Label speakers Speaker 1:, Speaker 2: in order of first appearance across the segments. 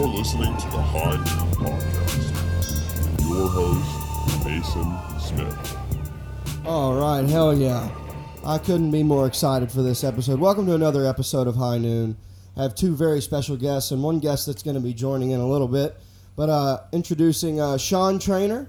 Speaker 1: listening to the High Noon Podcast with your host, Mason Smith.
Speaker 2: All right, hell yeah. I couldn't be more excited for this episode. Welcome to another episode of High Noon. I have two very special guests and one guest that's going to be joining in a little bit. But uh, introducing uh, Sean Trainer.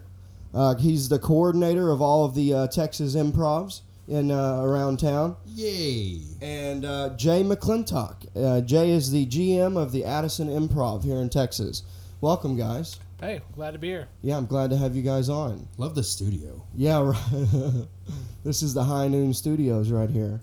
Speaker 2: Uh, he's the coordinator of all of the uh, Texas improvs in uh, around town.
Speaker 3: Yay!
Speaker 2: And uh, Jay McClintock. Uh, Jay is the GM of the Addison Improv here in Texas. Welcome, guys.
Speaker 4: Hey, glad to be here.
Speaker 2: Yeah, I'm glad to have you guys on.
Speaker 3: Love the studio.
Speaker 2: Yeah, right. this is the High Noon Studios right here.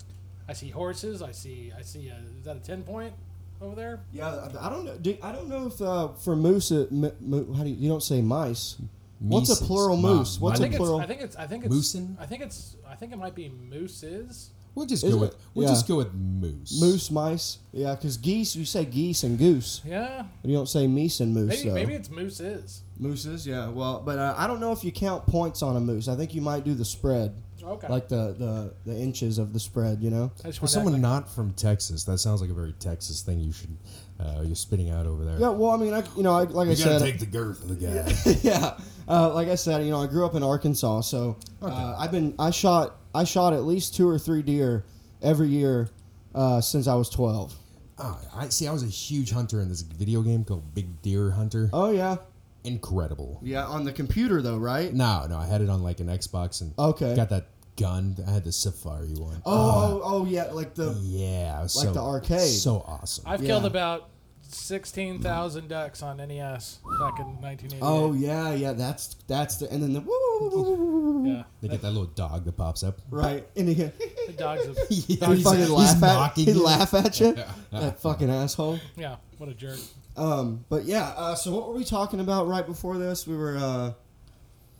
Speaker 4: I see horses. I see. I see. A, is that a ten point over there?
Speaker 2: Yeah, I I don't know. Do, I don't know if uh, for moose, it, m- mo, how do you, you don't say mice? What's a
Speaker 3: Mices.
Speaker 2: plural
Speaker 3: Ma-
Speaker 2: moose? What's
Speaker 4: I
Speaker 2: a
Speaker 4: think
Speaker 2: plural?
Speaker 4: it's. I think it's. I think it's.
Speaker 3: Moosin'?
Speaker 4: I think it's. I think it might be mooses.
Speaker 3: We'll just
Speaker 2: Isn't
Speaker 3: go with
Speaker 2: it?
Speaker 3: we'll
Speaker 2: Yeah.
Speaker 3: just go with moose.
Speaker 2: moose, mice. Yeah, because geese, you say geese and goose.
Speaker 4: Yeah.
Speaker 2: You don't say meese and moose.
Speaker 4: Maybe.
Speaker 3: uh,
Speaker 2: though.
Speaker 4: Maybe it's mooses.
Speaker 2: mooses. Yeah. Well, but uh, I don't know if you count points on a moose. I think you might do the spread,
Speaker 4: Okay.
Speaker 2: like the the, the inches of the spread. You know.
Speaker 4: I just
Speaker 3: For
Speaker 4: wanted to
Speaker 3: someone
Speaker 4: act like-
Speaker 3: not from Texas, that sounds like a very Texas thing. You should uh, you're spitting out over there.
Speaker 2: Yeah. Well, I mean, I, you know, I, like I
Speaker 3: You gotta
Speaker 2: said,
Speaker 3: take the girth of the guy.
Speaker 2: yeah. Uh, like I said, you know, I grew up in Arkansas, so uh, I've been I shot I shot at least two or three deer every year uh, since I was twelve.
Speaker 3: Ah, I see. I was a huge hunter in this video game called Big Deer Hunter.
Speaker 2: Oh yeah,
Speaker 3: Incredible.
Speaker 2: yeah. On the computer though, right?
Speaker 3: No, no, I had it on like an Xbox and
Speaker 2: Oh, Okay.
Speaker 3: got that gun. I had the Safari one.
Speaker 2: Oh, oh, oh yeah, like
Speaker 3: Mm.
Speaker 2: the
Speaker 3: yeah, it was
Speaker 2: Like
Speaker 3: so-
Speaker 2: the arcade.
Speaker 3: So awesome.
Speaker 4: I've
Speaker 2: Yeah.
Speaker 4: killed about sixteen thousand ducks on NES back in nineteen eighty.
Speaker 2: oh yeah, yeah. That's that's the and then the woo, woo, woo, woo, woo, woo, woo.
Speaker 4: Yeah.
Speaker 3: they get that little dog that pops up.
Speaker 2: right and he can
Speaker 4: The dogs. Have,
Speaker 3: He
Speaker 2: he fucking laugh at he
Speaker 3: you.
Speaker 2: laugh at you that fucking asshole.
Speaker 4: yeah. What a jerk.
Speaker 2: Um, but yeah, uh, so what were we talking about right before this? We were, uh,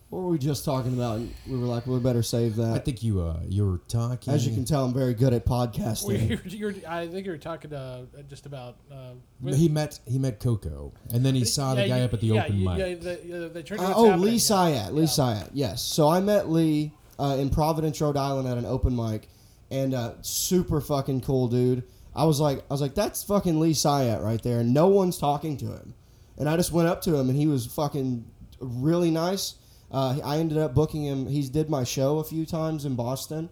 Speaker 2: what were we just talking about? We were like, we better save
Speaker 3: I
Speaker 2: that.
Speaker 3: think you uh, you were talking.
Speaker 2: As you can tell, I'm very good at
Speaker 4: Well,
Speaker 2: podcasting.
Speaker 4: you're, you're, I think you were talking uh, just about. Uh, with-
Speaker 3: he met he met Coco, and then he saw the
Speaker 4: yeah,
Speaker 3: guy
Speaker 4: you-
Speaker 3: up at the
Speaker 4: yeah,
Speaker 3: open
Speaker 4: you-
Speaker 3: mic.
Speaker 4: Yeah, the, uh, they turned
Speaker 2: Uh,
Speaker 4: what's
Speaker 2: oh,
Speaker 4: happening,
Speaker 2: Lee
Speaker 4: yeah.
Speaker 2: Syatt, Lee Syatt, yes. So I met Lee uh, in Providence, Rhode Island, at an open mic, and uh, super fucking cool dude. I was like, I was like, that's fucking Lee Syatt right there, and no one's talking to him. And I just went up to him, and he was fucking really nice. Uh, I ended up booking him. He's did my show a few times in Boston,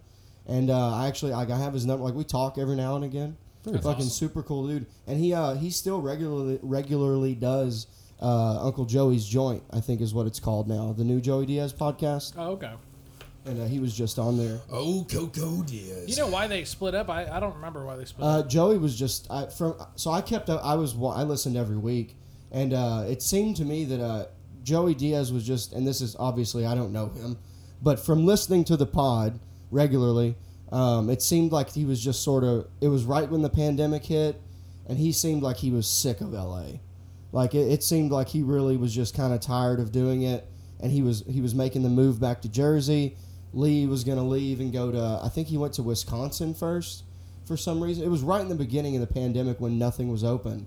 Speaker 2: and uh, I actually like I have his number. Like we talk every now and again. fucking super cool dude, and he uh, he still regularly regularly does uh, Uncle Joey's joint. I think is what it's called now, the new Joey Diaz podcast,
Speaker 4: Oh, okay.
Speaker 2: and uh, he was just on there.
Speaker 3: Oh, Coco Diaz.
Speaker 4: You know why they split up? I, I don't remember why they split up.
Speaker 2: Uh, Joey was just I, from so I kept up. I was wa- I listened every week, and uh, it seemed to me that uh, Joey Diaz was just. And this is obviously I don't know him, but from listening to the pod regularly, um, it seemed like he was just sort of. It was right when the pandemic hit, and he seemed like he was sick of L.A. Like it, it seemed like he really was just kind of tired of doing it, and he was he was making the move back to Jersey. Lee was going to leave and go to I think he went to Wisconsin first for some reason. It was right in the beginning of the pandemic when nothing was open,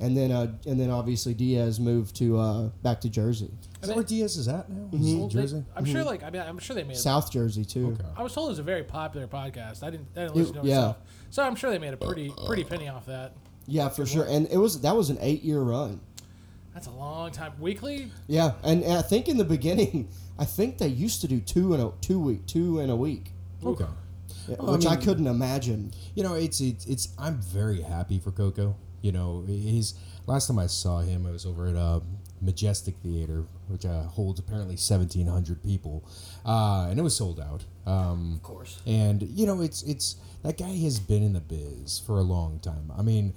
Speaker 2: and then uh, and then obviously Diaz moved to uh, back to Jersey,
Speaker 3: is that where Diaz is at now? Is it
Speaker 4: Well, they-
Speaker 3: Jersey.
Speaker 4: I'm sure, like, I mean, I'm sure they made.
Speaker 2: South Jersey too.
Speaker 3: Okay.
Speaker 4: I was told it was a very popular podcast. I didn't, I didn't listen to it
Speaker 2: yeah.
Speaker 4: myself, so I'm sure they made a pretty, pretty penny off that.
Speaker 2: Yeah, for sure. And it was that was an eight year run.
Speaker 4: That's a long time. Weekly,
Speaker 2: Yeah, and, and I think in the beginning, I think they used to do two in a two week two in a week,
Speaker 3: Okay.
Speaker 2: yeah,
Speaker 3: Well, I
Speaker 2: which I,
Speaker 3: mean-
Speaker 2: couldn't imagine.
Speaker 3: You know, it's it's it's. I'm very happy for Coco. You know, he's last time I saw him, I was over at uh, Majestic Theater, which uh, holds apparently 1,700 people, uh, and it was sold out. Um,
Speaker 2: Of course.
Speaker 3: And you know, it's it's that guy has been in the biz for a long time. I mean,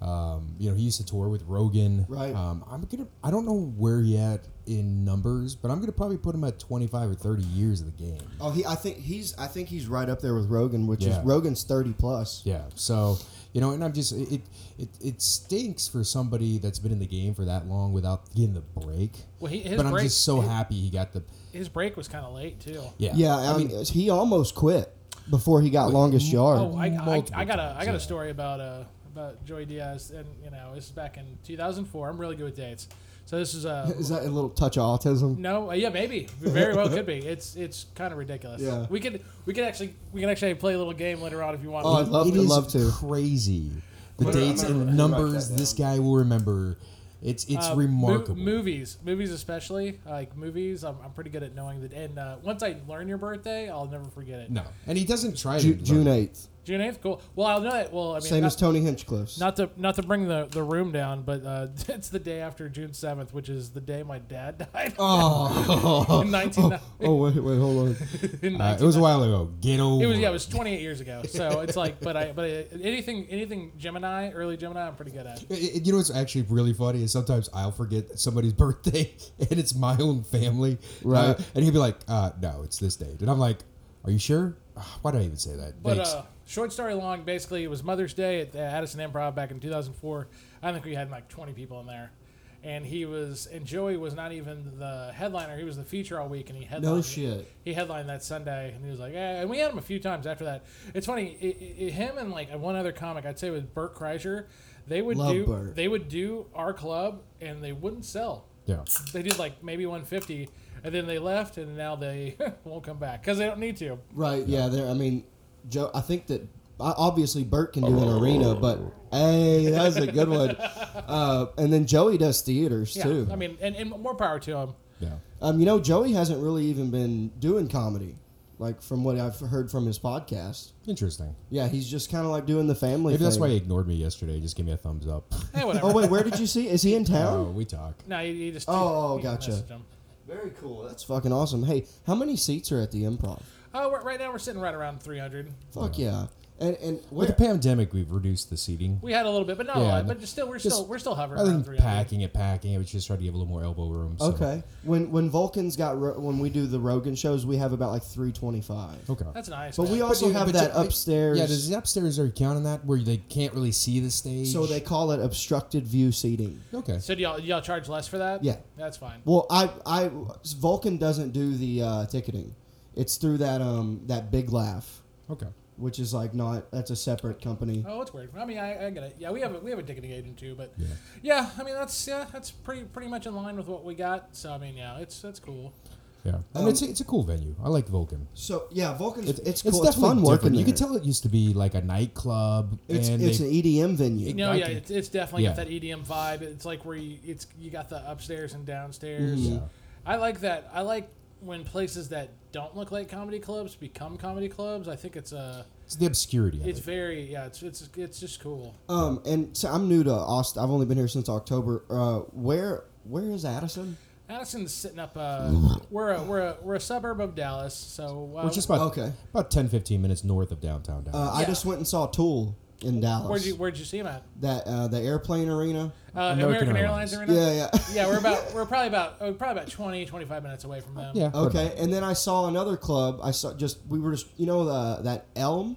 Speaker 3: um, you know, he used to tour with Rogan.
Speaker 2: Right.
Speaker 3: Um, I'm gonna. I don't know where yet in numbers, but I'm gonna probably put him at 25 or 30 years of the game.
Speaker 2: Oh, he. I think he's. I think he's right up there with Rogan, which
Speaker 3: Yeah.
Speaker 2: is Rogan's thirty plus.
Speaker 3: Yeah. So you know, and I'm just it it it stinks for somebody that's been in the game for that long without getting the break.
Speaker 4: well, he, his
Speaker 3: but I'm
Speaker 4: break,
Speaker 3: just so happy he got the
Speaker 4: his break was kind of late too.
Speaker 3: yeah
Speaker 2: Yeah, I, mean, he almost quit before he got longest yard.
Speaker 4: Oh, I, I,
Speaker 3: multiple
Speaker 4: I got a, I got a
Speaker 3: times,
Speaker 4: story about uh about Joey Diaz, and you know, this is back in 2004. I'm really good with dates, so this is uh,
Speaker 2: Is that a little touch of autism?
Speaker 4: No, uh, yeah, maybe. Very well could be. It's it's kind of ridiculous.
Speaker 2: Yeah.
Speaker 4: We could we could actually we can actually play a little game later on if you want.
Speaker 2: Oh, I'd love-
Speaker 3: It
Speaker 2: I'd
Speaker 3: is
Speaker 2: love to.
Speaker 3: crazy. The
Speaker 2: gonna- I'm
Speaker 3: dates
Speaker 2: gonna
Speaker 3: and
Speaker 2: write that
Speaker 3: numbers this guy will remember. It's it's
Speaker 4: Uh, mo-
Speaker 3: remarkable.
Speaker 4: movies, movies especially, like movies. I'm, I'm pretty good at knowing that. And uh, once I learn your birthday, I'll never forget it.
Speaker 3: No, and he doesn't try
Speaker 2: Ju-
Speaker 3: to.
Speaker 2: June eighth,
Speaker 4: June eighth, cool. Well, I'll know that. Well, I mean,
Speaker 2: same
Speaker 4: not,
Speaker 2: as Tony Hinchcliffe's.
Speaker 4: not to not to bring the, the room down, but uh, it's the day after June seventh, which is the day my dad died
Speaker 3: Oh,
Speaker 4: in nineteen.
Speaker 2: oh wait, wait, hold on.
Speaker 4: in
Speaker 3: Uh, it was a while ago. Get over.
Speaker 4: It was yeah, it was 28 years ago. So it's like, but I, but I, anything, anything Gemini, early Gemini, I'm pretty good at.
Speaker 3: It- it- you know what's actually really funny is sometimes I'll forget somebody's birthday and it's my own family,
Speaker 2: Right.
Speaker 3: Uh, and he'll be like, uh, "No, it's this date," and I'm like, "Are you sure? Ah, Why did I even say that?"
Speaker 4: But
Speaker 3: Thanks.
Speaker 4: uh, short story long, basically, it was Mother's Day at the Addison Improv back in 2004. I think we had like 20 people in there, and he was, and Joey was not even the headliner. He was the feature all week, and he headlined.
Speaker 2: No shit.
Speaker 4: He headlined that Sunday, and he was like, eh. and we had him a few times after that. It's funny, i i i- him and like one other comic, I'd say with Burt Kreischer, they would
Speaker 2: Love
Speaker 4: do,
Speaker 2: Burt.
Speaker 4: they would do our club, and they wouldn't sell.
Speaker 3: yeah,
Speaker 4: they did like maybe 150 and then they left and now they won't come back because they don't need to
Speaker 2: Right? Yeah. There. I mean, Joe. I think that o- obviously Bert can do
Speaker 4: Oh.
Speaker 2: an arena, but hey, that's a good one. Uh, and then Joey does theaters
Speaker 4: yeah
Speaker 2: too.
Speaker 4: i mean and, and more power to them
Speaker 3: yeah.
Speaker 2: Um, you know, Joey hasn't really even been doing comedy, like from what I've heard from his podcast.
Speaker 3: Interesting.
Speaker 2: Yeah, he's just kind of like doing the family.
Speaker 3: Maybe that's
Speaker 2: thing.
Speaker 3: why he ignored me yesterday. Just give me a thumbs up.
Speaker 4: hey Eh, whatever
Speaker 2: Oh wait, where did you see? Is he in
Speaker 3: Oh,
Speaker 2: town?
Speaker 3: we talk.
Speaker 4: no you, you just
Speaker 2: Oh, oh,
Speaker 4: you
Speaker 2: gotcha.
Speaker 4: messaged them.
Speaker 2: Very cool. That's fucking awesome. Hey, how many seats are at the Improv?
Speaker 4: oh we're, right now we're sitting right around 300
Speaker 2: Fuck yeah. And and
Speaker 3: With
Speaker 2: where,
Speaker 3: the pandemic, we've reduced the seating.
Speaker 4: we had a little bit but not a
Speaker 3: Yeah,
Speaker 4: lot
Speaker 3: no.
Speaker 4: but just still we're
Speaker 3: Just-
Speaker 4: still we're still hovering
Speaker 3: Rather
Speaker 4: around
Speaker 3: than
Speaker 4: 300
Speaker 3: packing it, packing it, we just try to give a little more elbow room. so-
Speaker 2: okay. When when Vulcans got Ro- when we do the Rogan shows, we have about like three twenty five.
Speaker 3: Okay.
Speaker 4: that's nice
Speaker 2: But
Speaker 4: man.
Speaker 2: we also
Speaker 3: But you-
Speaker 2: have
Speaker 3: but
Speaker 2: that
Speaker 3: you-
Speaker 2: upstairs.
Speaker 3: Yeah, does the upstairs are you counting that where they can't really see the stage?
Speaker 2: so they call it obstructed view seating.
Speaker 3: okay.
Speaker 4: so do y'all, do y'all charge less for that
Speaker 2: Yeah.
Speaker 4: that's fine
Speaker 2: Well, I I Vulcan doesn't do the uh, ticketing. It's through that um that Big Laugh,
Speaker 3: Okay.
Speaker 2: which is like not that's a separate company.
Speaker 4: Oh, it's weird. I mean, I, I get it. Yeah, we have a, we have a ticketing agent too, but
Speaker 3: Yeah.
Speaker 4: yeah. I mean that's yeah, that's pretty pretty much in line with what we got. So I mean, yeah, it's that's cool.
Speaker 3: Yeah. I mean, it's, a, it's a cool venue. I like Vulcan.
Speaker 2: So yeah, Vulcan's
Speaker 3: It-
Speaker 2: it's, cool. It's fun
Speaker 3: different.
Speaker 2: working.
Speaker 3: You
Speaker 2: there.
Speaker 3: can tell it used to be like a nightclub.
Speaker 2: it's
Speaker 3: and
Speaker 2: it's
Speaker 3: they,
Speaker 2: an EDM venue.
Speaker 4: No,
Speaker 3: I
Speaker 4: yeah,
Speaker 3: can-
Speaker 4: it's, it's definitely got
Speaker 3: Yeah.
Speaker 4: that EDM vibe. It's like where you, it's you got the upstairs and downstairs.
Speaker 2: Mm-hmm.
Speaker 3: yeah.
Speaker 4: I like that. I like when places that don't look like comedy clubs become comedy clubs. I think it's uh,
Speaker 3: It's the obscurity of
Speaker 4: it's
Speaker 3: it.
Speaker 4: very yeah, it's it's it's just cool.
Speaker 2: Um, and so I'm new to Austin. I've only been here since October. Uh, where where is Addison?
Speaker 4: Addison's sitting up. Uh, we're a, we're a, we're a suburb of Dallas, so uh,
Speaker 3: Which is about,
Speaker 2: okay.
Speaker 3: about 10, 15 minutes north of downtown Dallas.
Speaker 2: Uh, I
Speaker 4: Yeah.
Speaker 2: just went and saw Tool in Dallas.
Speaker 4: where'd you where'd you see him at?
Speaker 2: that uh, the airplane arena?
Speaker 4: Uh,
Speaker 3: American
Speaker 4: American,
Speaker 3: Airlines.
Speaker 4: Airlines. Arena.
Speaker 2: Yeah, yeah.
Speaker 4: Yeah, we're about we're probably about oh, probably about 20, 25 minutes away from them.
Speaker 3: yeah.
Speaker 2: Okay, and then I saw another club. I saw just we were just you know the, that Elm,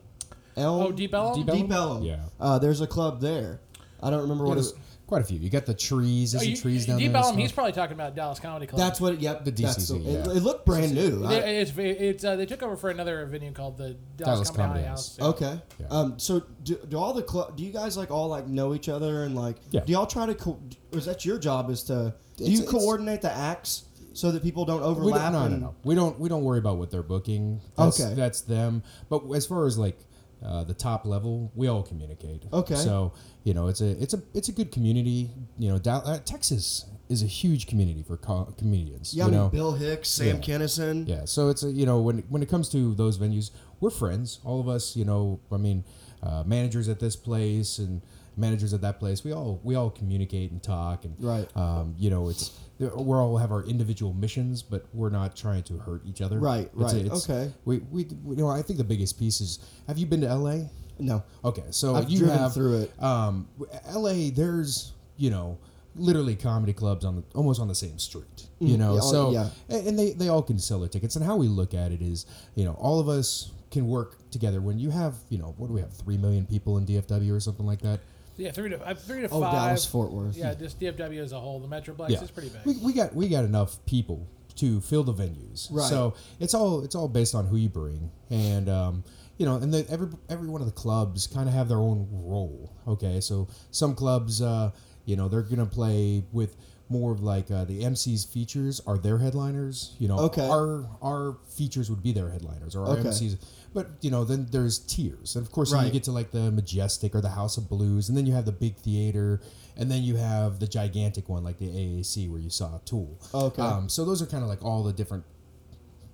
Speaker 2: Elm.
Speaker 4: Oh, Deep Ellum.
Speaker 3: Deep
Speaker 2: Deep
Speaker 3: Ellum?
Speaker 2: Elm.
Speaker 3: Yeah.
Speaker 2: Uh, there's a club there. I don't remember
Speaker 3: Yeah,
Speaker 2: what it
Speaker 3: there's
Speaker 2: was.
Speaker 3: quite a few. You got the trees.
Speaker 4: Oh,
Speaker 3: There's
Speaker 4: you-
Speaker 3: the trees down
Speaker 4: Deep
Speaker 3: there. and
Speaker 4: Ellum.
Speaker 3: stuff.
Speaker 4: He's probably talking about Dallas Comedy Club.
Speaker 2: That's what. It, yep.
Speaker 3: The
Speaker 2: that's
Speaker 3: DCC,
Speaker 2: it,
Speaker 3: yeah.
Speaker 2: it looked brand new.
Speaker 4: They,
Speaker 2: I-
Speaker 4: it's it's uh, they took over for another venue called the Dallas,
Speaker 3: Dallas
Speaker 4: Comedy,
Speaker 3: Comedy
Speaker 4: House.
Speaker 2: okay.
Speaker 3: Yeah.
Speaker 2: Um. So do, do all the club? Do you guys like all like know each other and like?
Speaker 3: Yeah.
Speaker 2: Do y'all try to? Co- is that your job? Is to do
Speaker 3: It's-
Speaker 2: you
Speaker 3: it's-
Speaker 2: coordinate the acts so that people don't
Speaker 3: we don't,
Speaker 2: overlap?
Speaker 3: no, no,
Speaker 2: and-
Speaker 3: no. We don't. We don't worry about what they're booking. That's,
Speaker 2: Okay.
Speaker 3: that's them. But as far as like uh, the top level, we all communicate.
Speaker 2: Okay.
Speaker 3: So you know, it's a it's a it's a good community. You know, Dal- uh, Texas is a huge community for co- comedians.
Speaker 2: Yeah. I
Speaker 3: you
Speaker 2: mean,
Speaker 3: know.
Speaker 2: Bill Hicks, Sam
Speaker 3: Yeah.
Speaker 2: Kinison.
Speaker 3: yeah. So it's a you know when when it comes to those venues, we're friends. All of us. You know, I mean, uh, managers at this place and managers at that place. We all we all communicate and talk and
Speaker 2: Right.
Speaker 3: um, you know, it's we are all have our individual missions, but we're not trying to hurt each other.
Speaker 2: Right,
Speaker 3: It's a-
Speaker 2: right, okay.
Speaker 3: We, we, you know, I think the biggest piece is: Have you been to L.A.?
Speaker 2: No.
Speaker 3: Okay, so
Speaker 2: I've
Speaker 3: you
Speaker 2: driven
Speaker 3: have
Speaker 2: through it.
Speaker 3: Um, L.A. There's you know literally comedy clubs on the almost on the same street. You know,
Speaker 2: yeah, oh,
Speaker 3: so
Speaker 2: yeah.
Speaker 3: a- and they they all can sell their tickets. And how we look at it is, you know, all of us can work together. When you have, you know, what do we have? Three million people in DFW or something like that.
Speaker 4: Yeah, three to uh, three to
Speaker 2: Oh,
Speaker 4: five.
Speaker 2: Dallas Fort Worth.
Speaker 4: Yeah, just DFW as a whole. The Metroplex is pretty big.
Speaker 3: We, we got we got enough people to fill the venues.
Speaker 2: Right.
Speaker 3: So it's all it's all based on who you bring, and um, you know, and the, every every one of the clubs kind of have their own role. Okay, so some clubs, uh, you know, they're gonna play with more of like uh, the MC's features are their headliners. You know,
Speaker 2: Okay.
Speaker 3: our our features would be their headliners or our
Speaker 2: Okay.
Speaker 3: MCs. But you know, then there's tiers, and of course, then you
Speaker 2: Right.
Speaker 3: get to like the majestic or the House of Blues, and then you have the big theater, and then you have the gigantic one like the AAC where you saw Tool.
Speaker 2: Okay.
Speaker 3: Um, so those are kind of like all the different,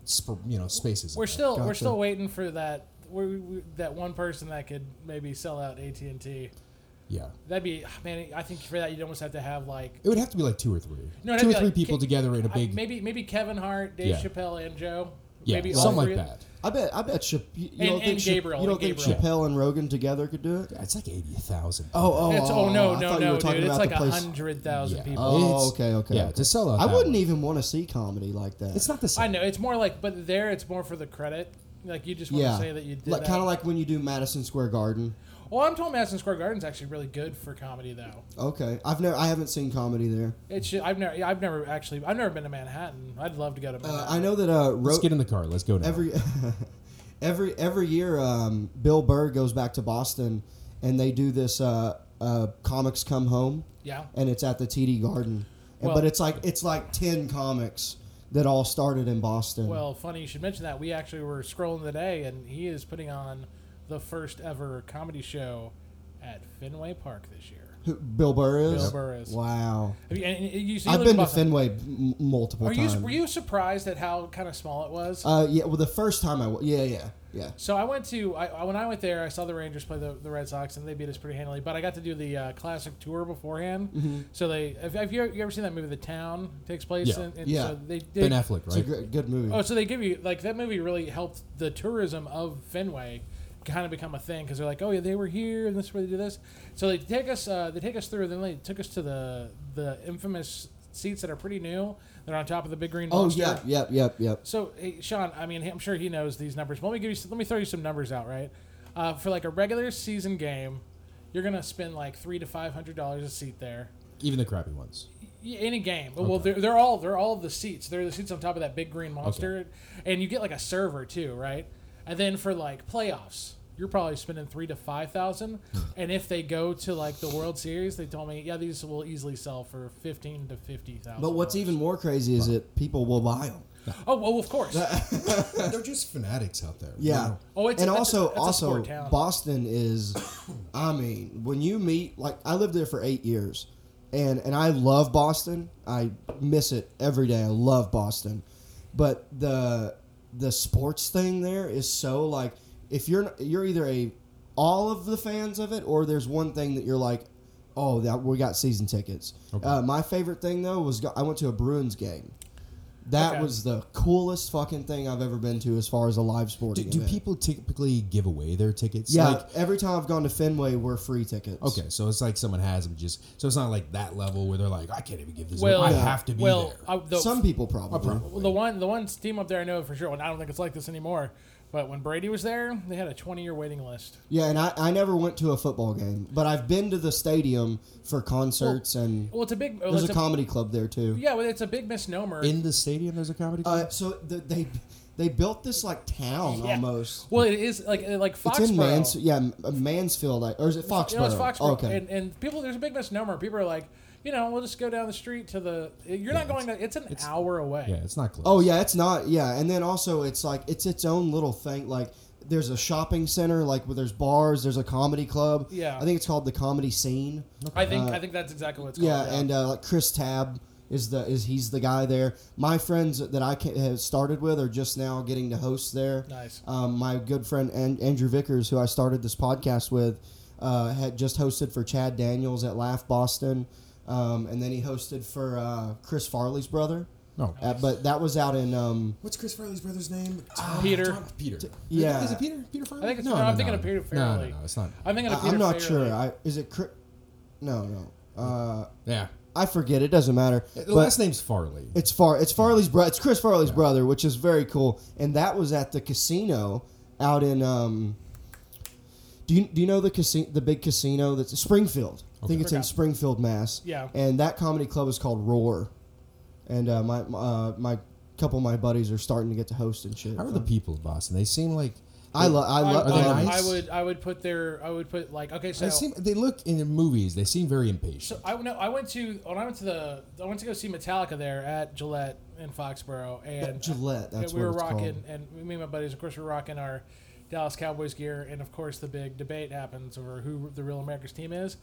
Speaker 3: sp- you know, spaces. in
Speaker 4: We're
Speaker 3: there.
Speaker 4: still we're
Speaker 2: Gotcha.
Speaker 4: still waiting for that we, we, that one person that could maybe sell out AT and T.
Speaker 3: yeah.
Speaker 4: That'd be man. I think for that you'd almost have to have like
Speaker 3: It would have to be like two or three,
Speaker 4: No, it'd
Speaker 3: two or
Speaker 4: be
Speaker 3: three
Speaker 4: like-
Speaker 3: people
Speaker 4: ca-
Speaker 3: together in a
Speaker 4: I-
Speaker 3: big,
Speaker 4: maybe maybe Kevin Hart, Dave
Speaker 3: Yeah.
Speaker 4: Chappelle, and Joe.
Speaker 3: yeah,
Speaker 4: maybe all
Speaker 3: something
Speaker 4: three
Speaker 3: like
Speaker 4: of-
Speaker 3: that.
Speaker 2: I bet. I bet. Chap- you
Speaker 4: And-
Speaker 2: don't
Speaker 4: and
Speaker 2: think Chap-
Speaker 4: Gabriel,
Speaker 2: You don't
Speaker 4: and
Speaker 2: think
Speaker 4: Gabriel.
Speaker 2: Chappelle and Rogan together could do it?
Speaker 3: Yeah, It's like eighty thousand.
Speaker 2: Oh, oh,
Speaker 4: It's, oh,
Speaker 2: oh,
Speaker 4: no,
Speaker 2: I
Speaker 4: no,
Speaker 2: thought you
Speaker 4: no,
Speaker 2: were talking
Speaker 4: dude! It's
Speaker 2: about
Speaker 4: like
Speaker 2: the
Speaker 4: a
Speaker 2: place-
Speaker 4: hundred thousand people.
Speaker 2: Oh, okay, okay,
Speaker 3: Yeah,
Speaker 2: okay.
Speaker 3: to sell out.
Speaker 2: I
Speaker 3: that
Speaker 2: wouldn't e-
Speaker 3: one.
Speaker 2: even want to see comedy like that.
Speaker 3: It's not the same.
Speaker 4: I know it's more like, but there it's more for the credit. Like you just want
Speaker 2: yeah,
Speaker 4: to say that you did.
Speaker 2: like,
Speaker 4: that.
Speaker 2: kind of like when you do Madison Square Garden.
Speaker 4: Well, I'm told Madison Square Garden's actually really good for comedy, though.
Speaker 2: Okay, I've never, I haven't seen comedy there.
Speaker 4: It's ju- I've never I've never actually I've never been to Manhattan. I'd love to go to
Speaker 2: Uh,
Speaker 4: Manhattan.
Speaker 2: I know that uh,
Speaker 3: Let's
Speaker 2: Ro-
Speaker 3: get in the car. Let's go now.
Speaker 2: every every every year um, Bill Burr goes back to Boston and they do this uh, uh, comics come home
Speaker 4: yeah,
Speaker 2: and it's at the TD Garden And-
Speaker 4: Well-
Speaker 2: but it's like it's like 10 comics that all started in Boston
Speaker 4: Well, funny you should mention that. We actually were scrolling today, and he is putting on the first ever comedy show at Fenway Park this year.
Speaker 2: Who, Bill Burr is
Speaker 4: Bill Burr is.
Speaker 2: wow
Speaker 4: Have you, and, and you, so you
Speaker 2: I've
Speaker 4: live in
Speaker 2: been to
Speaker 4: Buffalo.
Speaker 2: Fenway m- multiple
Speaker 4: Are
Speaker 2: times
Speaker 4: you were you surprised at how kind of small it was?
Speaker 2: uh, yeah well the first time I wa- yeah yeah yeah
Speaker 4: so I went to I, I- when I went there, I saw the Rangers play the, the Red Sox, and they beat us pretty handily. But I got to do the uh, classic tour beforehand.
Speaker 2: Mm-hmm.
Speaker 4: So they have, have you, you ever seen that movie The Town takes place?
Speaker 3: Yeah.
Speaker 4: in, in-
Speaker 2: Yeah.
Speaker 4: So they, they
Speaker 3: Ben Affleck,
Speaker 2: it's a
Speaker 3: right?
Speaker 2: gr- good movie
Speaker 4: Oh, so they give you like that movie really helped the tourism of Fenway kind of become a thing because they're like, oh yeah, they were here and this is where they do this. So they take us, uh, they take us through, then they took us to the the infamous seats that are pretty new. They're on top of the big green.
Speaker 2: oh
Speaker 4: monster.
Speaker 2: yeah yep yep yep
Speaker 4: So hey, Sean, I mean, I'm sure he knows these numbers. But let me give you, some- let me throw you some numbers out, right? Uh, for like a regular season game, you're gonna spend like three to five hundred dollars a seat there.
Speaker 3: Even the crappy ones.
Speaker 4: Yeah, any game. Well, they're, they're all they're all the seats. They're the seats on top of that big green monster, and you get like a server too, right? And then for like playoffs, you're probably spending three to five thousand. and if they go to like the World Series, they told me, yeah, these will easily sell for fifteen to fifty thousand.
Speaker 2: but what's even more crazy is that people will buy them
Speaker 4: oh well, of course.
Speaker 3: They're just fanatics out there.
Speaker 2: Yeah.
Speaker 4: Oh, it's-
Speaker 2: and
Speaker 4: it's a-
Speaker 2: also
Speaker 4: it's a
Speaker 2: also
Speaker 4: sport town.
Speaker 2: Boston is, I mean, when you meet like I lived there for eight years, and and I love Boston. I miss it every day. I love Boston, but the the sports thing there is so like if you're you're either a all of the fans of it or there's one thing that you're like. Oh, that we got season tickets. Uh, my favorite thing though was go- I went to a Bruins game. That
Speaker 4: Okay.
Speaker 2: was the coolest fucking thing I've ever been to as far as a live
Speaker 3: Do,
Speaker 2: sporting
Speaker 3: do
Speaker 2: event.
Speaker 3: people typically give away their tickets?
Speaker 2: Yeah,
Speaker 3: Like,
Speaker 2: every time I've gone to Fenway, we're free tickets.
Speaker 3: okay, so it's like someone has them just. So it's not like that level where they're like, I can't even give this.
Speaker 4: well,
Speaker 3: away. I have to be
Speaker 4: well,
Speaker 3: there.
Speaker 4: I, the,
Speaker 2: Some people probably.
Speaker 4: Well, the one the one team up there I know for sure, and I don't think it's like this anymore. But when Brady was there, they had a 20 year waiting list.
Speaker 2: Yeah, and I, I never went to a football game, but I've been to the stadium for concerts and
Speaker 4: Well, it's a big. well,
Speaker 2: there's
Speaker 4: it's
Speaker 2: a comedy club there too.
Speaker 4: Yeah, well, it's a big misnomer.
Speaker 3: In the stadium, there's a comedy. club?
Speaker 2: Uh, so th they they built this like town
Speaker 4: Yeah.
Speaker 2: almost.
Speaker 4: Well, it is like like
Speaker 2: It's
Speaker 4: Foxborough.
Speaker 2: in Mans- yeah, M- uh, Mansfield, I- or is it Foxborough?
Speaker 4: You know, it's Foxborough.
Speaker 2: Okay.
Speaker 4: And, and people, there's a big misnomer. People are like, you know, we'll just go down the street to the. You're not going to. It's an hour away.
Speaker 3: yeah, it's not close.
Speaker 2: oh yeah, it's not. Yeah, and then also it's like it's its own little thing. Like there's a shopping center, like where there's bars, there's a comedy club.
Speaker 4: Yeah.
Speaker 2: I think it's called the Comedy Scene.
Speaker 4: I think I think that's exactly what it's called.
Speaker 2: Yeah, and uh, like Chris Tab is the is he's the guy there. My friends that I ca- have started with are just now getting to host there.
Speaker 4: Nice.
Speaker 2: Um, my good friend and Andrew Vickers, who I started this podcast with, uh, had just hosted for Chad Daniels at Laugh Boston, um, and then he hosted for uh, Chris Farley's brother.
Speaker 3: No.
Speaker 2: Uh, but that was out in um,
Speaker 3: What's Chris Farley's brother's name?
Speaker 4: Peter.
Speaker 3: Peter.
Speaker 2: yeah.
Speaker 3: Is it Peter? Peter Farley?
Speaker 4: I think it's- no, I'm thinking of Peter
Speaker 3: No,
Speaker 4: Farrelly.
Speaker 3: no, no, it's not.
Speaker 4: I'm thinking of
Speaker 2: I,
Speaker 4: Peter
Speaker 2: am not
Speaker 4: Fairley.
Speaker 2: sure. I, is it Chris? No, no. Uh,
Speaker 3: Yeah,
Speaker 2: I forget. It doesn't matter.
Speaker 3: the
Speaker 2: But-
Speaker 3: last name's Farley.
Speaker 2: It's far. It's Farley's brother. It's Chris Farley's brother, which is very cool. And that was at the casino out in. Um, do you do you know the casino? The big casino that's Springfield. I think it's in
Speaker 4: Forgot.
Speaker 2: Springfield, Mass.
Speaker 4: Yeah.
Speaker 2: And that comedy club is called Roar, and uh, my uh, my couple of my buddies are starting to get to host and shit.
Speaker 3: How are the people of Boston? They seem like
Speaker 2: I love. I
Speaker 4: I,
Speaker 2: love.
Speaker 3: Are they
Speaker 4: I-
Speaker 3: nice?
Speaker 4: I would I would put their I would put like okay so
Speaker 3: They seem they look in the movies. They seem very
Speaker 4: So
Speaker 3: impatient.
Speaker 4: I no, I went to when I went to the I went to go see Metallica there at Gillette in Foxborough and
Speaker 2: Gillette, that's
Speaker 4: we were
Speaker 2: what it's
Speaker 4: rocking
Speaker 2: called.
Speaker 4: and me and my buddies of course we were rocking our Dallas Cowboys gear and of course the big debate happens over who the real America's team is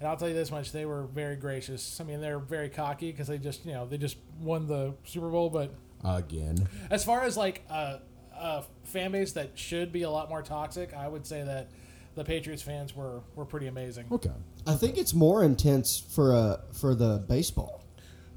Speaker 4: and I'll tell you this much they were very gracious I mean they're very cocky because they just you know they just won the Super Bowl but
Speaker 3: Again,
Speaker 4: as far as like a, a fan base that should be a lot more toxic I would say that the Patriots fans were were pretty amazing.
Speaker 3: okay.
Speaker 2: I think it's more intense for uh for the baseball.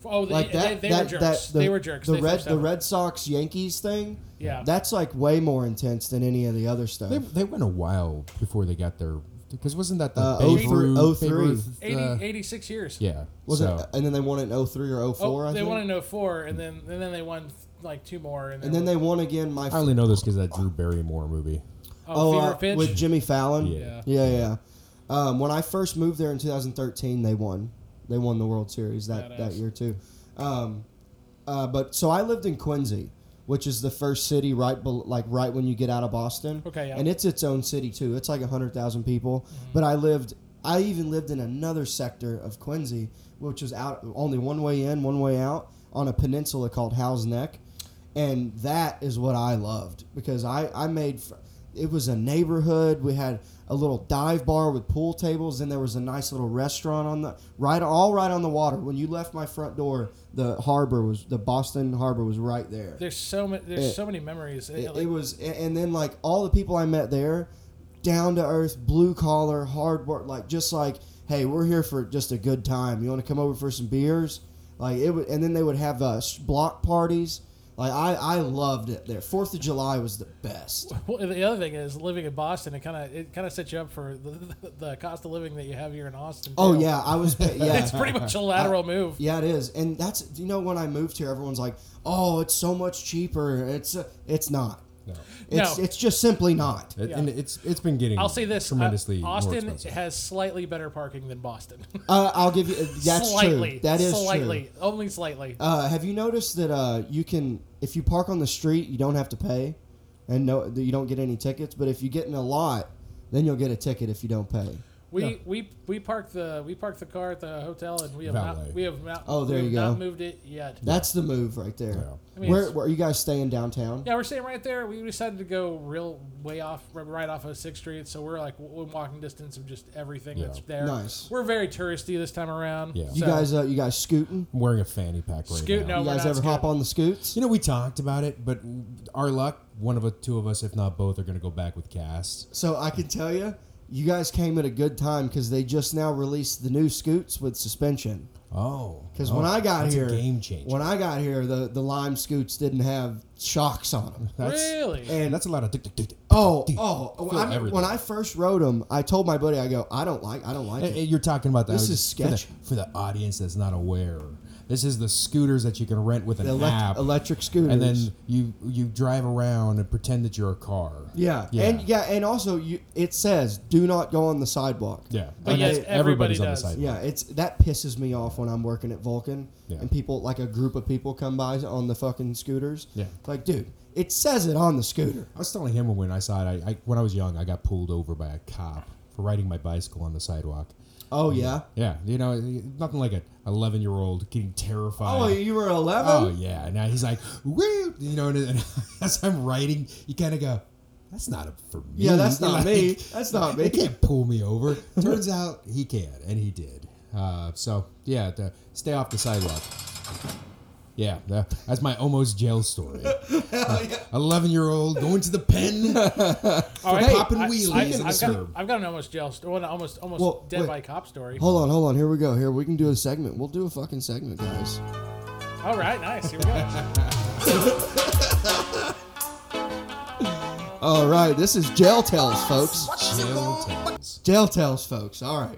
Speaker 4: Oh, they,
Speaker 2: Like that.
Speaker 4: they, they
Speaker 2: that,
Speaker 4: were jerks.
Speaker 2: that the,
Speaker 4: they were jerks.
Speaker 2: The
Speaker 4: They
Speaker 2: red
Speaker 4: forced
Speaker 2: the
Speaker 4: out-
Speaker 2: Red Sox Yankees thing.
Speaker 4: Yeah.
Speaker 2: That's like way more intense than any of the other stuff.
Speaker 3: They, they went a while before they got their because wasn't that the
Speaker 2: Uh,
Speaker 3: Babe
Speaker 2: 03
Speaker 3: Ruth- Babe
Speaker 2: 03.
Speaker 3: Ruth, uh,
Speaker 4: 80, 86 years.
Speaker 3: yeah.
Speaker 2: was
Speaker 3: so,
Speaker 2: it, uh, and then they won it in 03 or 04,
Speaker 4: oh,
Speaker 2: I
Speaker 4: they
Speaker 2: think.
Speaker 4: won in 04, and then and then they won like two more, and,
Speaker 2: and then they won again. My
Speaker 3: I only know this because that Drew Barrymore movie.
Speaker 4: oh, fever
Speaker 2: uh,
Speaker 4: pitch.
Speaker 2: with Jimmy Fallon.
Speaker 3: Yeah.
Speaker 2: yeah, yeah. Um, when I first moved there in 2013, they won. They won the World Series that, that
Speaker 4: Badass.
Speaker 2: year too. Um, uh, but so I lived in Quincy, which is the first city right bel like right when you get out of Boston.
Speaker 4: Okay, yeah. Mm-hmm.
Speaker 2: And it's its own city too. It's like hundred thousand people. But I lived. I even lived in another sector of Quincy, which was out only one way in, one way out on a peninsula called Howes Neck, and that is what I loved because I I made. fr- It was a neighborhood. We had a little dive bar with pool tables, and there was a nice little restaurant on the right, all right on the water. When you left my front door, the harbor was the Boston harbor was right there.
Speaker 4: There's so many. There's
Speaker 2: It-
Speaker 4: so many memories. It-
Speaker 2: It,
Speaker 4: like,
Speaker 2: it was, a- and then like all the people I met there, down to earth, blue collar, hard work, like just like, hey, we're here for just a good time. You want to come over for some beers? Like it would, and then they would have uh, sh- block parties. Like I, I loved it there. Fourth of July was the best.
Speaker 4: well, the other thing is living in Boston. It kind of it kind of sets you up for the, the cost of living that you have here in Austin.
Speaker 2: Oh
Speaker 4: too.
Speaker 2: yeah, I was. Yeah,
Speaker 4: it's pretty much a lateral move.
Speaker 2: Yeah, it is, and that's you know when I moved here, everyone's like, "Oh, it's so much cheaper." It's uh, it's not.
Speaker 3: No.
Speaker 2: It's
Speaker 4: No.
Speaker 2: it's just simply not.
Speaker 3: It-
Speaker 4: Yeah.
Speaker 3: And it's it's been getting.
Speaker 4: I'll say this: uh,
Speaker 3: tremendously. more
Speaker 4: Austin
Speaker 3: expensive.
Speaker 4: has slightly better parking than Boston.
Speaker 2: Uh, I'll give you that's
Speaker 4: slightly.
Speaker 2: true. That is
Speaker 4: slightly,
Speaker 2: true.
Speaker 4: only slightly.
Speaker 2: Uh, have you noticed that uh, you can if you park on the street, you don't have to pay, and no, that you don't get any tickets. But if you get in a lot, then you'll get a ticket if you don't pay.
Speaker 4: We, we we parked the we parked the car at the hotel and we have
Speaker 3: Valet.
Speaker 4: not we have not
Speaker 2: Oh, there
Speaker 4: we have
Speaker 2: you
Speaker 4: not
Speaker 2: go.
Speaker 4: moved it yet.
Speaker 2: That's the move right there.
Speaker 3: Yeah.
Speaker 4: I mean,
Speaker 2: where,
Speaker 4: it's-
Speaker 2: where are you guys staying downtown?
Speaker 4: Yeah, we're sitting right there. We decided to go real way off, right off of Sixth Street. So we're like within walking distance of just everything
Speaker 3: Yeah.
Speaker 4: that's there.
Speaker 2: Nice.
Speaker 4: We're very touristy this time around.
Speaker 3: Yeah.
Speaker 2: You
Speaker 4: So-
Speaker 2: guys, uh, you guys scooting?
Speaker 3: I'm wearing a fanny pack right
Speaker 4: Scoot,
Speaker 3: now.
Speaker 4: no.
Speaker 2: You
Speaker 4: we're
Speaker 2: guys
Speaker 4: not
Speaker 2: ever hop
Speaker 4: scooting.
Speaker 2: on the scoots?
Speaker 3: You know, we talked about it, but our luck, one of the two of us, if not both, are going to go back with Cass.
Speaker 2: So I can tell you, you guys came at a good time because they just now released the new scoots with suspension.
Speaker 3: Oh,
Speaker 2: Because
Speaker 3: oh,
Speaker 2: when I got
Speaker 3: that's
Speaker 2: here,
Speaker 3: a game changer.
Speaker 2: when I got here, the the lime scoots didn't have shocks on them.
Speaker 3: that's,
Speaker 4: really?
Speaker 2: And
Speaker 3: that's a lot of. tick, tick, tick, tick,
Speaker 2: Oh,
Speaker 3: tick, tick.
Speaker 2: oh!
Speaker 3: Feel
Speaker 2: When I,
Speaker 3: everything.
Speaker 2: when I first wrote them, I told my buddy, I go, I don't like, I don't like
Speaker 3: Hey, hey,
Speaker 2: it.
Speaker 3: Eh, you're talking about that.
Speaker 2: This
Speaker 3: for
Speaker 2: is
Speaker 3: the-
Speaker 2: sketchy.
Speaker 3: for the audience that's not aware. This is the scooters that you can rent with an
Speaker 2: The elect-
Speaker 3: app,
Speaker 2: electric scooters.
Speaker 3: and then you you drive around and pretend that you're a car.
Speaker 2: yeah.
Speaker 3: Yeah.
Speaker 2: and yeah, and also you, it says do not go on the sidewalk.
Speaker 3: Yeah,
Speaker 4: But
Speaker 3: And
Speaker 4: yes,
Speaker 3: that's-
Speaker 4: everybody
Speaker 3: everybody's on the
Speaker 4: does.
Speaker 3: sidewalk.
Speaker 2: Yeah, it's that pisses me off when I'm working at Vulcan
Speaker 3: Yeah.
Speaker 2: and people like a group of people come by on the fucking scooters.
Speaker 3: Yeah.
Speaker 2: like dude, it says it on the scooter.
Speaker 3: I was telling him when I saw it. I, I when I was young, I got pulled over by a cop for riding my bicycle on the sidewalk.
Speaker 2: Oh yeah.
Speaker 3: Yeah, you know, nothing like an 11 year old getting terrified.
Speaker 2: Oh, you were
Speaker 3: Oh,
Speaker 2: eleven.
Speaker 3: yeah. Now he's like, woo, you know, and, and as I'm writing, you kind of go, that's not a- for me.
Speaker 2: Yeah, that's not
Speaker 3: Like,
Speaker 2: me. That's not
Speaker 3: They
Speaker 2: me.
Speaker 3: can't pull me over. Turns out he can, and he did. Uh, so yeah, the, stay off the sidewalk. Yeah, the- that's my almost jail story. Uh, Eleven-year-old going to the pen.
Speaker 4: All right,
Speaker 3: popping wheelies
Speaker 4: I,
Speaker 3: in the
Speaker 4: have got,
Speaker 3: suburb.
Speaker 4: I've got an almost jail story, well, an almost almost
Speaker 2: Well,
Speaker 4: dead
Speaker 2: wait.
Speaker 4: by cop story.
Speaker 2: Hold on, hold on. Here we go. Here we can do a segment. We'll do a fucking segment, guys.
Speaker 4: All right, nice. Here we go.
Speaker 2: All right, this is jail tales, folks.
Speaker 3: Jail tales.
Speaker 2: Jail tales, folks. All right.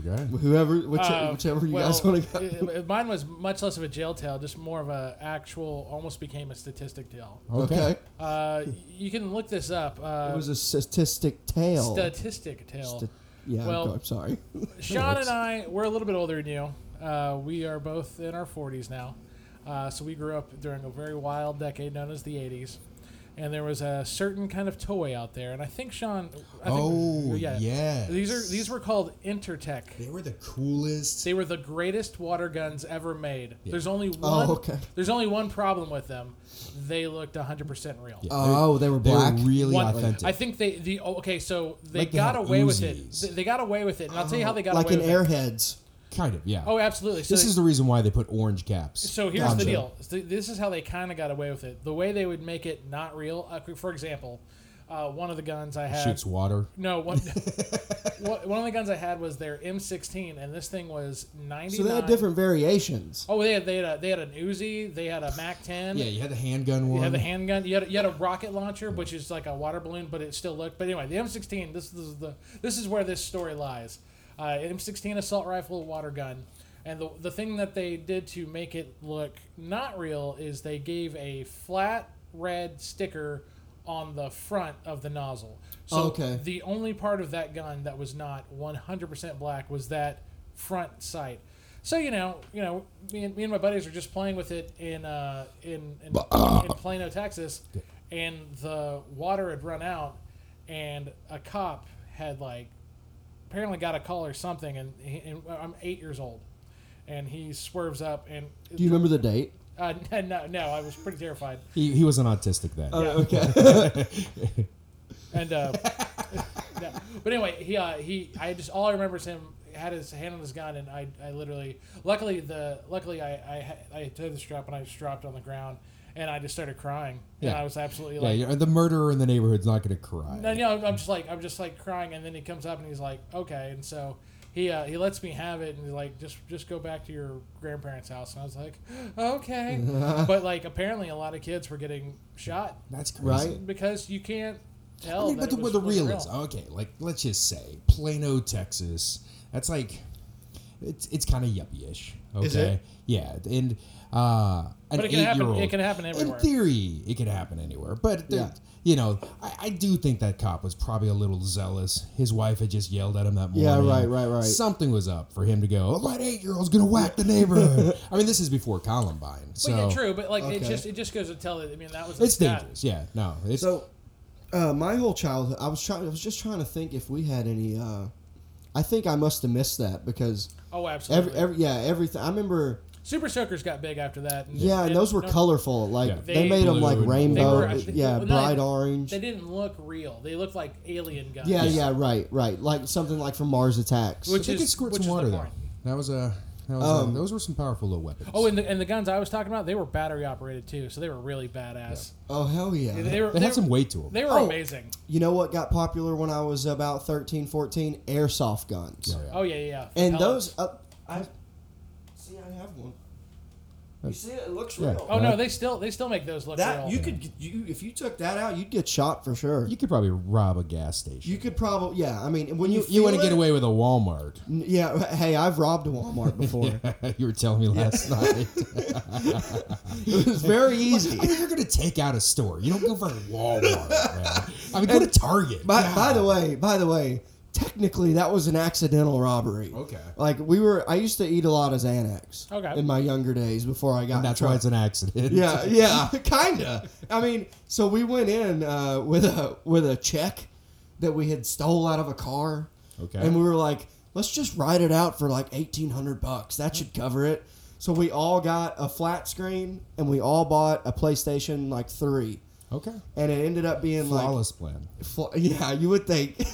Speaker 3: Okay.
Speaker 2: Whoever, which,
Speaker 4: Uh,
Speaker 2: whichever you
Speaker 4: well,
Speaker 2: guys want to go.
Speaker 4: uh, uh, Mine was much less of a jail tale, just more of a actual, almost became a statistic tale.
Speaker 2: Okay.
Speaker 4: Uh, you can look this up. Uh,
Speaker 2: It was a statistic tale.
Speaker 4: statistic tale.
Speaker 2: Sta- yeah,
Speaker 4: Well-
Speaker 2: I'm sorry.
Speaker 4: Sean and I, we're a little bit older than you. Uh, we are both in our 40s now. Uh, so we grew up during a very wild decade known as the 80s. and there was a certain kind of toy out there, and I think Sean. I think,
Speaker 3: Oh, yes.
Speaker 4: These are these were called Intertech.
Speaker 3: They were the coolest.
Speaker 4: They were the greatest water guns ever made. There's only
Speaker 2: Oh,
Speaker 4: one.
Speaker 2: okay.
Speaker 4: There's only one problem with them. They looked 100 percent real.
Speaker 2: Oh, they were
Speaker 3: They were
Speaker 2: black.
Speaker 3: really
Speaker 4: One-
Speaker 3: authentic.
Speaker 4: I think they the oh, okay. So they
Speaker 3: Like they
Speaker 4: got
Speaker 3: had
Speaker 4: away with it.
Speaker 3: Uzis.
Speaker 4: They- They got away with it, and I'll tell you how they got
Speaker 2: like
Speaker 4: away
Speaker 2: in
Speaker 4: with it.
Speaker 2: Airheads.
Speaker 3: kind of, yeah.
Speaker 4: Oh, absolutely. So
Speaker 3: this
Speaker 4: they-
Speaker 3: is the reason why they put orange caps.
Speaker 4: So here's
Speaker 2: Gotcha.
Speaker 4: the deal. So This is how they kind of got away with it. The way they would make it not real. Uh, for example, uh, one of the guns I had.
Speaker 3: Shoots water.
Speaker 4: No, one, one one of the guns I had was their M16, and this thing was 99.
Speaker 2: So they had different variations.
Speaker 4: Oh, they had they had, a, they had an Uzi, they had a Mac 10.
Speaker 3: Yeah, you had the handgun one.
Speaker 4: You had a handgun. You had, you had a rocket launcher, which is like a water balloon, but it still looked. But anyway, the M16. This, is the this is where this story lies. Uh, M16 assault rifle, water gun, and the the thing that they did to make it look not real is they gave a flat red sticker on the front of the nozzle. So
Speaker 2: Oh, Okay.
Speaker 4: the only part of that gun that was not 100% black was that front sight. So you know, you know, me and, me and my buddies are just playing with it in uh, in in, in Plano, Texas, and the water had run out, and a cop had like apparently got a call or something, and, he, and I'm eight years old, and he swerves up and
Speaker 2: Do you remember the date?
Speaker 4: uh, no no I was pretty terrified.
Speaker 3: He, he was an autistic
Speaker 4: Oh,
Speaker 3: then.
Speaker 2: Oh, okay.
Speaker 4: And uh, yeah. but anyway, he uh, he I just all I remember is him had his hand on his gun, and I, I literally luckily the luckily I I, had- I took the strap and I just dropped on the ground, and I just started crying, and
Speaker 3: Yeah.
Speaker 4: I was absolutely
Speaker 3: yeah,
Speaker 4: like.
Speaker 3: you're- the murderer in the neighborhood's not going to cry.
Speaker 4: And you know, I'm just like I'm just like crying, and then he comes up and he's like, "Okay," and so he uh, he lets me have it, and he's like, "Just just go back to your grandparents' house." And I was like, "Okay," but like apparently a lot of kids were getting shot
Speaker 3: That's crazy.
Speaker 2: Right?
Speaker 4: because you can't
Speaker 3: I
Speaker 4: tell.
Speaker 3: mean,
Speaker 4: that
Speaker 3: but
Speaker 4: it
Speaker 3: the,
Speaker 4: was-
Speaker 3: but the
Speaker 4: wasn't
Speaker 3: real
Speaker 4: real.
Speaker 3: is okay. Like, let's just say Plano, Texas. That's like, it's it's kind of yuppie-ish. Okay,
Speaker 5: Is it?
Speaker 3: yeah, and uh, an
Speaker 4: But it can
Speaker 3: eight-year-old.
Speaker 4: happen. It can happen everywhere.
Speaker 3: In theory, it could happen anywhere. But there-
Speaker 2: Yeah.
Speaker 3: you know, I, I do think that cop was probably a little zealous. His wife had just yelled at him that morning.
Speaker 2: Yeah, right, right, right.
Speaker 3: Something was up for him to go. Oh, that eight-year-old's gonna whack the neighborhood. I mean, this is before Columbine, so
Speaker 4: well, yeah, true, but like it
Speaker 2: Okay.
Speaker 4: just it just goes to tell that I mean that was
Speaker 3: it's
Speaker 4: that-
Speaker 3: dangerous. Yeah, no, it's
Speaker 2: So, uh, my whole childhood, I was trying. I was just trying to think if we had any. Uh, I think I must have missed that because
Speaker 4: Oh,
Speaker 2: every,
Speaker 4: absolutely.
Speaker 2: every yeah everything. I remember
Speaker 4: Super Soakers got big after that. and-
Speaker 2: yeah, and those were
Speaker 4: no,
Speaker 2: colorful. Like
Speaker 3: Yeah.
Speaker 2: they,
Speaker 4: They-
Speaker 2: made them like
Speaker 3: Blue and-
Speaker 2: rainbow. uh,
Speaker 4: They were-
Speaker 2: yeah,
Speaker 4: well, no,
Speaker 2: bright
Speaker 4: they-
Speaker 2: orange.
Speaker 4: They didn't look real. They looked like alien guns.
Speaker 2: yeah, yeah, right, right. Like something like from Mars Attacks.
Speaker 4: Which-
Speaker 3: I think it
Speaker 4: is-
Speaker 3: squirt
Speaker 4: which
Speaker 3: some
Speaker 4: is the
Speaker 3: water though.
Speaker 4: point.
Speaker 3: That was a. That was
Speaker 2: Um,
Speaker 3: a, those were some powerful little weapons.
Speaker 4: Oh, and the, and the guns I was talking about, they were battery operated too, so they were really badass.
Speaker 2: oh hell yeah!
Speaker 4: They, were.
Speaker 3: they
Speaker 4: they
Speaker 3: had some
Speaker 4: were-
Speaker 3: weight to them.
Speaker 4: They were
Speaker 2: Oh.
Speaker 4: amazing.
Speaker 2: you know what got popular when I was about 13, 14? Airsoft guns.
Speaker 3: Yeah, yeah.
Speaker 4: Oh yeah, yeah. yeah.
Speaker 2: And
Speaker 4: Propellers.
Speaker 2: those, uh, I see. I have one. You see, it looks
Speaker 3: Yeah.
Speaker 2: real.
Speaker 4: Oh no, they still they still make those look
Speaker 2: That
Speaker 4: real.
Speaker 2: you could you if you took that out, you'd get shot for sure.
Speaker 3: you
Speaker 2: You,
Speaker 3: could probably rob a gas station.
Speaker 2: could probably yeah. I mean, when you
Speaker 3: You, want to
Speaker 2: feel
Speaker 3: get
Speaker 2: it-
Speaker 3: away with a Walmart?
Speaker 2: N- Yeah. Hey, I've robbed a Walmart before.
Speaker 3: you were telling me last night.
Speaker 2: It was very easy.
Speaker 3: I mean, you're gonna take out a store. You don't go for a Walmart. man. I mean, go to Target.
Speaker 2: By,
Speaker 3: God.
Speaker 2: by the way, by the way, technically that was an accidental robbery.
Speaker 3: Okay.
Speaker 2: Like we were, I used to eat a lot of Xanax.
Speaker 4: Okay.
Speaker 2: In my younger days, before I got in
Speaker 3: that's
Speaker 2: trouble.
Speaker 3: why it's an accident.
Speaker 2: Yeah, yeah, kinda. I mean, so we went in uh, with a with a check that we had stole out of a car.
Speaker 3: Okay.
Speaker 2: And we were like, let's just write it out for like eighteen hundred bucks. That should cover it. So we all got a flat screen and we all bought a PlayStation like three,
Speaker 3: Okay.
Speaker 2: and it ended up being
Speaker 3: Flawless plan.
Speaker 2: like, fl- yeah, you would think.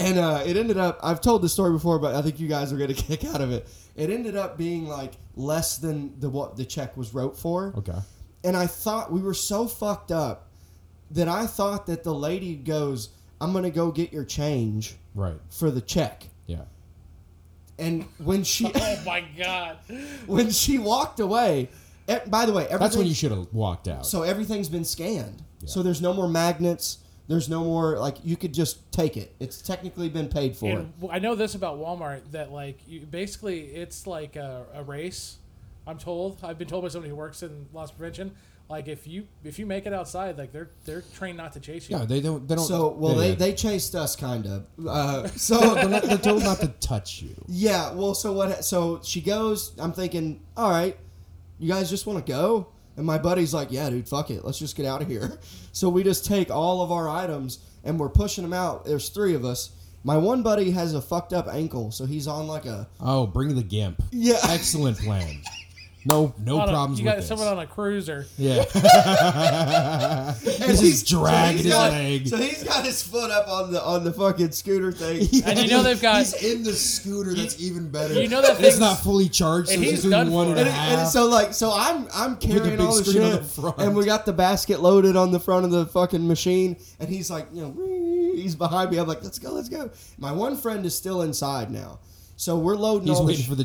Speaker 2: And uh, it ended up. I've told this story before, but I think you guys are gonna kick out of it. It ended up being like less than the what the check was wrote for
Speaker 3: Okay.
Speaker 2: and I thought we were so fucked up that I thought that the lady goes, "I'm gonna go get your change
Speaker 3: Right.
Speaker 2: for the check,"
Speaker 3: Yeah.
Speaker 2: and when she
Speaker 4: Oh my god.
Speaker 2: when she walked away, eh, by the way, everything,
Speaker 3: That's when you should have walked out.
Speaker 2: so everything's been scanned,
Speaker 3: Yeah.
Speaker 2: so there's no more magnets. There's no more like you could just take it. It's technically been paid for.
Speaker 4: And w- I know this about Walmart that like you, basically it's like a, a race. I'm told. I've been told by somebody who works in loss prevention. Like if you if you make it outside, like they're they're trained not to chase you.
Speaker 3: no, they don't. They don't.
Speaker 2: so well, they,
Speaker 3: Oh, yeah.
Speaker 2: they chased us kind of. Uh, so
Speaker 3: They're told not to touch you.
Speaker 2: Yeah, well, so what? So she goes. I'm thinking, all right, you guys just want to go, And my buddy's like, "Yeah, dude, fuck it, let's just get out of here." So we just take all of our items and we're pushing them out. There's three of us. My one buddy has a fucked up ankle, so he's on like a
Speaker 3: Oh, bring the gimp.
Speaker 2: Yeah.
Speaker 3: Excellent plan. No, no
Speaker 4: On a-
Speaker 3: problems
Speaker 4: you
Speaker 3: with
Speaker 4: got
Speaker 3: this.
Speaker 4: someone on a cruiser.
Speaker 3: yeah.
Speaker 2: and
Speaker 3: he's dragging
Speaker 2: he's
Speaker 3: his
Speaker 2: got-
Speaker 3: leg.
Speaker 2: So he's got his foot up on the on the fucking scooter thing.
Speaker 4: And you know they've got-
Speaker 3: He's in the scooter. That's even better.
Speaker 4: you know that
Speaker 3: it's
Speaker 4: thing's-
Speaker 3: not fully charged. So
Speaker 4: and
Speaker 3: it's
Speaker 4: he's
Speaker 3: just doing
Speaker 4: done
Speaker 3: one
Speaker 4: for.
Speaker 3: and a
Speaker 2: and, it- and
Speaker 3: half.
Speaker 2: so like so I'm I'm carrying
Speaker 3: big
Speaker 2: all this
Speaker 3: screen on
Speaker 2: shit,
Speaker 3: the front.
Speaker 2: and we got the basket loaded on the front of the fucking machine, and he's like, you know, "Wee," he's behind me. I'm like, let's go, let's go. My one friend is still inside now, so we're loading
Speaker 3: He's
Speaker 2: all
Speaker 3: waiting
Speaker 2: the
Speaker 3: for the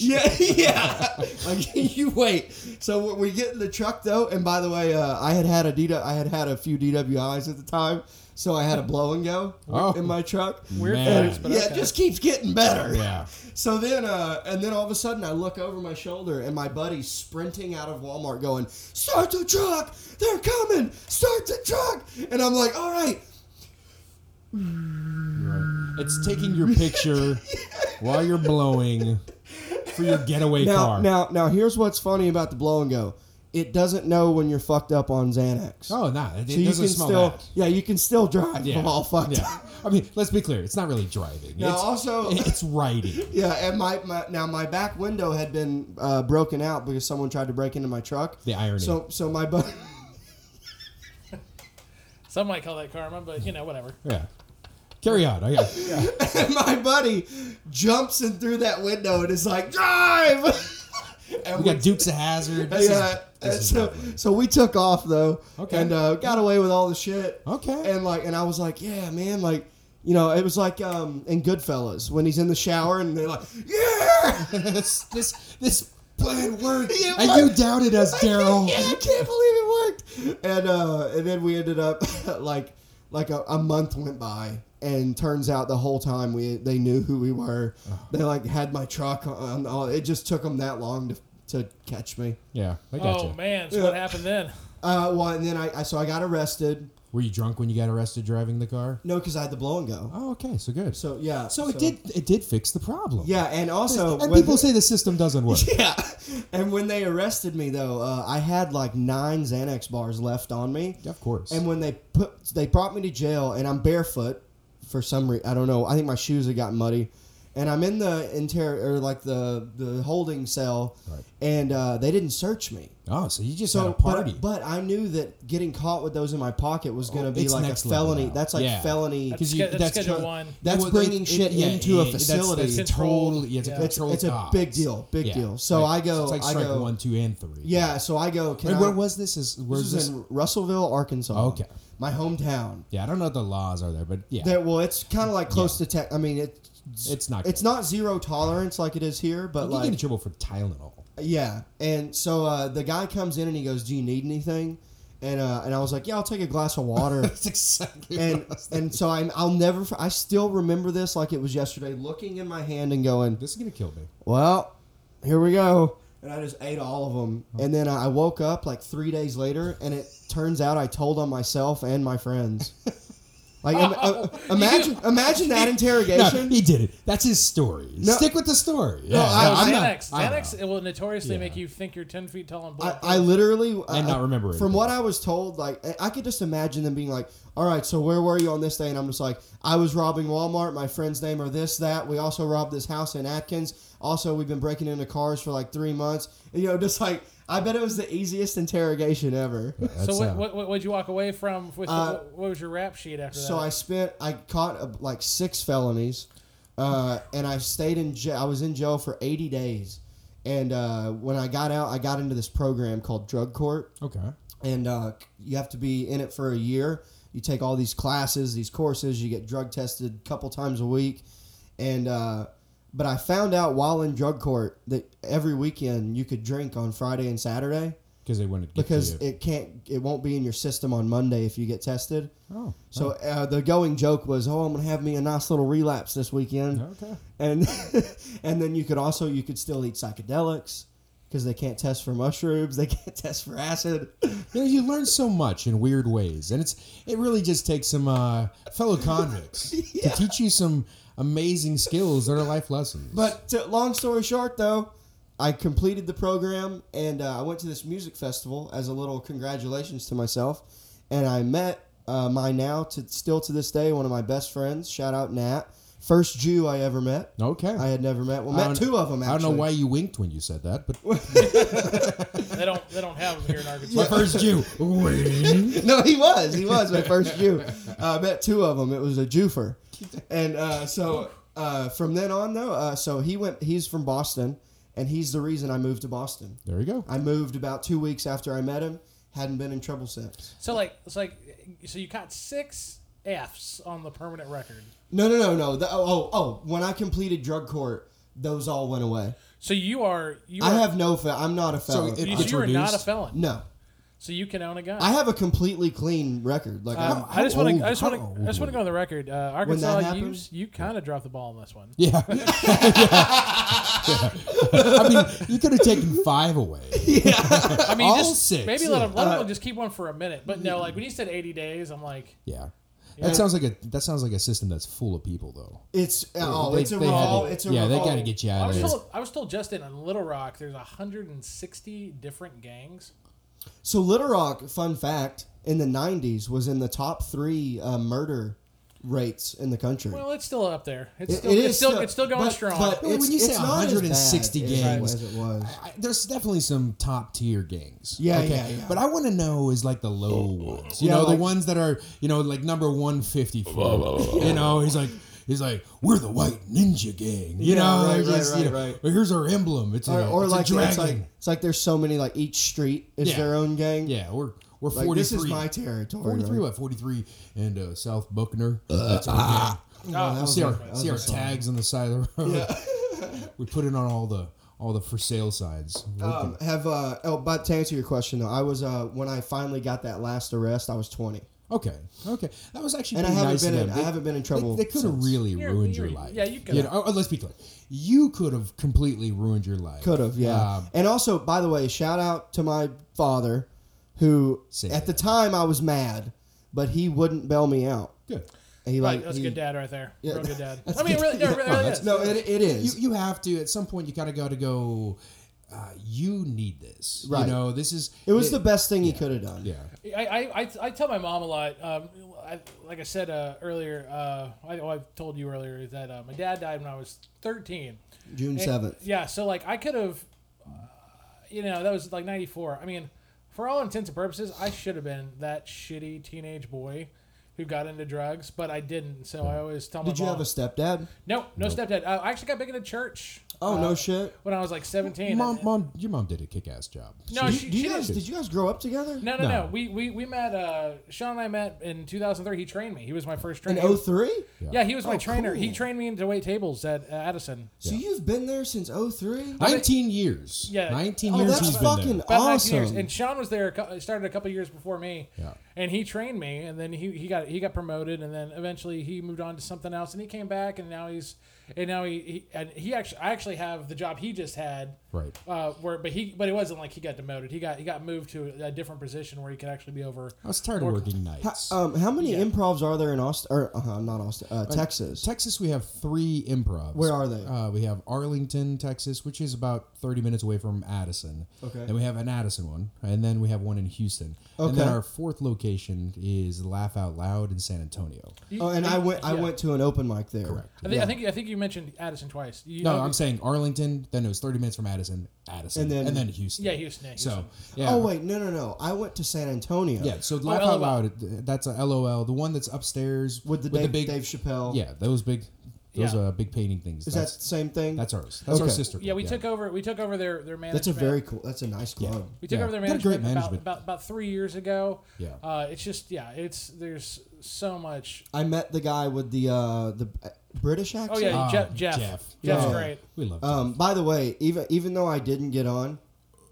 Speaker 2: yeah, yeah. like you wait. So we get in the truck though, and by the way, uh, I had had a D- I had had a few DWIs at the time, so I had a blow and go
Speaker 3: Oh.
Speaker 2: in my truck.
Speaker 4: Weird
Speaker 3: Man.
Speaker 4: facts, but
Speaker 2: yeah,
Speaker 4: okay.
Speaker 2: it just keeps getting better.
Speaker 3: Yeah.
Speaker 2: So then, uh, and then all of a sudden, I look over my shoulder, and my buddy's sprinting out of Walmart, going, "Start the truck! They're coming! Start the truck!" And I'm like, "All right."
Speaker 3: Right. It's taking your picture while you're blowing for your getaway
Speaker 2: Now,
Speaker 3: car.
Speaker 2: now, now, here's what's funny about the blow and go. It doesn't know when you're fucked up on Xanax.
Speaker 3: oh, nah. It, it
Speaker 2: so you
Speaker 3: doesn't
Speaker 2: can
Speaker 3: smell
Speaker 2: still,
Speaker 3: bad.
Speaker 2: yeah, you can still drive
Speaker 3: Yeah.
Speaker 2: from all fucked
Speaker 3: yeah.
Speaker 2: up.
Speaker 3: I mean, let's be clear. It's not really driving.
Speaker 2: Now,
Speaker 3: it's,
Speaker 2: also,
Speaker 3: it's riding.
Speaker 2: yeah, and my, my now my back window had been uh, broken out because someone tried to break into my truck.
Speaker 3: The irony.
Speaker 2: So, so my buddy.
Speaker 4: Some might call that karma, but you know, whatever.
Speaker 3: Yeah. Carry on. Oh, I got
Speaker 2: And my buddy jumps in through that window and is like, drive! and
Speaker 3: We got Dukes of Hazard.
Speaker 2: yeah. and so,
Speaker 3: lovely.
Speaker 2: so we took off though,
Speaker 3: Okay.
Speaker 2: and uh, got away with all the shit.
Speaker 3: Okay.
Speaker 2: And like, and I was like, yeah, man, like, you know, it was like um, in Goodfellas when he's in the shower and they're like, yeah,
Speaker 3: this this this plan worked.
Speaker 2: It
Speaker 3: and you
Speaker 2: worked.
Speaker 3: doubted us, Daryl.
Speaker 2: yeah, I can't believe it worked. And uh, and then we ended up like like a, a month went by, and turns out the whole time we they knew who we were. They like had my truck on. on it just took them that long to. To catch me,
Speaker 3: Yeah, I got
Speaker 4: Oh
Speaker 3: you.
Speaker 4: man, so what happened then?
Speaker 2: uh, well, and then I, I so I got arrested.
Speaker 3: Were you drunk when you got arrested driving the car?
Speaker 2: No, because I had the blow and go.
Speaker 3: Oh, okay, so good. So,
Speaker 2: So yeah,
Speaker 3: it did it did fix the problem.
Speaker 2: Yeah, and also
Speaker 3: and
Speaker 2: when-
Speaker 3: people say the system doesn't work.
Speaker 2: yeah, and when they arrested me though, uh, I had like nine Xanax bars left on me.
Speaker 3: Of course.
Speaker 2: And when they put they brought me to jail, and I'm barefoot for some reason. I don't know. I think my shoes had gotten muddy, and I'm in the inter or like the the holding cell,
Speaker 3: Right.
Speaker 2: and uh, they didn't search me.
Speaker 3: oh, so you just had a
Speaker 2: So,
Speaker 3: party. Oh,
Speaker 2: but, but I knew that getting caught with those in my pocket was going to be
Speaker 3: it's
Speaker 2: like a
Speaker 3: next level
Speaker 2: felony.
Speaker 3: now.
Speaker 2: That's like
Speaker 3: Yeah.
Speaker 2: felony.
Speaker 4: That's,
Speaker 3: you-
Speaker 4: sch- that's
Speaker 3: that's
Speaker 4: schedule
Speaker 3: co-
Speaker 4: one.
Speaker 2: That's
Speaker 3: Well, it-
Speaker 2: bringing
Speaker 3: it-
Speaker 2: shit
Speaker 3: yeah,
Speaker 2: into
Speaker 3: yeah,
Speaker 2: a
Speaker 3: yeah, that's-
Speaker 2: facility.
Speaker 3: That's,
Speaker 4: Controlled.
Speaker 3: controlled. Yeah, it's a
Speaker 4: Yeah.
Speaker 2: It's-
Speaker 3: controlled
Speaker 2: it's a
Speaker 3: ops.
Speaker 2: big deal, big deal. So
Speaker 3: like-
Speaker 2: I go-
Speaker 3: It's like
Speaker 2: I
Speaker 3: strike
Speaker 2: go-
Speaker 3: one, two, and three.
Speaker 2: Yeah, so I go. Can
Speaker 3: Wait,
Speaker 2: I,
Speaker 3: where was this? Is where's
Speaker 2: this
Speaker 3: this?
Speaker 2: is in Russellville, Arkansas.
Speaker 3: Okay.
Speaker 2: My hometown.
Speaker 3: yeah, I don't know what the laws are there, but yeah,
Speaker 2: That well, it's kind of like close to tech. I mean, it,
Speaker 3: it's not.
Speaker 2: it's
Speaker 3: good.
Speaker 2: not zero tolerance like it is here, but
Speaker 3: You get in
Speaker 2: like
Speaker 3: trouble for Tylenol.
Speaker 2: yeah. And so uh, the guy comes in and he goes, "Do you need anything?" And uh, and I was like, "Yeah, I'll take a glass of water."
Speaker 3: That's exactly.
Speaker 2: and and so I'm I'll never f- I still remember this like it was yesterday, looking in my hand and going,
Speaker 3: this is gonna kill me.
Speaker 2: well, here we go. And I just ate all of them.
Speaker 3: Oh.
Speaker 2: And then I woke up like three days later, and it turns out I told on myself and my friends. Like, im- uh, imagine, imagine that
Speaker 3: No,
Speaker 2: interrogation.
Speaker 3: he did it. That's his story. Stick with the story. Yeah,
Speaker 2: No, I
Speaker 3: no,
Speaker 2: was
Speaker 3: I'm not-
Speaker 4: Oh, Xanax.
Speaker 3: I know.
Speaker 4: Xanax it will notoriously
Speaker 3: Yeah.
Speaker 4: make you think you're ten feet tall and
Speaker 2: I,
Speaker 4: black.
Speaker 2: I literally I
Speaker 3: And not remember
Speaker 2: From
Speaker 3: anything.
Speaker 2: what I was told, like I- I could just imagine them being like, "All right, so where were you on this day?" And I'm just like, "I was robbing Walmart. My friend's name are this that. We also robbed this house in Atkins. Also, we've been breaking into cars for like three months. You know, just like I bet it was the easiest interrogation ever."
Speaker 3: That's,
Speaker 4: so what,
Speaker 3: uh,
Speaker 4: what, what would you walk away from? With the-
Speaker 2: Uh,
Speaker 4: what, what was your rap sheet after
Speaker 2: So I
Speaker 4: that?
Speaker 2: spent, I caught uh, like six felonies, uh, and I stayed in jail. I was in jail for 80 days. And uh, when I got out, I got into this program called Drug Court,
Speaker 3: Okay.
Speaker 2: and uh, you have to be in it for a year. You take all these classes, these courses. You get drug tested a couple times a week, and uh, but I found out while in drug court that every weekend you could drink on Friday and Saturday
Speaker 3: Because they wouldn't get
Speaker 2: because
Speaker 3: to you.
Speaker 2: it can't, it won't be in your system on Monday if you get tested.
Speaker 3: oh,
Speaker 2: So uh, the going joke was, "Oh, I'm gonna have me a nice little relapse this weekend,"
Speaker 3: okay.
Speaker 2: and and then you could also you could still eat psychedelics because they can't test for mushrooms, they can't test for acid.
Speaker 3: You know, you learn so much in weird ways, and it's it really just takes some uh, fellow convicts to teach you some amazing skills that are life lessons.
Speaker 2: But to, long story short, though, I completed the program and uh, I went to this music festival as a little congratulations to myself. And I met uh, my now to still to this day one of my best friends. Shout out Nat, first Jew I ever met.
Speaker 3: Okay.
Speaker 2: I had never met. Well,
Speaker 3: I
Speaker 2: met
Speaker 3: don't-
Speaker 2: two of them. Actually.
Speaker 3: I don't know why you winked when you said that, but
Speaker 4: They don't they don't have them here in Arkansas.
Speaker 3: my first Jew. Wink.
Speaker 2: no, he was. He was my first Jew. Uh, I met two of them. It was a Jewfer, and uh, so uh, from then on, though, uh, so he went. He's from Boston, and he's the reason I moved to Boston.
Speaker 3: There you go.
Speaker 2: I moved about two weeks after I met him. Hadn't been in trouble since.
Speaker 4: So like it's like so you caught six Fs on the permanent record.
Speaker 2: No, no, no, no. The, oh, oh, oh. When I completed drug court, those all went away.
Speaker 4: So you are you
Speaker 2: I
Speaker 4: are,
Speaker 2: have no. Fel- I'm not a
Speaker 3: So
Speaker 2: felon.
Speaker 3: it-
Speaker 4: you,
Speaker 3: it's
Speaker 4: you are not a
Speaker 3: reduced.
Speaker 4: felon.
Speaker 2: no,
Speaker 4: So you can own a gun.
Speaker 2: I have a completely clean record. Like
Speaker 4: Um,
Speaker 2: I'm
Speaker 4: I just
Speaker 3: how
Speaker 4: want
Speaker 3: old-
Speaker 4: to. I just
Speaker 3: how
Speaker 4: want
Speaker 3: old
Speaker 4: to. I just
Speaker 3: were
Speaker 4: want to go on the record. Uh,
Speaker 2: When that
Speaker 4: Arkansas, you
Speaker 2: happened?
Speaker 4: you kind of dropped the ball on this one.
Speaker 3: Yeah. yeah. I mean, you could have taken five away.
Speaker 4: I mean,
Speaker 3: All
Speaker 4: just
Speaker 3: six,
Speaker 4: maybe let
Speaker 3: yeah.
Speaker 4: him let him just keep one for a minute. But no, like when you said eighty days, I'm like,
Speaker 3: Yeah. That sounds like a that sounds like a system that's full of people though.
Speaker 2: It's oh,
Speaker 3: They-
Speaker 2: it's a
Speaker 3: they had
Speaker 2: revolt.
Speaker 3: to-
Speaker 2: It's a
Speaker 3: yeah, they
Speaker 2: revolt.
Speaker 3: got to get you
Speaker 4: I
Speaker 3: out of
Speaker 4: was
Speaker 3: there.
Speaker 4: told. I was told just in on Little Rock, there's hundred and sixty different gangs.
Speaker 2: So Little Rock, fun fact, in the '90s was in the top three uh, murder rates in the country.
Speaker 4: Well, it's still up there. It's
Speaker 2: It-
Speaker 4: still,
Speaker 2: it
Speaker 4: it's
Speaker 2: is
Speaker 4: still,
Speaker 2: still-
Speaker 4: it's still going
Speaker 2: but-
Speaker 4: strong.
Speaker 2: but-
Speaker 3: Well,
Speaker 2: It's-
Speaker 3: when you say
Speaker 2: it's not as
Speaker 3: 160
Speaker 2: bad as it
Speaker 3: gangs,
Speaker 2: was- as it was.
Speaker 3: I, I- there's definitely some top tier gangs.
Speaker 2: Yeah, yeah, yeah.
Speaker 3: But I want to know is like the low ones. You
Speaker 2: Yeah,
Speaker 3: know, the
Speaker 2: like-
Speaker 3: ones that are you know like number 154. you know, he's like. He's like, we're the white ninja gang, you
Speaker 2: Yeah,
Speaker 3: know.
Speaker 2: right,
Speaker 3: like,
Speaker 2: right,
Speaker 3: it's, you
Speaker 2: right,
Speaker 3: know,
Speaker 2: right.
Speaker 3: "Well, Here's our emblem. It's
Speaker 2: or
Speaker 3: a,
Speaker 2: or
Speaker 3: it's
Speaker 2: like
Speaker 3: a dragon.
Speaker 2: it's like it's like there's so many like each street is
Speaker 3: Yeah.
Speaker 2: their own gang.
Speaker 3: yeah, we're we're
Speaker 2: like
Speaker 3: 43.
Speaker 2: this is my territory.
Speaker 3: 43
Speaker 2: right?
Speaker 3: what 43 and uh, South Buckner.
Speaker 2: Uh,
Speaker 3: That's our gang.
Speaker 4: Ah,
Speaker 2: that was
Speaker 3: see our,
Speaker 2: that was
Speaker 3: see our
Speaker 2: a song.
Speaker 3: tags on the side of the road. we put it on all the all the for sale signs.
Speaker 2: Um, have uh, oh, but to answer your question though, I was uh, when I finally got that last arrest, I was 20,
Speaker 3: Okay, okay, that was actually
Speaker 2: and I
Speaker 3: pretty
Speaker 2: haven't
Speaker 3: nice
Speaker 2: been
Speaker 3: of
Speaker 2: in,
Speaker 3: them.
Speaker 2: I haven't been in
Speaker 3: They-
Speaker 2: trouble.
Speaker 3: They, could have
Speaker 2: since.
Speaker 3: really
Speaker 4: You're-
Speaker 3: ruined your
Speaker 4: you're-
Speaker 3: life.
Speaker 4: yeah, you could
Speaker 3: know, oh, let's be clear. You could have completely ruined your life.
Speaker 2: Could have, yeah.
Speaker 3: Um,
Speaker 2: and also, by the way, shout out to my father, who
Speaker 3: Say
Speaker 2: at the
Speaker 3: that.
Speaker 2: time I was mad, but he wouldn't bail me out.
Speaker 3: good.
Speaker 2: And he
Speaker 4: Like,
Speaker 2: like
Speaker 4: that's
Speaker 2: he-
Speaker 4: good dad right there.
Speaker 2: Yeah.
Speaker 4: Real good dad. I mean, really, no, really, really is.
Speaker 2: No, it, it
Speaker 3: You
Speaker 2: is.
Speaker 3: you have to at some point. You kind of got to go. Uh, you need this.
Speaker 2: Right.
Speaker 3: You know, this is.
Speaker 2: it was the best thing he could have done.
Speaker 3: Yeah.
Speaker 4: I, I, I, I tell my mom a lot. Um, I, like I said uh, earlier, uh, I, well, I told you earlier that uh, my dad died when I was 13.
Speaker 2: June
Speaker 4: And-
Speaker 2: seventh.
Speaker 4: Yeah, so like I could have, uh, you know, that was like 94. I mean, for all intents and purposes, I should have been that shitty teenage boy who got into drugs, but I didn't. So I always tell my
Speaker 2: Did you
Speaker 4: mom.
Speaker 2: have a stepdad?
Speaker 4: no, no stepdad. Uh, I actually got big into church
Speaker 2: Oh no shit.
Speaker 4: when I was like 17.
Speaker 3: Mom,
Speaker 4: And-
Speaker 3: mom, your mom did a kick-ass job.
Speaker 4: no,
Speaker 2: Do
Speaker 4: Uh, she,
Speaker 2: you, do you
Speaker 4: she
Speaker 2: guys
Speaker 4: didn't-
Speaker 2: did you guys grow up together?
Speaker 4: No, no, no.
Speaker 3: No.
Speaker 4: We, we we met. Uh, Sean and I met in 2003. He trained me. He was my first
Speaker 2: In
Speaker 4: trainer.
Speaker 2: 03?
Speaker 4: Yeah, he was my trainer. He
Speaker 2: Oh, cool.
Speaker 4: trained me to wait tables at uh, Addison.
Speaker 2: So you've been there since 03?
Speaker 3: 19 years.
Speaker 4: Yeah.
Speaker 3: 19
Speaker 2: Oh,
Speaker 3: years
Speaker 2: that's
Speaker 3: he's been
Speaker 2: fucking
Speaker 3: there.
Speaker 4: About 19 years.
Speaker 2: awesome.
Speaker 4: And Sean was there. a cou- Started a couple years before me.
Speaker 3: Yeah.
Speaker 4: And he trained me, and then he, he got he got promoted, and then eventually he moved on to something else, and he came back, and now he's and now he, he and he actually I actually have the job he just had.
Speaker 3: Right.
Speaker 4: Uh, where but he but it wasn't like he got demoted. He got he got moved to a different position where he could actually be over.
Speaker 3: I was tired of working nights.
Speaker 2: um, how many
Speaker 4: Yeah.
Speaker 2: improvs are there in Austin? Or uh, not Austin, uh, Texas.
Speaker 3: Texas, we have three improvs.
Speaker 2: Where are they?
Speaker 3: Uh, we have Arlington, Texas, which is about 30 minutes away from Addison.
Speaker 2: Okay.
Speaker 3: Then we have an Addison one, and then we have one in Houston. And then
Speaker 2: Okay.
Speaker 3: our fourth location is Laugh Out Loud in San Antonio.
Speaker 2: oh, and I went. I
Speaker 4: Yeah.
Speaker 2: went to an open mic there. Oh,
Speaker 3: Correct.
Speaker 4: I think, I think I think you mentioned Addison twice. You-
Speaker 3: No, I'm saying Arlington, then it was 30 minutes from Addison, Addison,
Speaker 2: And
Speaker 3: and
Speaker 2: then-
Speaker 3: then, Houston.
Speaker 4: Yeah, Houston, yeah,
Speaker 3: So,
Speaker 4: Houston.
Speaker 3: yeah.
Speaker 2: Oh wait, no, no, no. I went to San Antonio.
Speaker 3: Yeah, so Laugh
Speaker 4: LOL.
Speaker 3: Out Loud, that's a LOL. The one that's upstairs
Speaker 2: With the, Dave,
Speaker 3: big.
Speaker 2: Dave Chappelle.
Speaker 3: yeah, those big. Those
Speaker 4: Yeah.
Speaker 3: uh, big painting things.
Speaker 2: Is
Speaker 3: that's,
Speaker 2: that the same thing?
Speaker 3: that's ours. That's our
Speaker 2: Okay.
Speaker 3: sister.
Speaker 4: Yeah, we
Speaker 3: club,
Speaker 4: took over. We took over their their
Speaker 2: That's
Speaker 4: management.
Speaker 2: a very cool. That's a nice club.
Speaker 4: We took
Speaker 3: yeah.
Speaker 4: over their
Speaker 3: Got a great
Speaker 4: management, about,
Speaker 3: management.
Speaker 4: about about three years ago.
Speaker 3: Yeah.
Speaker 4: Uh, it's just yeah, it's there's so much.
Speaker 2: I met the guy with the uh, the uh, British accent.
Speaker 4: Oh yeah,
Speaker 3: Ah,
Speaker 4: Jeff. Jeff.
Speaker 3: Jeff.
Speaker 4: Jeff's
Speaker 2: Yeah.
Speaker 4: great.
Speaker 3: We love.
Speaker 2: Um, by the way, even even though I didn't get on,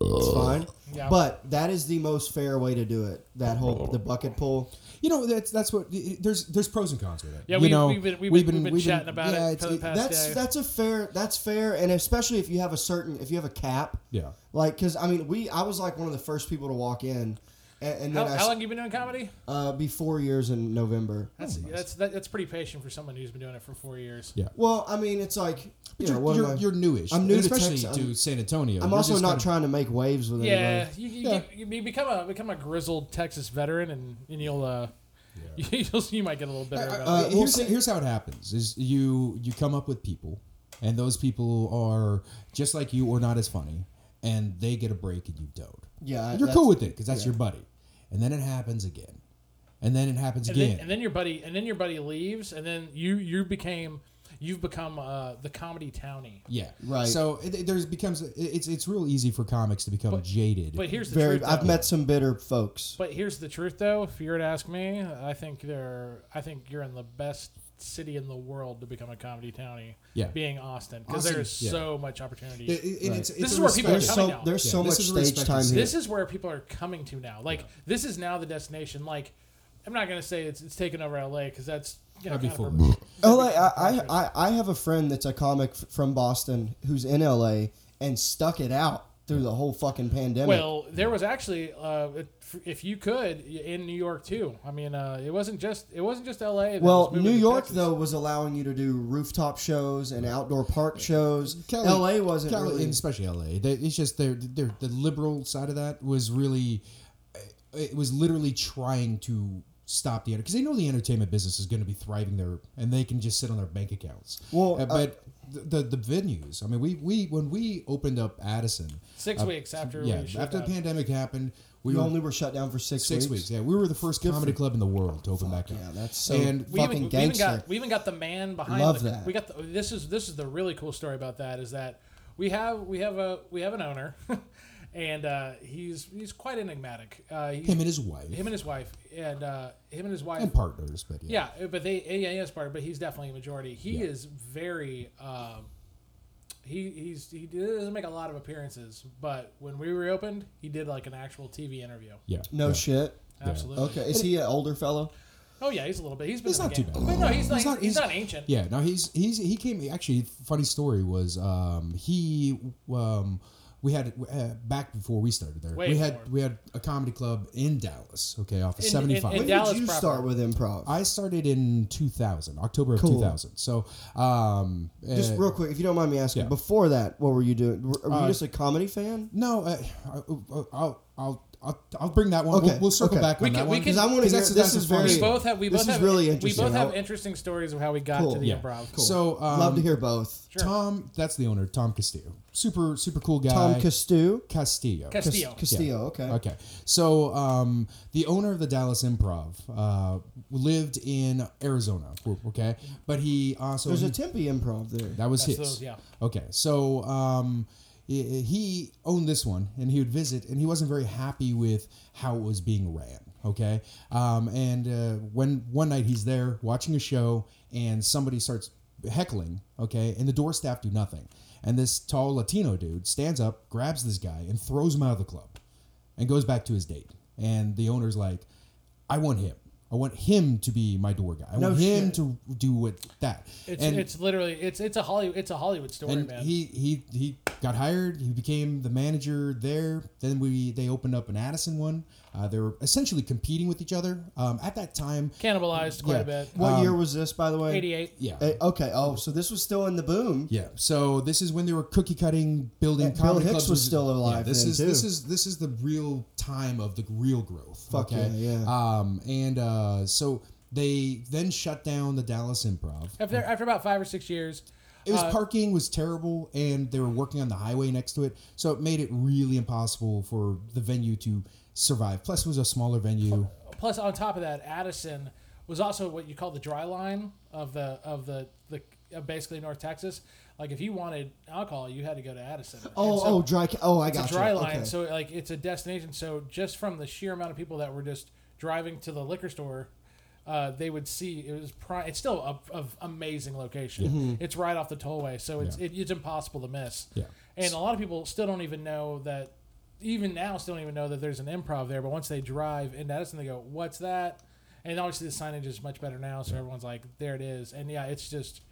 Speaker 2: it's fine.
Speaker 4: Yeah.
Speaker 2: But that is the most fair way to do it. That whole
Speaker 3: Oh.
Speaker 2: the bucket pull.
Speaker 3: you know that's that's what there's there's pros and cons with it.
Speaker 4: Yeah,
Speaker 3: you
Speaker 4: we've-
Speaker 3: know,
Speaker 4: we've been- we've been- we've been chatting about it for the
Speaker 3: it's-
Speaker 4: past-
Speaker 2: That's
Speaker 4: day.
Speaker 2: that's a fair that's fair, and especially if you have a certain if you have a cap.
Speaker 3: Yeah.
Speaker 2: Like, cause I mean, we I was like one of the first people to walk in, And, and
Speaker 4: How,
Speaker 2: then I s-
Speaker 4: how long you been doing comedy?
Speaker 2: uh, be four years in November.
Speaker 4: That's that's that, that's pretty patient for someone who's been doing it for four years.
Speaker 3: Yeah.
Speaker 2: Well, I mean, it's like you know,
Speaker 3: You're,
Speaker 2: what
Speaker 3: you're,
Speaker 2: am I-
Speaker 3: you're newish.
Speaker 2: I'm new to
Speaker 3: especially
Speaker 2: Texas.
Speaker 3: uh, to
Speaker 2: I'm-
Speaker 3: San Antonio.
Speaker 2: I'm
Speaker 3: You're
Speaker 2: also
Speaker 3: just
Speaker 2: not
Speaker 3: kinda-
Speaker 2: trying to make waves with
Speaker 4: Yeah,
Speaker 2: anybody.
Speaker 4: you, you,
Speaker 2: Yeah.
Speaker 4: Get, you be- become a become a grizzled Texas veteran, and, and you'll uh, you'll you might get a little bitter about
Speaker 3: Uh,
Speaker 4: it.
Speaker 2: we'll
Speaker 3: here's,
Speaker 2: see.
Speaker 3: here's how it happens: is you you come up with people, and those people are just like you or not as funny, and they get a break and you don't.
Speaker 2: Yeah, I-
Speaker 3: And you're
Speaker 2: that's-
Speaker 3: cool with it because that's
Speaker 2: yeah.
Speaker 3: your buddy, and then it happens again, and then it happens
Speaker 4: And
Speaker 3: again.
Speaker 4: then, and then your buddy and then your buddy leaves, and then you you became you've become uh, the comedy townie.
Speaker 3: yeah,
Speaker 2: Right.
Speaker 3: So it, it- there's becomes it- it's it's real easy for comics to become jaded.
Speaker 4: But here's the
Speaker 2: Very.
Speaker 4: truth.
Speaker 2: I've
Speaker 4: though.
Speaker 2: met some bitter folks.
Speaker 4: But here's the truth, though. If you were to ask me, I think they're. I think you're in the best city in the world to become a comedy townie.
Speaker 3: Yeah.
Speaker 4: Being Austin, because
Speaker 3: Austin,
Speaker 4: there's
Speaker 3: yeah.
Speaker 4: so much opportunity.
Speaker 3: It- it- it's-
Speaker 2: Right.
Speaker 3: it's
Speaker 4: This
Speaker 3: a
Speaker 4: is where people are
Speaker 2: There's
Speaker 3: respect-
Speaker 4: coming
Speaker 2: so
Speaker 4: now.
Speaker 2: there's
Speaker 3: Yeah,
Speaker 2: so much
Speaker 3: this is a
Speaker 2: stage
Speaker 3: respected
Speaker 2: time
Speaker 3: city.
Speaker 2: here.
Speaker 4: this is where people are coming to now. Like this is now the destination. Like I'm not gonna say it's it's taken over LA because that's you know,
Speaker 3: That'd be
Speaker 4: kind of
Speaker 3: foolish.
Speaker 4: per-
Speaker 2: LA, Oh, I, I, I- I have a friend that's a comic f- from Boston who's in LA and stuck it out through the whole fucking pandemic.
Speaker 4: Well, there was actually, uh, if- if you could, in New York too. I mean, uh, it wasn't just it wasn't just L.A. that
Speaker 2: Well,
Speaker 4: was moving
Speaker 2: New
Speaker 4: to
Speaker 2: York
Speaker 4: Texas.
Speaker 2: though was allowing you to do rooftop shows and outdoor park shows.
Speaker 3: Cali-
Speaker 2: LA wasn't
Speaker 3: Cali-
Speaker 2: really.
Speaker 3: and especially LA. They- It's just their their the liberal side of that was really it was literally trying to stop the because they know the entertainment business is going to be thriving there and they can just sit on their bank accounts.
Speaker 2: Well,
Speaker 3: Uh,
Speaker 2: uh,
Speaker 3: but the, the the venues. I mean, we we when we opened up Addison
Speaker 4: six
Speaker 3: uh,
Speaker 4: weeks after
Speaker 3: yeah
Speaker 4: we shut
Speaker 3: after the
Speaker 4: down.
Speaker 3: pandemic happened, we
Speaker 2: You
Speaker 3: were
Speaker 2: only were shut down for six,
Speaker 3: six weeks. Yeah, we were the first comedy club in the world to open back up.
Speaker 2: Yeah, that's so
Speaker 3: And
Speaker 4: we
Speaker 2: fucking
Speaker 4: even, we even
Speaker 2: gangster.
Speaker 4: got we even got the man behind
Speaker 2: Love
Speaker 4: the,
Speaker 2: that.
Speaker 4: we got the, this is this is the really cool story about that is that we have we have a we have an owner and uh, he's he's quite enigmatic uh, he,
Speaker 3: Him and his wife
Speaker 4: him and his wife and uh, him and his wife
Speaker 3: and partners, but yeah.
Speaker 4: yeah but they yeah he is part of it, but he's definitely a majority he is very um, he he's he doesn't make a lot of appearances but when we reopened he did like an actual TV interview
Speaker 3: yeah.
Speaker 2: no
Speaker 3: yeah.
Speaker 2: shit.
Speaker 4: absolutely
Speaker 2: Okay, is he an older fellow?
Speaker 4: oh yeah he's a little bit he's been
Speaker 3: He's
Speaker 4: in the
Speaker 3: not too
Speaker 4: game.
Speaker 3: bad.
Speaker 4: But no he's not he's,
Speaker 3: not- he's-
Speaker 4: not ancient
Speaker 3: Yeah, no, he's he's he came actually. Funny story was um, he um, we had uh, back before we started there.
Speaker 4: Way
Speaker 3: we had
Speaker 4: before.
Speaker 3: we had a comedy club in Dallas. Okay, off of
Speaker 4: In-
Speaker 3: seventy five.
Speaker 4: in-
Speaker 2: When
Speaker 4: in Dallas
Speaker 2: did you
Speaker 4: proper.
Speaker 2: start with improv?
Speaker 3: I started in two thousand, October of
Speaker 2: Cool.
Speaker 3: two thousand. So um,
Speaker 2: just
Speaker 3: uh,
Speaker 2: real quick, if you don't mind me asking,
Speaker 3: yeah.
Speaker 2: before that, what were you doing? Were, were
Speaker 3: Uh,
Speaker 2: you just a comedy fan?
Speaker 3: No, uh, I'll, I'll I'll I'll I'll bring that one.
Speaker 2: Okay,
Speaker 3: We'll, we'll circle
Speaker 2: okay.
Speaker 3: back
Speaker 4: We
Speaker 3: on
Speaker 4: can-
Speaker 3: that
Speaker 4: we
Speaker 3: one
Speaker 4: can-
Speaker 2: Because I want to
Speaker 3: Because
Speaker 2: hear.
Speaker 3: that's-
Speaker 2: this
Speaker 3: that's
Speaker 2: is
Speaker 3: the funny-
Speaker 2: very.
Speaker 4: We both have we
Speaker 2: this
Speaker 4: both
Speaker 2: is
Speaker 4: have
Speaker 2: really interesting.
Speaker 4: We both have
Speaker 2: I-
Speaker 4: interesting stories of how we got
Speaker 2: Cool.
Speaker 4: to the
Speaker 2: Yeah.
Speaker 4: improv.
Speaker 2: Cool.
Speaker 3: So um,
Speaker 2: Love to hear both.
Speaker 4: Sure.
Speaker 3: Tom, that's the owner, Tom Castillo, super super cool guy.
Speaker 2: Tom Castillo.
Speaker 3: Castillo.
Speaker 4: Castillo. Castillo.
Speaker 2: Castillo. Okay.
Speaker 3: Okay. So um, the owner of the Dallas Improv uh, lived in Arizona. Okay, but he also
Speaker 2: There's a Tempe improv there.
Speaker 3: that was
Speaker 4: That's
Speaker 3: his.
Speaker 4: those, yeah.
Speaker 3: Okay. So um, he- he owned this one, and he would visit, and he wasn't very happy with how it was being ran. Okay. Um, and uh, when one night he's there watching a show, and somebody starts heckling. Okay, and the door staff do nothing. And this tall Latino dude stands up, grabs this guy, and throws him out of the club and goes back to his date. And the owner's like, I want him. I want him to be my door guy. I want him
Speaker 2: shit.
Speaker 3: to do with that.
Speaker 4: It's
Speaker 3: and
Speaker 4: it's literally it's it's a Hollywood it's a Hollywood story,
Speaker 3: and
Speaker 4: man.
Speaker 3: he, he he got hired. He became the manager there. Then we they opened up an Addison one. Uh, they were essentially competing with each other um, at that time.
Speaker 4: Cannibalized quite a
Speaker 3: Yeah.
Speaker 4: bit.
Speaker 2: What year was this, by the way?
Speaker 4: Eighty eight.
Speaker 3: um, Yeah,
Speaker 2: Eh, okay. Oh, so this was still in the boom.
Speaker 3: yeah. So this is when they were cookie cutting, building.
Speaker 2: And Bill
Speaker 3: comedy
Speaker 2: Hicks
Speaker 3: clubs
Speaker 2: was still alive
Speaker 3: this
Speaker 2: then,
Speaker 3: is
Speaker 2: too.
Speaker 3: this is this is the real time of the real growth.
Speaker 2: Fuck
Speaker 3: okay,
Speaker 2: yeah, yeah.
Speaker 3: Um, and uh, so they then shut down the Dallas Improv.
Speaker 4: After after about five or six years.
Speaker 3: It was
Speaker 4: uh,
Speaker 3: parking was terrible, and they were working on the highway next to it, so it made it really impossible for the venue to survive. Plus, it was a smaller venue.
Speaker 4: plus on top of that, Addison was also what you call the dry line of the of the the of basically North Texas. Like if you wanted alcohol, you had to go to Addison.
Speaker 2: Oh,
Speaker 4: And so-
Speaker 2: oh, dry. ca- Oh, I got
Speaker 4: it's a dry
Speaker 2: you.
Speaker 4: line,
Speaker 2: Okay.
Speaker 4: so like it's a destination. So just from the sheer amount of people that were just driving to the liquor store, uh, they would see it was prime. It's still a, a amazing location. It's right off the tollway, so it's
Speaker 3: Mm-hmm. Yeah.
Speaker 4: it, it's impossible to miss.
Speaker 3: Yeah.
Speaker 4: and a lot of people still don't even know that. Even now, still don't even know that there's an improv there. But once they drive into Edison, they go, "What's that?" And obviously, the signage is much better now, so everyone's like, "There it is." And yeah, it's just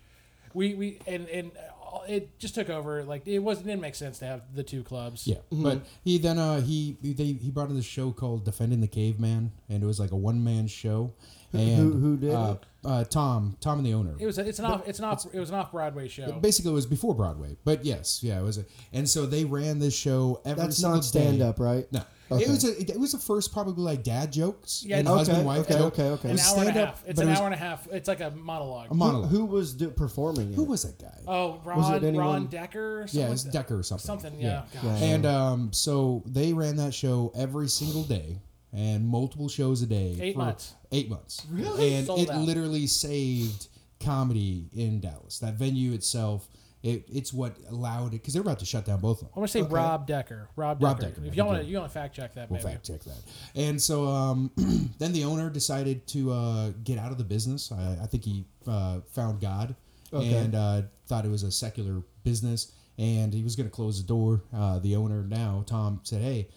Speaker 4: we we and and all- it just took over. Like it was it didn't make sense to have the two clubs.
Speaker 3: Yeah, but he then uh, he they he brought in this show called Defending the Caveman, and it was like a one man show. And
Speaker 2: who did
Speaker 3: uh,
Speaker 2: it?
Speaker 3: Uh, Tom Tom and the owner.
Speaker 4: It was a, it's an off it's an off it was an off Broadway show.
Speaker 3: Basically, it was before Broadway, but yes, yeah, it was. A, and so they ran this show every
Speaker 2: That's
Speaker 3: single
Speaker 2: not stand
Speaker 3: day.
Speaker 2: up, right?
Speaker 3: No, it
Speaker 2: Okay.
Speaker 3: was a, it, was the first probably like dad jokes
Speaker 4: Yeah,
Speaker 3: and
Speaker 4: okay,
Speaker 3: husband wife
Speaker 2: okay,
Speaker 3: joke.
Speaker 2: okay, okay.
Speaker 3: It
Speaker 4: an
Speaker 3: was
Speaker 4: hour and a
Speaker 3: stand-up,
Speaker 4: half. It's
Speaker 3: but
Speaker 4: an
Speaker 3: it was
Speaker 4: hour and a half. It's like a monologue.
Speaker 3: a
Speaker 2: Who,
Speaker 3: monologue. Who,
Speaker 2: who was do, performing it?
Speaker 3: was that guy?
Speaker 4: oh, Ron
Speaker 2: it
Speaker 4: Ron
Speaker 2: anyone-
Speaker 4: Decker. Or
Speaker 3: yeah,
Speaker 4: something
Speaker 3: it's
Speaker 4: like that.
Speaker 3: Decker or something.
Speaker 4: Something. Yeah. Gosh.
Speaker 3: And um, so they ran that show every single day and multiple shows a day.
Speaker 4: Eight
Speaker 3: for
Speaker 4: months.
Speaker 3: Eight months.
Speaker 4: Really?
Speaker 3: And
Speaker 4: Sold
Speaker 3: it
Speaker 4: out.
Speaker 3: literally saved comedy in Dallas. That venue itself, it, it's what allowed it, because they're about to shut down both of them.
Speaker 4: I'm gonna say Rob Decker. Rob,
Speaker 3: Rob
Speaker 4: Decker.
Speaker 3: Decker,
Speaker 4: If
Speaker 3: I
Speaker 4: y'all
Speaker 3: think,
Speaker 4: want to, you want to fact check that,
Speaker 3: We'll
Speaker 4: maybe.
Speaker 3: fact check that. And so um, then the owner decided to uh, get out of the business. I, I think he uh, found God
Speaker 2: Okay.
Speaker 3: and uh, thought it was a secular business. And he was going to close the door. Uh, the owner now, Tom, said, "Hey,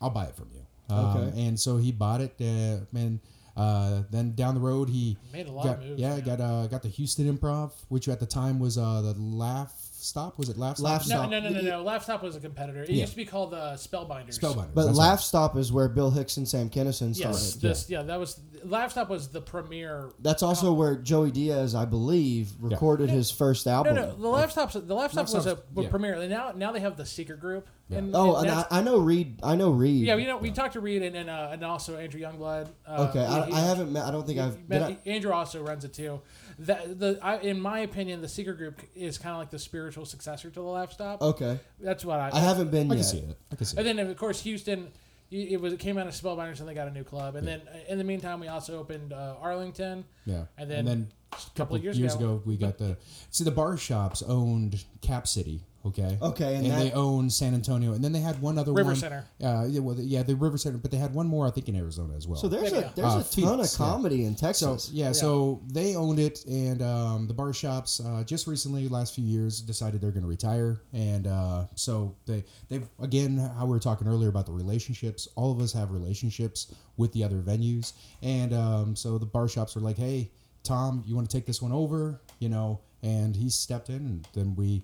Speaker 3: I'll buy it from you." Um,
Speaker 2: Okay.
Speaker 3: And so he bought it. Uh, and uh, then down the road, he
Speaker 4: Made a lot
Speaker 3: got,
Speaker 4: of moves,
Speaker 3: Yeah,
Speaker 4: man.
Speaker 3: got uh, got the Houston Improv, which at the time was uh, the Laugh Stop. Was it Laugh Stop?
Speaker 2: Laugh
Speaker 4: No,
Speaker 2: Stop.
Speaker 4: no, no, no, no. Laugh Stop was a competitor. It
Speaker 3: Yeah.
Speaker 4: used to be called the Spellbinders.
Speaker 3: Spellbinders.
Speaker 2: But
Speaker 3: that's right.
Speaker 2: Laugh Stop is where Bill Hicks and Sam Kennison started.
Speaker 4: Yes, this, yeah. that was Laugh Stop was the premier.
Speaker 2: That's
Speaker 4: Oh.
Speaker 2: also where Joey Diaz, I believe, recorded his first
Speaker 4: No,
Speaker 2: album.
Speaker 4: no, the Laugh Stop, the Laugh Stop
Speaker 3: Laugh
Speaker 4: was a
Speaker 3: Stop's- yeah.
Speaker 4: premier. And now, now they have the Secret Group. And,
Speaker 2: Oh, and I,
Speaker 4: that's-
Speaker 2: I know Reed. I know Reed.
Speaker 4: yeah. You know, we talked to Reed and and, uh, and also Andrew Youngblad. Uh,
Speaker 2: okay, I,
Speaker 4: he-
Speaker 2: I haven't met. I don't think
Speaker 4: he-
Speaker 2: I've.
Speaker 4: Matt-
Speaker 2: did I-
Speaker 4: Andrew also runs it too. That the I, in my opinion, the Secret Group is kind of like the spiritual successor to the Laugh Stop.
Speaker 2: okay,
Speaker 4: That's what I.
Speaker 2: I haven't been
Speaker 3: Oh, I
Speaker 2: yet.
Speaker 3: can see it. I can see it.
Speaker 4: And then of course Houston, y- it was it came out of Spellbinders and they got a new club. And then uh, in the meantime, we also opened uh, Arlington.
Speaker 3: Yeah.
Speaker 4: And then
Speaker 3: a couple, of years, ago, we got the. See, the bar shops owned Cap City, okay?
Speaker 2: Okay, and
Speaker 3: they
Speaker 2: that-
Speaker 3: owned San Antonio. And then they had one other
Speaker 4: River
Speaker 3: one.
Speaker 4: Center.
Speaker 3: Uh, yeah, well, yeah, the River Center, but they had one more, I think, in Arizona as well.
Speaker 2: So there's
Speaker 4: Maybe,
Speaker 2: a there's
Speaker 3: uh,
Speaker 2: a ton
Speaker 3: Phoenix,
Speaker 2: of
Speaker 3: yeah.
Speaker 2: comedy in
Speaker 3: So,
Speaker 2: Texas.
Speaker 3: yeah, so they owned it, and um, the bar shops uh, just recently, last few years, decided they're going to retire, and uh, so they they've again how we were talking earlier about the relationships. All of us have relationships with the other venues, and um, so the bar shops were like, "Hey, Tom, you want to take this one over?" You know, and he stepped in, and then we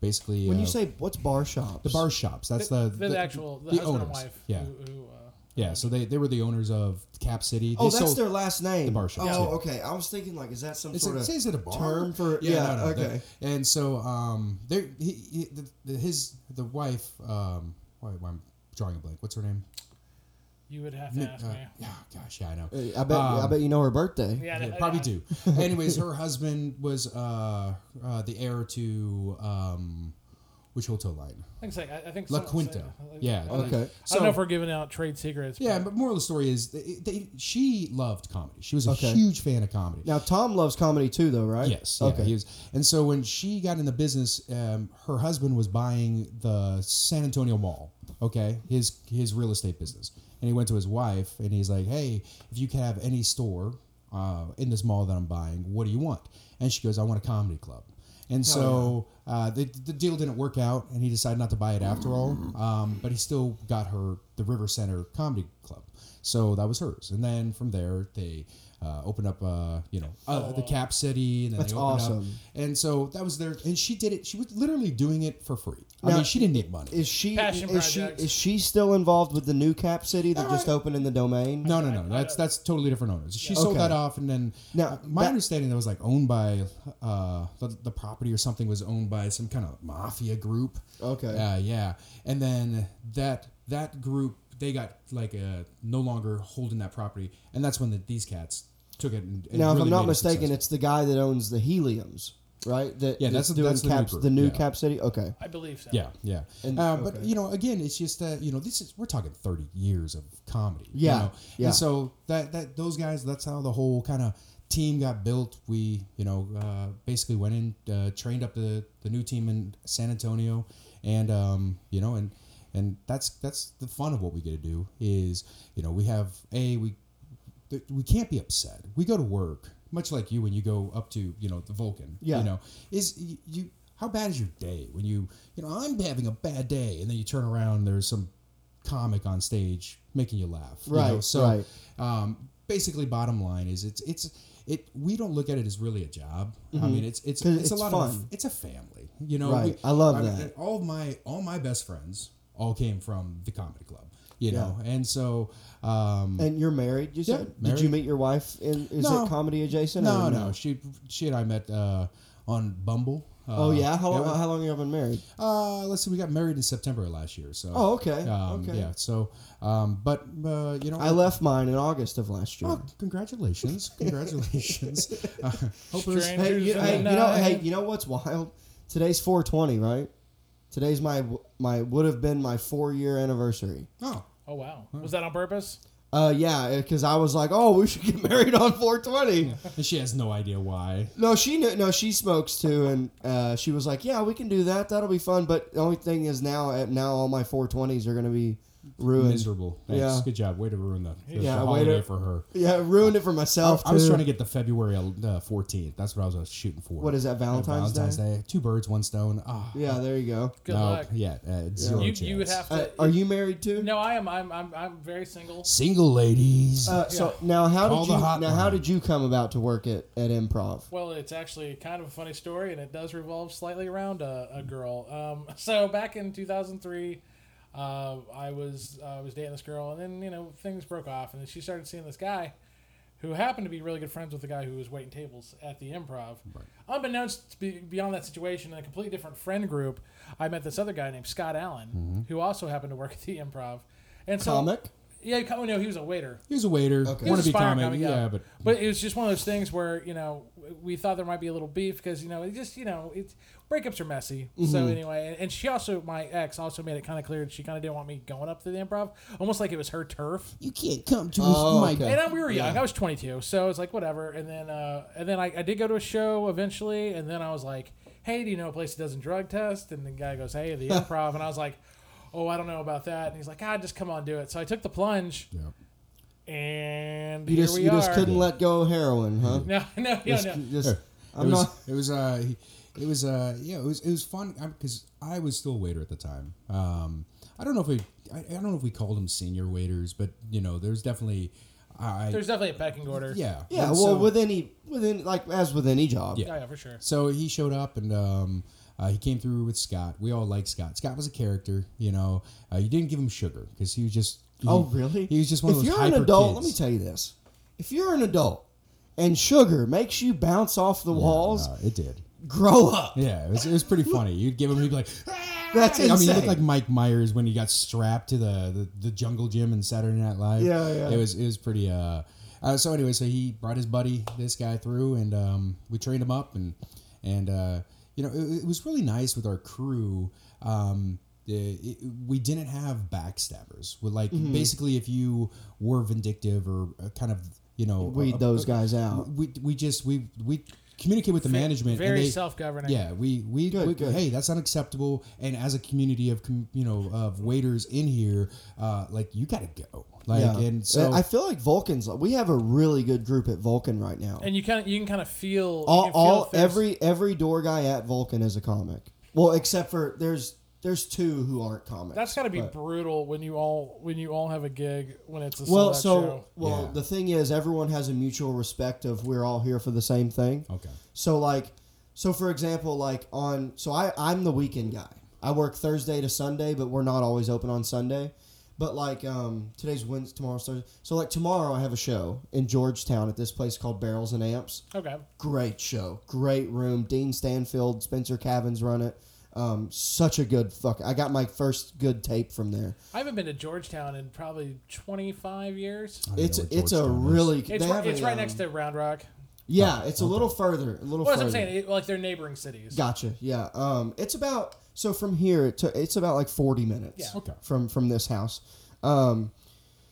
Speaker 3: basically
Speaker 2: When
Speaker 3: uh,
Speaker 2: you say what's bar shops,
Speaker 3: the bar shops, that's the,
Speaker 4: The, actual the, husband and
Speaker 3: owners.
Speaker 4: wife.
Speaker 3: yeah,
Speaker 4: Who, who, uh,
Speaker 3: yeah. So they, they were the owners of Cap City. They
Speaker 2: oh, that's
Speaker 3: sold-
Speaker 2: their last name.
Speaker 3: bar shops,
Speaker 2: Oh,
Speaker 3: yeah.
Speaker 2: okay. I was thinking like, is that some
Speaker 3: It's
Speaker 2: sort
Speaker 3: a,
Speaker 2: of
Speaker 3: is it a bar?
Speaker 2: term for- yeah, okay.
Speaker 3: that- and so um, there he, he the, the, his the wife um, why, why I'm drawing a blank. What's her name?
Speaker 4: you would have to
Speaker 3: Ni-
Speaker 4: ask
Speaker 3: uh,
Speaker 4: me.
Speaker 3: yeah, gosh, yeah, I know.
Speaker 2: Uh, I bet
Speaker 3: Um,
Speaker 2: I bet you know her birthday.
Speaker 4: Yeah,
Speaker 3: Yeah,
Speaker 4: I-
Speaker 3: probably
Speaker 4: I-
Speaker 3: do. Anyways, her husband was uh, uh, the heir to um, which hotel line?
Speaker 4: I think, so. I, I think
Speaker 3: La
Speaker 4: some-
Speaker 3: Quinta.
Speaker 4: some-
Speaker 3: Yeah.
Speaker 2: Okay.
Speaker 4: I don't know if we're giving out trade secrets.
Speaker 3: yeah, but moral of the story is they, they, she loved comedy. She was a
Speaker 2: Okay.
Speaker 3: huge fan of comedy.
Speaker 2: Now Tom loves comedy too, though, right?
Speaker 3: Yes. Yeah,
Speaker 2: Okay.
Speaker 3: He was, and so when she got in the business, um, her husband was buying the San Antonio Mall. Okay, his his real estate business, and he went to his wife and he's like, "Hey, if you could have any store uh, in this mall that I'm buying, what do you want?" And she goes, "I want a comedy club." And so uh, the, the deal didn't work out, and he decided not to buy it after all. Um, but he still got her the River Center Comedy Club, so that was hers. And then from there, they uh, opened up, uh, you know, uh, the Cap City, and then
Speaker 2: That's
Speaker 3: they opened up.
Speaker 2: awesome.
Speaker 3: And so that was their. And she did it. She was literally doing it for free. I
Speaker 2: Now-
Speaker 3: mean, she didn't need money.
Speaker 2: Is she
Speaker 4: Passion
Speaker 2: is she
Speaker 4: projects.
Speaker 2: is she still involved with the new Cap City that just opened in the domain?
Speaker 3: Uh, No, no, no. That's that's totally different owners. She sold
Speaker 2: Okay.
Speaker 3: that off, and then uh,
Speaker 2: Now,
Speaker 3: my
Speaker 2: that-
Speaker 3: understanding that was like owned by uh, the, the property or something was owned by some kind of mafia group.
Speaker 2: Okay.
Speaker 3: Uh, yeah, and then that that group they got like uh no longer holding that property, and that's when the, these cats took it. And, and
Speaker 2: Now, if
Speaker 3: really
Speaker 2: I'm not
Speaker 3: made it
Speaker 2: mistaken,
Speaker 3: successful.
Speaker 2: it's the guy that owns the Heliums, right? That,
Speaker 3: Yeah, that's-
Speaker 2: doing
Speaker 3: that's the new
Speaker 2: Cap-
Speaker 3: group,
Speaker 2: the new
Speaker 3: yeah. Mm-hmm.
Speaker 2: Cap City. Okay,
Speaker 4: I believe so.
Speaker 3: Yeah, yeah.
Speaker 2: And-
Speaker 3: uh, But
Speaker 2: okay.
Speaker 3: you know, again, it's just that you know this is we're talking thirty years of comedy. you
Speaker 2: Yeah,
Speaker 3: know?
Speaker 2: yeah.
Speaker 3: And so that that those guys, that's how the whole kind of team got built. We you know uh, basically went in, uh, trained up the the new team in San Antonio, and um, you know, and and that's that's the fun of what we get to do is you know we have a we th- we can't be upset. We go to work, much like you when you go up to you know the Vulcan.
Speaker 2: Yeah.
Speaker 3: You know, is y- you how bad is your day when you you know I'm having a bad day, and then you turn around and there's some comic on stage making you laugh. you know?
Speaker 2: Right,
Speaker 3: So
Speaker 2: right.
Speaker 3: um, basically, bottom line is it's it's it we don't look at it as really a job. I mean, it's it's
Speaker 2: Mm-hmm. 'Cause
Speaker 3: it's, a
Speaker 2: it's
Speaker 3: lot
Speaker 2: fun.
Speaker 3: of it's a family. You know,
Speaker 2: Right.
Speaker 3: We-
Speaker 2: I love
Speaker 3: mean,
Speaker 2: that.
Speaker 3: all of my all my best friends all came from the comedy club. You know, and so um,
Speaker 2: And you're married, you said? Did you
Speaker 3: married.
Speaker 2: meet your wife in is
Speaker 3: No.
Speaker 2: it comedy adjacent?
Speaker 3: no,
Speaker 2: or
Speaker 3: no, she she and I met uh, on Bumble. Uh,
Speaker 2: Oh yeah, how long
Speaker 3: we-
Speaker 2: how long have you been married?
Speaker 3: Uh, let's see, we got married in September of last year. So.
Speaker 2: Oh, okay.
Speaker 3: Um,
Speaker 2: okay.
Speaker 3: Yeah. So, um, but uh, you know,
Speaker 2: I left mine in August of last year.
Speaker 3: Oh, congratulations! Congratulations. uh, hope it was-
Speaker 4: Strangers uh,
Speaker 2: Hey, you,
Speaker 4: in
Speaker 2: hey,
Speaker 4: the
Speaker 2: you know,
Speaker 4: night.
Speaker 2: hey, you know what's wild? Today's 420, right? Today's my my would have been my four year anniversary.
Speaker 3: oh,
Speaker 4: Oh wow, was that on purpose?
Speaker 2: Uh, yeah, because I was like, oh, we should get married on 420.
Speaker 3: and she has no idea why.
Speaker 2: No, she knew, no, she smokes too, and uh, she was like, yeah, we can do that. That'll be fun. But the only thing is now, eh, now all my 420s are gonna be ruined.
Speaker 3: Miserable. Thanks.
Speaker 2: Yeah.
Speaker 3: Good job. Way to ruin the, the,
Speaker 2: Yeah,
Speaker 3: the
Speaker 2: way to-
Speaker 3: holiday for her.
Speaker 2: Yeah, ruined it for myself.
Speaker 3: I was
Speaker 2: too.
Speaker 3: trying to get the February uh, fourteenth. That's what I was uh, shooting for. Uh,
Speaker 2: What is that, Valentine's Day?
Speaker 3: Day? Two birds, one stone. Ah,
Speaker 2: Yeah, there you go.
Speaker 4: Good
Speaker 3: no,
Speaker 4: luck.
Speaker 3: Yeah, uh, zero
Speaker 4: You,
Speaker 3: chance.
Speaker 4: you would have
Speaker 2: Uh,
Speaker 4: to.
Speaker 2: are you married too?
Speaker 4: no, I am. I'm. I'm. I'm very single.
Speaker 3: Single ladies.
Speaker 2: Uh, so now, how
Speaker 3: Call
Speaker 2: did you
Speaker 3: the
Speaker 2: now how
Speaker 3: hotline.
Speaker 2: did you come about to work at, at improv?
Speaker 4: Well, it's actually kind of a funny story, and it does revolve slightly around a, a girl. Um, so back in 2003, uh, I was I was dating this girl, and then you know things broke off, and then she started seeing this guy, who happened to be really good friends with the guy who was waiting tables at the Improv. Unbeknownst to be, beyond that situation, in a completely different friend group, I met this other guy named Scott Allen, who also happened to work at the Improv. And so,
Speaker 2: Comic.
Speaker 4: yeah, co- no, he was a waiter.
Speaker 3: he was a waiter.
Speaker 2: Okay.
Speaker 3: Want to
Speaker 4: He
Speaker 3: be
Speaker 4: was aspiring
Speaker 3: comic?
Speaker 4: comic,
Speaker 3: yeah, but
Speaker 4: But it was just one of those things where you know w- we thought there might be a little beef because you know it just you know it's breakups are messy.
Speaker 3: Mm-hmm.
Speaker 4: So anyway, and, and she also my ex also made it kind of clear that she kind of didn't want me going up to the improv, almost like it was her turf.
Speaker 3: you can't come to
Speaker 2: Oh, okay.
Speaker 4: And I, we were young; I was 22, so it's like whatever. And then uh, and then I, I did go to a show eventually, and then I was like, "Hey, do you know a place that doesn't drug test?" And the guy goes, "Hey, the improv," and I was like. Oh, I don't know about that. And he's like, ah, just come on, do it. So I took the plunge,
Speaker 3: Yeah.
Speaker 4: and
Speaker 2: You
Speaker 4: here
Speaker 2: just
Speaker 4: we
Speaker 2: you just
Speaker 4: are.
Speaker 2: couldn't let go of heroin, huh?
Speaker 4: No, no, no,
Speaker 2: Just-
Speaker 4: no.
Speaker 2: just-
Speaker 3: Here.
Speaker 2: I'm
Speaker 3: it was,
Speaker 2: not.
Speaker 3: It was uh, he- it was uh, yeah, it was it was fun because I was still a waiter at the time. Um, I don't know if we, I, I don't know if we called them senior waiters, but you know, there's definitely, I
Speaker 4: There's definitely a pecking order.
Speaker 3: yeah
Speaker 2: Yeah,
Speaker 3: and
Speaker 2: well,
Speaker 3: so-
Speaker 2: with any within like as with any job.
Speaker 3: Yeah.
Speaker 4: Oh, yeah, for sure.
Speaker 3: So he showed up and um, uh, he came through with Scott. We all like Scott. Scott was a character, you know. Uh, you didn't give him sugar because he was just. he-
Speaker 2: Oh, really?
Speaker 3: He was just one
Speaker 2: if
Speaker 3: of those.
Speaker 2: you're an
Speaker 3: hyper
Speaker 2: adult, let me
Speaker 3: kids.
Speaker 2: tell you this: if you're an adult and sugar makes you bounce off the walls,
Speaker 3: Uh, it did.
Speaker 2: grow up.
Speaker 3: Yeah, it was, it was pretty funny. You'd give him, he'd be like,
Speaker 2: That's
Speaker 3: I mean, he
Speaker 2: insane.
Speaker 3: looked like Mike Myers when he got strapped to the, the, the jungle gym in Saturday Night Live.
Speaker 2: Yeah, yeah.
Speaker 3: It was it was pretty. Uh, uh, so anyway, so he brought his buddy, this guy, through, and um, we trained him up, and and uh, you know, it, it was really nice with our crew. Um, it, it, we didn't have backstabbers. we like
Speaker 2: Mm-hmm.
Speaker 3: basically, if you were vindictive or uh, kind of, you know,
Speaker 2: Weed
Speaker 3: a- a-
Speaker 2: those guys out.
Speaker 3: we we just we we communicate with the management.
Speaker 4: Very
Speaker 3: and they,
Speaker 4: self-governing.
Speaker 3: yeah, we we,
Speaker 2: Good,
Speaker 3: we-
Speaker 2: good.
Speaker 3: hey, that's unacceptable. And as a community of com- you know of waiters in here, uh, like you gotta go. Like
Speaker 2: Yeah. Uh,
Speaker 3: and so
Speaker 2: I feel like Vulcan's. We have a really good group at Vulcan right now.
Speaker 4: And you kind of you can kind of feel
Speaker 2: all,
Speaker 4: you can
Speaker 2: all
Speaker 4: feel thirst.
Speaker 2: every every door guy at Vulcan is a comic. Well, except for there's there's two who aren't comics.
Speaker 4: That's got to be
Speaker 2: but-
Speaker 4: brutal when you all when you all have a gig when it's a
Speaker 2: well.
Speaker 4: sold-out
Speaker 2: So
Speaker 4: show.
Speaker 2: well,
Speaker 3: Yeah.
Speaker 2: the thing is, everyone has a mutual respect of we're all here for the same thing.
Speaker 3: okay,
Speaker 2: So like, so for example, like on so I I'm the weekend guy. I work Thursday to Sunday, but we're not always open on Sunday. But like um, today's Wednesday, tomorrow's Thursday. So like tomorrow, I have a show in Georgetown at this place called Barrels and Amps.
Speaker 4: Okay,
Speaker 2: great show, great room. Dean Stanfield, Spencer Cavins run it. Um, such a good fuck. I got my first good tape from there.
Speaker 4: I haven't been to Georgetown in probably 25 years.
Speaker 3: I don't know
Speaker 2: It's
Speaker 3: what
Speaker 2: it's a
Speaker 3: Georgetown is. Oh,
Speaker 2: really
Speaker 4: It's
Speaker 2: they
Speaker 4: ri-
Speaker 2: have
Speaker 4: it's
Speaker 2: a,
Speaker 4: right
Speaker 2: um,
Speaker 4: next to Round Rock.
Speaker 2: yeah. It's a little further, a little
Speaker 4: Well, as
Speaker 2: further.
Speaker 4: I'm saying, it, like they're neighboring cities.
Speaker 2: Gotcha. Yeah. Um, it's about so from here it took it's about like forty minutes.
Speaker 4: Yeah.
Speaker 3: Okay.
Speaker 2: From from this house. Um,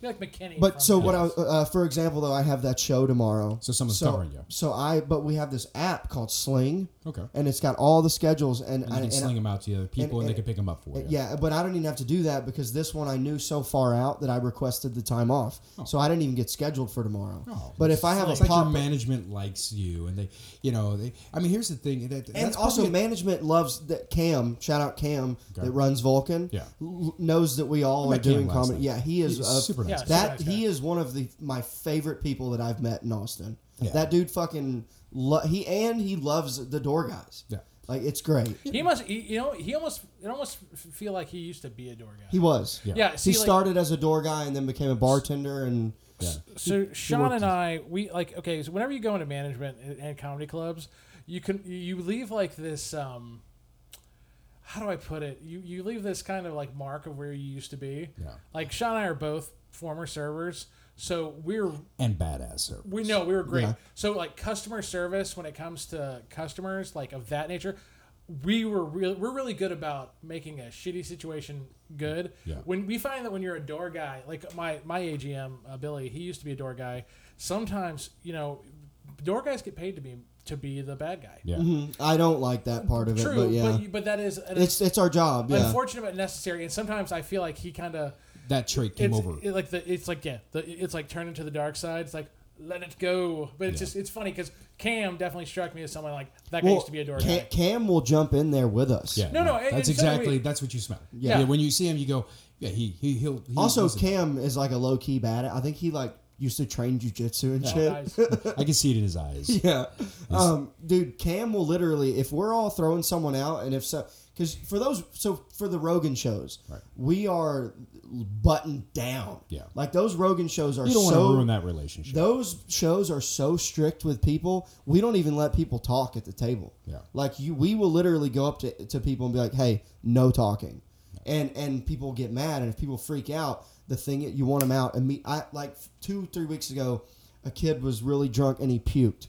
Speaker 4: You're like McKinney. from-
Speaker 2: But so what I uh, for example though I have that show tomorrow.
Speaker 3: So someone's covering you.
Speaker 2: So I but we have this app called Sling.
Speaker 3: Okay.
Speaker 2: And it's got all the schedules and,
Speaker 3: And you
Speaker 2: I,
Speaker 3: can
Speaker 2: and I-
Speaker 3: sling them out to the other people, and,
Speaker 2: and-
Speaker 3: they can pick them up for you.
Speaker 2: Yeah, but I don't even have to do that because this one I knew so far out that I requested the time off, so I didn't even get scheduled for tomorrow.
Speaker 3: Oh,
Speaker 2: but if I have
Speaker 3: It's
Speaker 2: a
Speaker 3: like your
Speaker 2: pop,
Speaker 3: management likes you, and they, you know, they. I mean, here's the thing. That,
Speaker 2: and
Speaker 3: that's
Speaker 2: also
Speaker 3: probably-
Speaker 2: management loves that Cam. Shout out Cam
Speaker 3: Okay.
Speaker 2: that runs Vulcan.
Speaker 3: Yeah.
Speaker 2: l- knows that we all
Speaker 3: I
Speaker 2: are
Speaker 3: met Cam
Speaker 2: doing
Speaker 3: last
Speaker 2: comedy.
Speaker 3: night.
Speaker 2: Yeah, he is
Speaker 3: He's
Speaker 2: a-
Speaker 3: super nice
Speaker 4: Yeah,
Speaker 3: guy.
Speaker 4: super
Speaker 2: That
Speaker 4: nice guy.
Speaker 2: he is one of the my favorite people that I've met in Austin.
Speaker 3: Yeah.
Speaker 2: That dude fucking lo- he and he loves the door guys.
Speaker 3: Yeah.
Speaker 2: Like it's great.
Speaker 4: He must, he, you know, he almost, it almost f- feel like he used to be a door guy.
Speaker 2: He was.
Speaker 3: Yeah.
Speaker 4: yeah, see,
Speaker 2: he
Speaker 4: like-
Speaker 2: started as a door guy and then became a bartender and
Speaker 3: Yeah.
Speaker 4: so Sean
Speaker 2: worked his-
Speaker 4: and I, we like okay. So whenever you go into management and, and comedy clubs, you can you leave like this. um How do I put it? You you leave this kind of like mark of where you used to be.
Speaker 3: Yeah.
Speaker 4: Like Sean and I are both former servers, so we're
Speaker 3: and badass service.
Speaker 4: we know we were great.
Speaker 2: Yeah.
Speaker 4: So like customer service when it comes to customers like of that nature, we were real we're really good about making a shitty situation good.
Speaker 3: Yeah.
Speaker 4: When we find that when you're a door guy, like my my AGM uh, Billy, he used to be a door guy. Sometimes you know, door guys get paid to be to be the bad guy.
Speaker 3: Yeah.
Speaker 2: Mhm. I don't like that part of it,
Speaker 4: True,
Speaker 2: but yeah.
Speaker 4: but, you- but that is an
Speaker 2: it's it's our job, yeah.
Speaker 4: unfortunate but necessary. And sometimes I feel like he kind of
Speaker 3: That trait came
Speaker 4: it's
Speaker 3: over.
Speaker 4: it- like the it's like yeah the, it's like turning to the dark side it's like let it go but it's
Speaker 3: Yeah.
Speaker 4: just it's funny because cam definitely struck me as someone like that guy
Speaker 2: Well,
Speaker 4: used to be a door
Speaker 2: Cam,
Speaker 4: guy
Speaker 2: Cam will jump in there with us.
Speaker 3: yeah.
Speaker 4: No, no, and- and
Speaker 3: That's
Speaker 4: so do
Speaker 3: exactly
Speaker 4: we.
Speaker 3: that's what you smell.
Speaker 4: Yeah.
Speaker 3: Yeah. When you see him, you go, yeah. He he he'll. He,
Speaker 2: Also,
Speaker 3: he's a-
Speaker 2: Cam is like a low key bad. I think he like used to train jujitsu and shit.
Speaker 4: Guys,
Speaker 3: I can see it in his eyes.
Speaker 2: Yeah, um, dude, Cam will literally if we're all throwing someone out, and if so, because for those, so for the Rogan shows,
Speaker 3: Right.
Speaker 2: we are buttoned down.
Speaker 3: Yeah.
Speaker 2: like those Rogan shows are
Speaker 3: You don't
Speaker 2: so
Speaker 3: want to ruin that relationship.
Speaker 2: those shows are so strict with people we don't even let people talk at the table
Speaker 3: Yeah.
Speaker 2: like you we will literally go up to, to people and be like hey no talking and and people get mad and if people freak out the thing you want them out and me i like two three weeks ago a kid was really drunk and he puked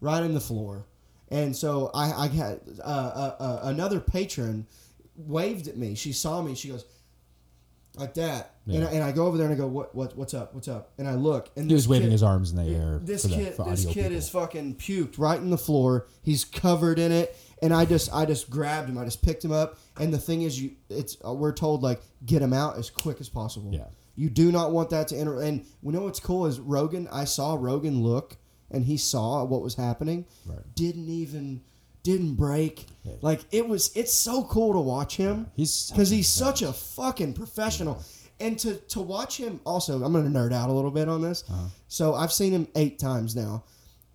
Speaker 2: right in the floor and so i i had uh, uh, uh, another patron waved at me she saw me she goes like that and,
Speaker 3: Yeah.
Speaker 2: I, and i go over there and i go what, what what's up what's up and i look and
Speaker 3: He was
Speaker 2: this
Speaker 3: waving
Speaker 2: kid-
Speaker 3: his arms in the air.
Speaker 2: this
Speaker 3: for the-
Speaker 2: kid,
Speaker 3: for
Speaker 2: this
Speaker 3: audio
Speaker 2: kid
Speaker 3: people.
Speaker 2: is fucking puked right in the floor. He's covered in it, and I just, I just grabbed him. I just picked him up. And the thing is, you, it's uh, we're told like get him out as quick as possible.
Speaker 3: Yeah.
Speaker 2: You do not want that to enter. And we know what's cool is Rogan. I saw Rogan look, and he saw what was happening.
Speaker 3: Right.
Speaker 2: Didn't even, didn't break. Like it was. It's so cool to watch him.
Speaker 3: He's such
Speaker 2: because
Speaker 3: a
Speaker 2: he's such a fucking professional. And to, to watch him also, I'm gonna nerd out a little bit on this.
Speaker 3: Uh-huh.
Speaker 2: So I've seen him eight times now,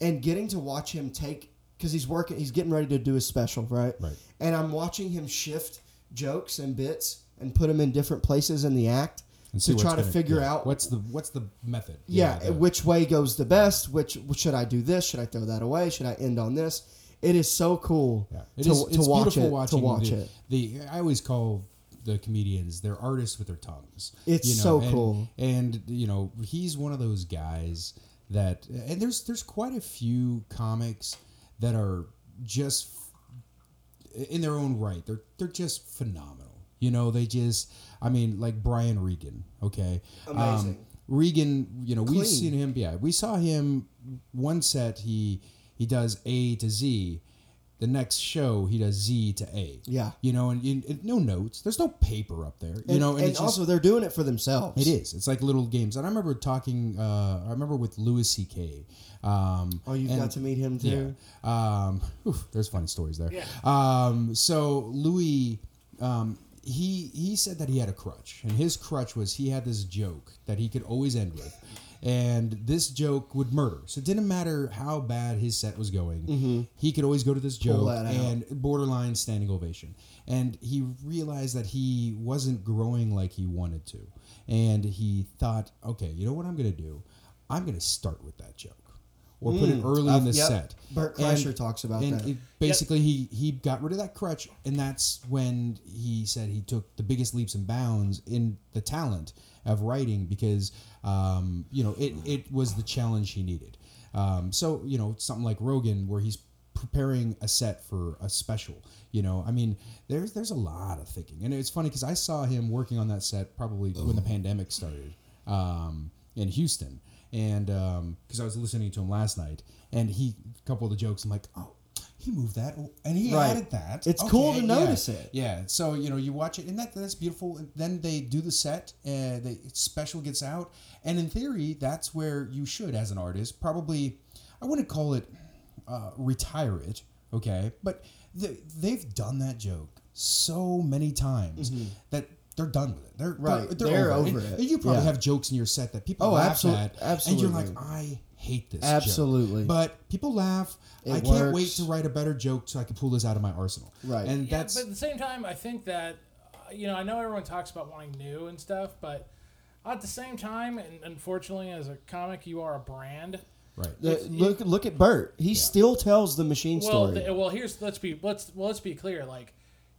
Speaker 2: and getting to watch him take because he's working, he's getting ready to do his special, right?
Speaker 3: Right.
Speaker 2: And I'm watching him shift jokes and bits and put them in different places in the act
Speaker 3: And see
Speaker 2: to
Speaker 3: what's
Speaker 2: try to
Speaker 3: gonna-
Speaker 2: figure
Speaker 3: yeah,
Speaker 2: out
Speaker 3: what's the what's the method.
Speaker 2: yeah,
Speaker 3: the-
Speaker 2: which way goes the best which should i do this should i throw that away should i end on this it is so cool
Speaker 3: Yeah.
Speaker 2: to,
Speaker 3: is-
Speaker 2: to watch
Speaker 3: beautiful
Speaker 2: it
Speaker 3: watching
Speaker 2: to watch
Speaker 3: the,
Speaker 2: it
Speaker 3: The I always call the comedians they're artists with their tongues.
Speaker 2: It's
Speaker 3: you know,
Speaker 2: so
Speaker 3: and-
Speaker 2: cool.
Speaker 3: And you know he's one of those guys that and there's there's quite a few comics that are just in their own right. They're they're just phenomenal. You know they just I mean like Brian Regan. Okay, Um,
Speaker 2: Amazing.
Speaker 3: Regan, you know,
Speaker 2: Clean.
Speaker 3: we've seen him. Yeah, we saw him one set. He he does A to Z. The next show, he does Z to A.
Speaker 2: Yeah.
Speaker 3: you know, and, and, and no notes. There's no paper up there. You
Speaker 2: and,
Speaker 3: know, and,
Speaker 2: and
Speaker 3: it's just-
Speaker 2: also they're doing it for themselves
Speaker 3: it is. It's like little games. And I remember talking. Uh, I remember with Louis C.K. Um,
Speaker 2: oh you've
Speaker 3: and-
Speaker 2: got to meet him too
Speaker 3: yeah. Um, oof, there's funny stories there. Um, so Louis, um, he he said that he had a crutch, and his crutch was he had this joke that he could always end with, and this joke would murder. So it didn't matter how bad his set was going, he could always go to this joke
Speaker 2: Mm-hmm. that out.
Speaker 3: and borderline standing ovation. And he realized that he wasn't growing like he wanted to, and he thought, okay, you know what I'm gonna do? I'm gonna start with that joke or put
Speaker 2: Mm,
Speaker 3: it early in the
Speaker 2: yep.
Speaker 3: set.
Speaker 2: Bert
Speaker 3: And-
Speaker 2: Kreischer talks about
Speaker 3: and
Speaker 2: that.
Speaker 3: it- basically, he he got rid of that crutch, and that's when he said he took the biggest leaps and bounds in the talent of writing because um, you know it it was the challenge he needed. Um, so you know something like Rogan, where he's preparing a set for a special. You know, I mean, there's there's a lot of thinking, and it's funny because I saw him working on that set probably when the pandemic started um, in Houston, and because I was listening to him last night, and he a couple of the jokes, I'm like, oh, he moved that, oh, and he
Speaker 2: Right.
Speaker 3: added that.
Speaker 2: It's cool to
Speaker 3: yeah,
Speaker 2: notice it.
Speaker 3: Yeah, so you know, you watch it, and that that's beautiful. And then they do the set, and the special gets out, and in theory, that's where you should, as an artist, probably, I wouldn't call it uh, retire it, okay, but the, they've done that joke so many times that they're done with it. They're
Speaker 2: Mm-hmm. Right.
Speaker 3: They're,
Speaker 2: They're
Speaker 3: over,
Speaker 2: over
Speaker 3: it.
Speaker 2: it.
Speaker 3: And You probably
Speaker 2: Yeah.
Speaker 3: have jokes in your set that people
Speaker 2: Oh,
Speaker 3: laugh
Speaker 2: absolute-
Speaker 3: at, and
Speaker 2: absolutely.
Speaker 3: you're like, I hate this. joke."
Speaker 2: Absolutely.
Speaker 3: But people laugh.
Speaker 2: It
Speaker 3: I can't wait
Speaker 2: works.
Speaker 3: to write a better joke so I can pull this out of my arsenal.
Speaker 2: Right.
Speaker 3: And
Speaker 4: Yeah,
Speaker 3: that's
Speaker 4: but at the same time, I think that uh, you know I know everyone talks about wanting new and stuff, but at the same time, and unfortunately, as a comic, you are a brand.
Speaker 3: right.
Speaker 2: The- look look at Bert. He still tells the machine
Speaker 4: Well, uh,
Speaker 2: story.
Speaker 4: th- well, here's let's be let's well, let's be clear. Like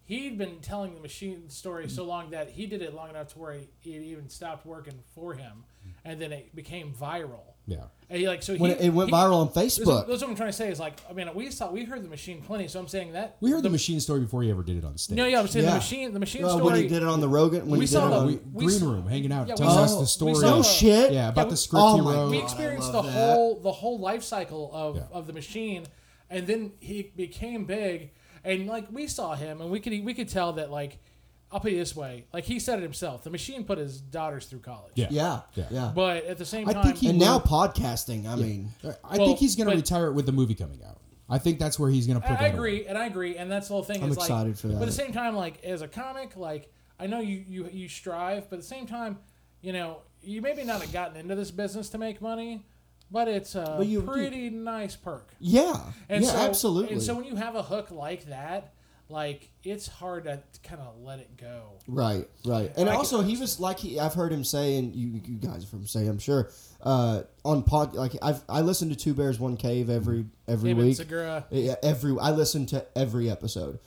Speaker 4: he'd been telling the machine story so long that he did it long enough to where it even stopped working for him,
Speaker 2: Mm.
Speaker 4: and then it became viral.
Speaker 3: yeah.
Speaker 4: And he, like so,
Speaker 2: when
Speaker 4: he,
Speaker 2: it, it went
Speaker 4: he-
Speaker 2: viral on
Speaker 4: That's what,
Speaker 2: Facebook.
Speaker 4: that's what I'm trying to say is like I mean we saw we heard the machine plenty, so I'm saying that
Speaker 3: We heard the machine story before he ever did it on stage.
Speaker 4: no yeah I'm saying
Speaker 2: Yeah.
Speaker 4: the machine the machine
Speaker 2: Well,
Speaker 4: story
Speaker 2: when he did it on the Rogan, when
Speaker 4: We
Speaker 2: he did
Speaker 4: saw
Speaker 2: it
Speaker 4: the-
Speaker 2: on,
Speaker 3: we,
Speaker 4: we
Speaker 3: green
Speaker 4: s-
Speaker 3: room hanging out,
Speaker 4: yeah, we
Speaker 3: telling us
Speaker 4: saw-
Speaker 2: we
Speaker 3: the story.
Speaker 4: saw-
Speaker 2: no
Speaker 4: uh,
Speaker 2: Oh, shit.
Speaker 3: yeah, about
Speaker 4: we-
Speaker 3: the script
Speaker 2: oh
Speaker 3: he
Speaker 2: my
Speaker 3: wrote.
Speaker 2: God,
Speaker 4: we
Speaker 2: I
Speaker 4: experienced the
Speaker 2: love that.
Speaker 4: whole the whole life cycle of
Speaker 3: Yeah.
Speaker 4: of the machine, and then he became big, and like we saw him, and we could we could tell that like, I'll put it this way, like he said it himself, the machine put his daughters through college.
Speaker 3: Yeah.
Speaker 2: Yeah,
Speaker 3: Yeah.
Speaker 2: yeah.
Speaker 4: But at the same
Speaker 3: I
Speaker 4: time,
Speaker 3: think he-
Speaker 2: and now podcasting. I mean,
Speaker 3: I
Speaker 4: Well,
Speaker 3: think he's going to
Speaker 4: but-
Speaker 3: retire with the movie coming out. I think that's where he's going to put
Speaker 4: I,
Speaker 3: that.
Speaker 4: I
Speaker 3: away.
Speaker 4: agree, and I agree, and that's the whole thing.
Speaker 2: I'm
Speaker 4: is
Speaker 2: excited
Speaker 4: like,
Speaker 2: for
Speaker 4: But at
Speaker 2: that.
Speaker 4: the same time, like as a comic, like I know you you you strive, but at the same time, you know you maybe not have gotten into this business to make money, but it's a
Speaker 2: But you-
Speaker 4: pretty nice perk.
Speaker 2: yeah,
Speaker 4: And
Speaker 2: yeah,
Speaker 4: so,
Speaker 2: absolutely.
Speaker 4: And so when you have a hook like that, like it's hard to kind of let it go.
Speaker 2: Right, right, and
Speaker 4: I can-
Speaker 2: also he was like he. I've heard him say, and you, you guys have heard him say, I'm sure, uh, on pod. Like I've I listen to Two Bears One Cave every every
Speaker 4: David
Speaker 2: week.
Speaker 4: Segura.
Speaker 2: Yeah, every I listen to every episode,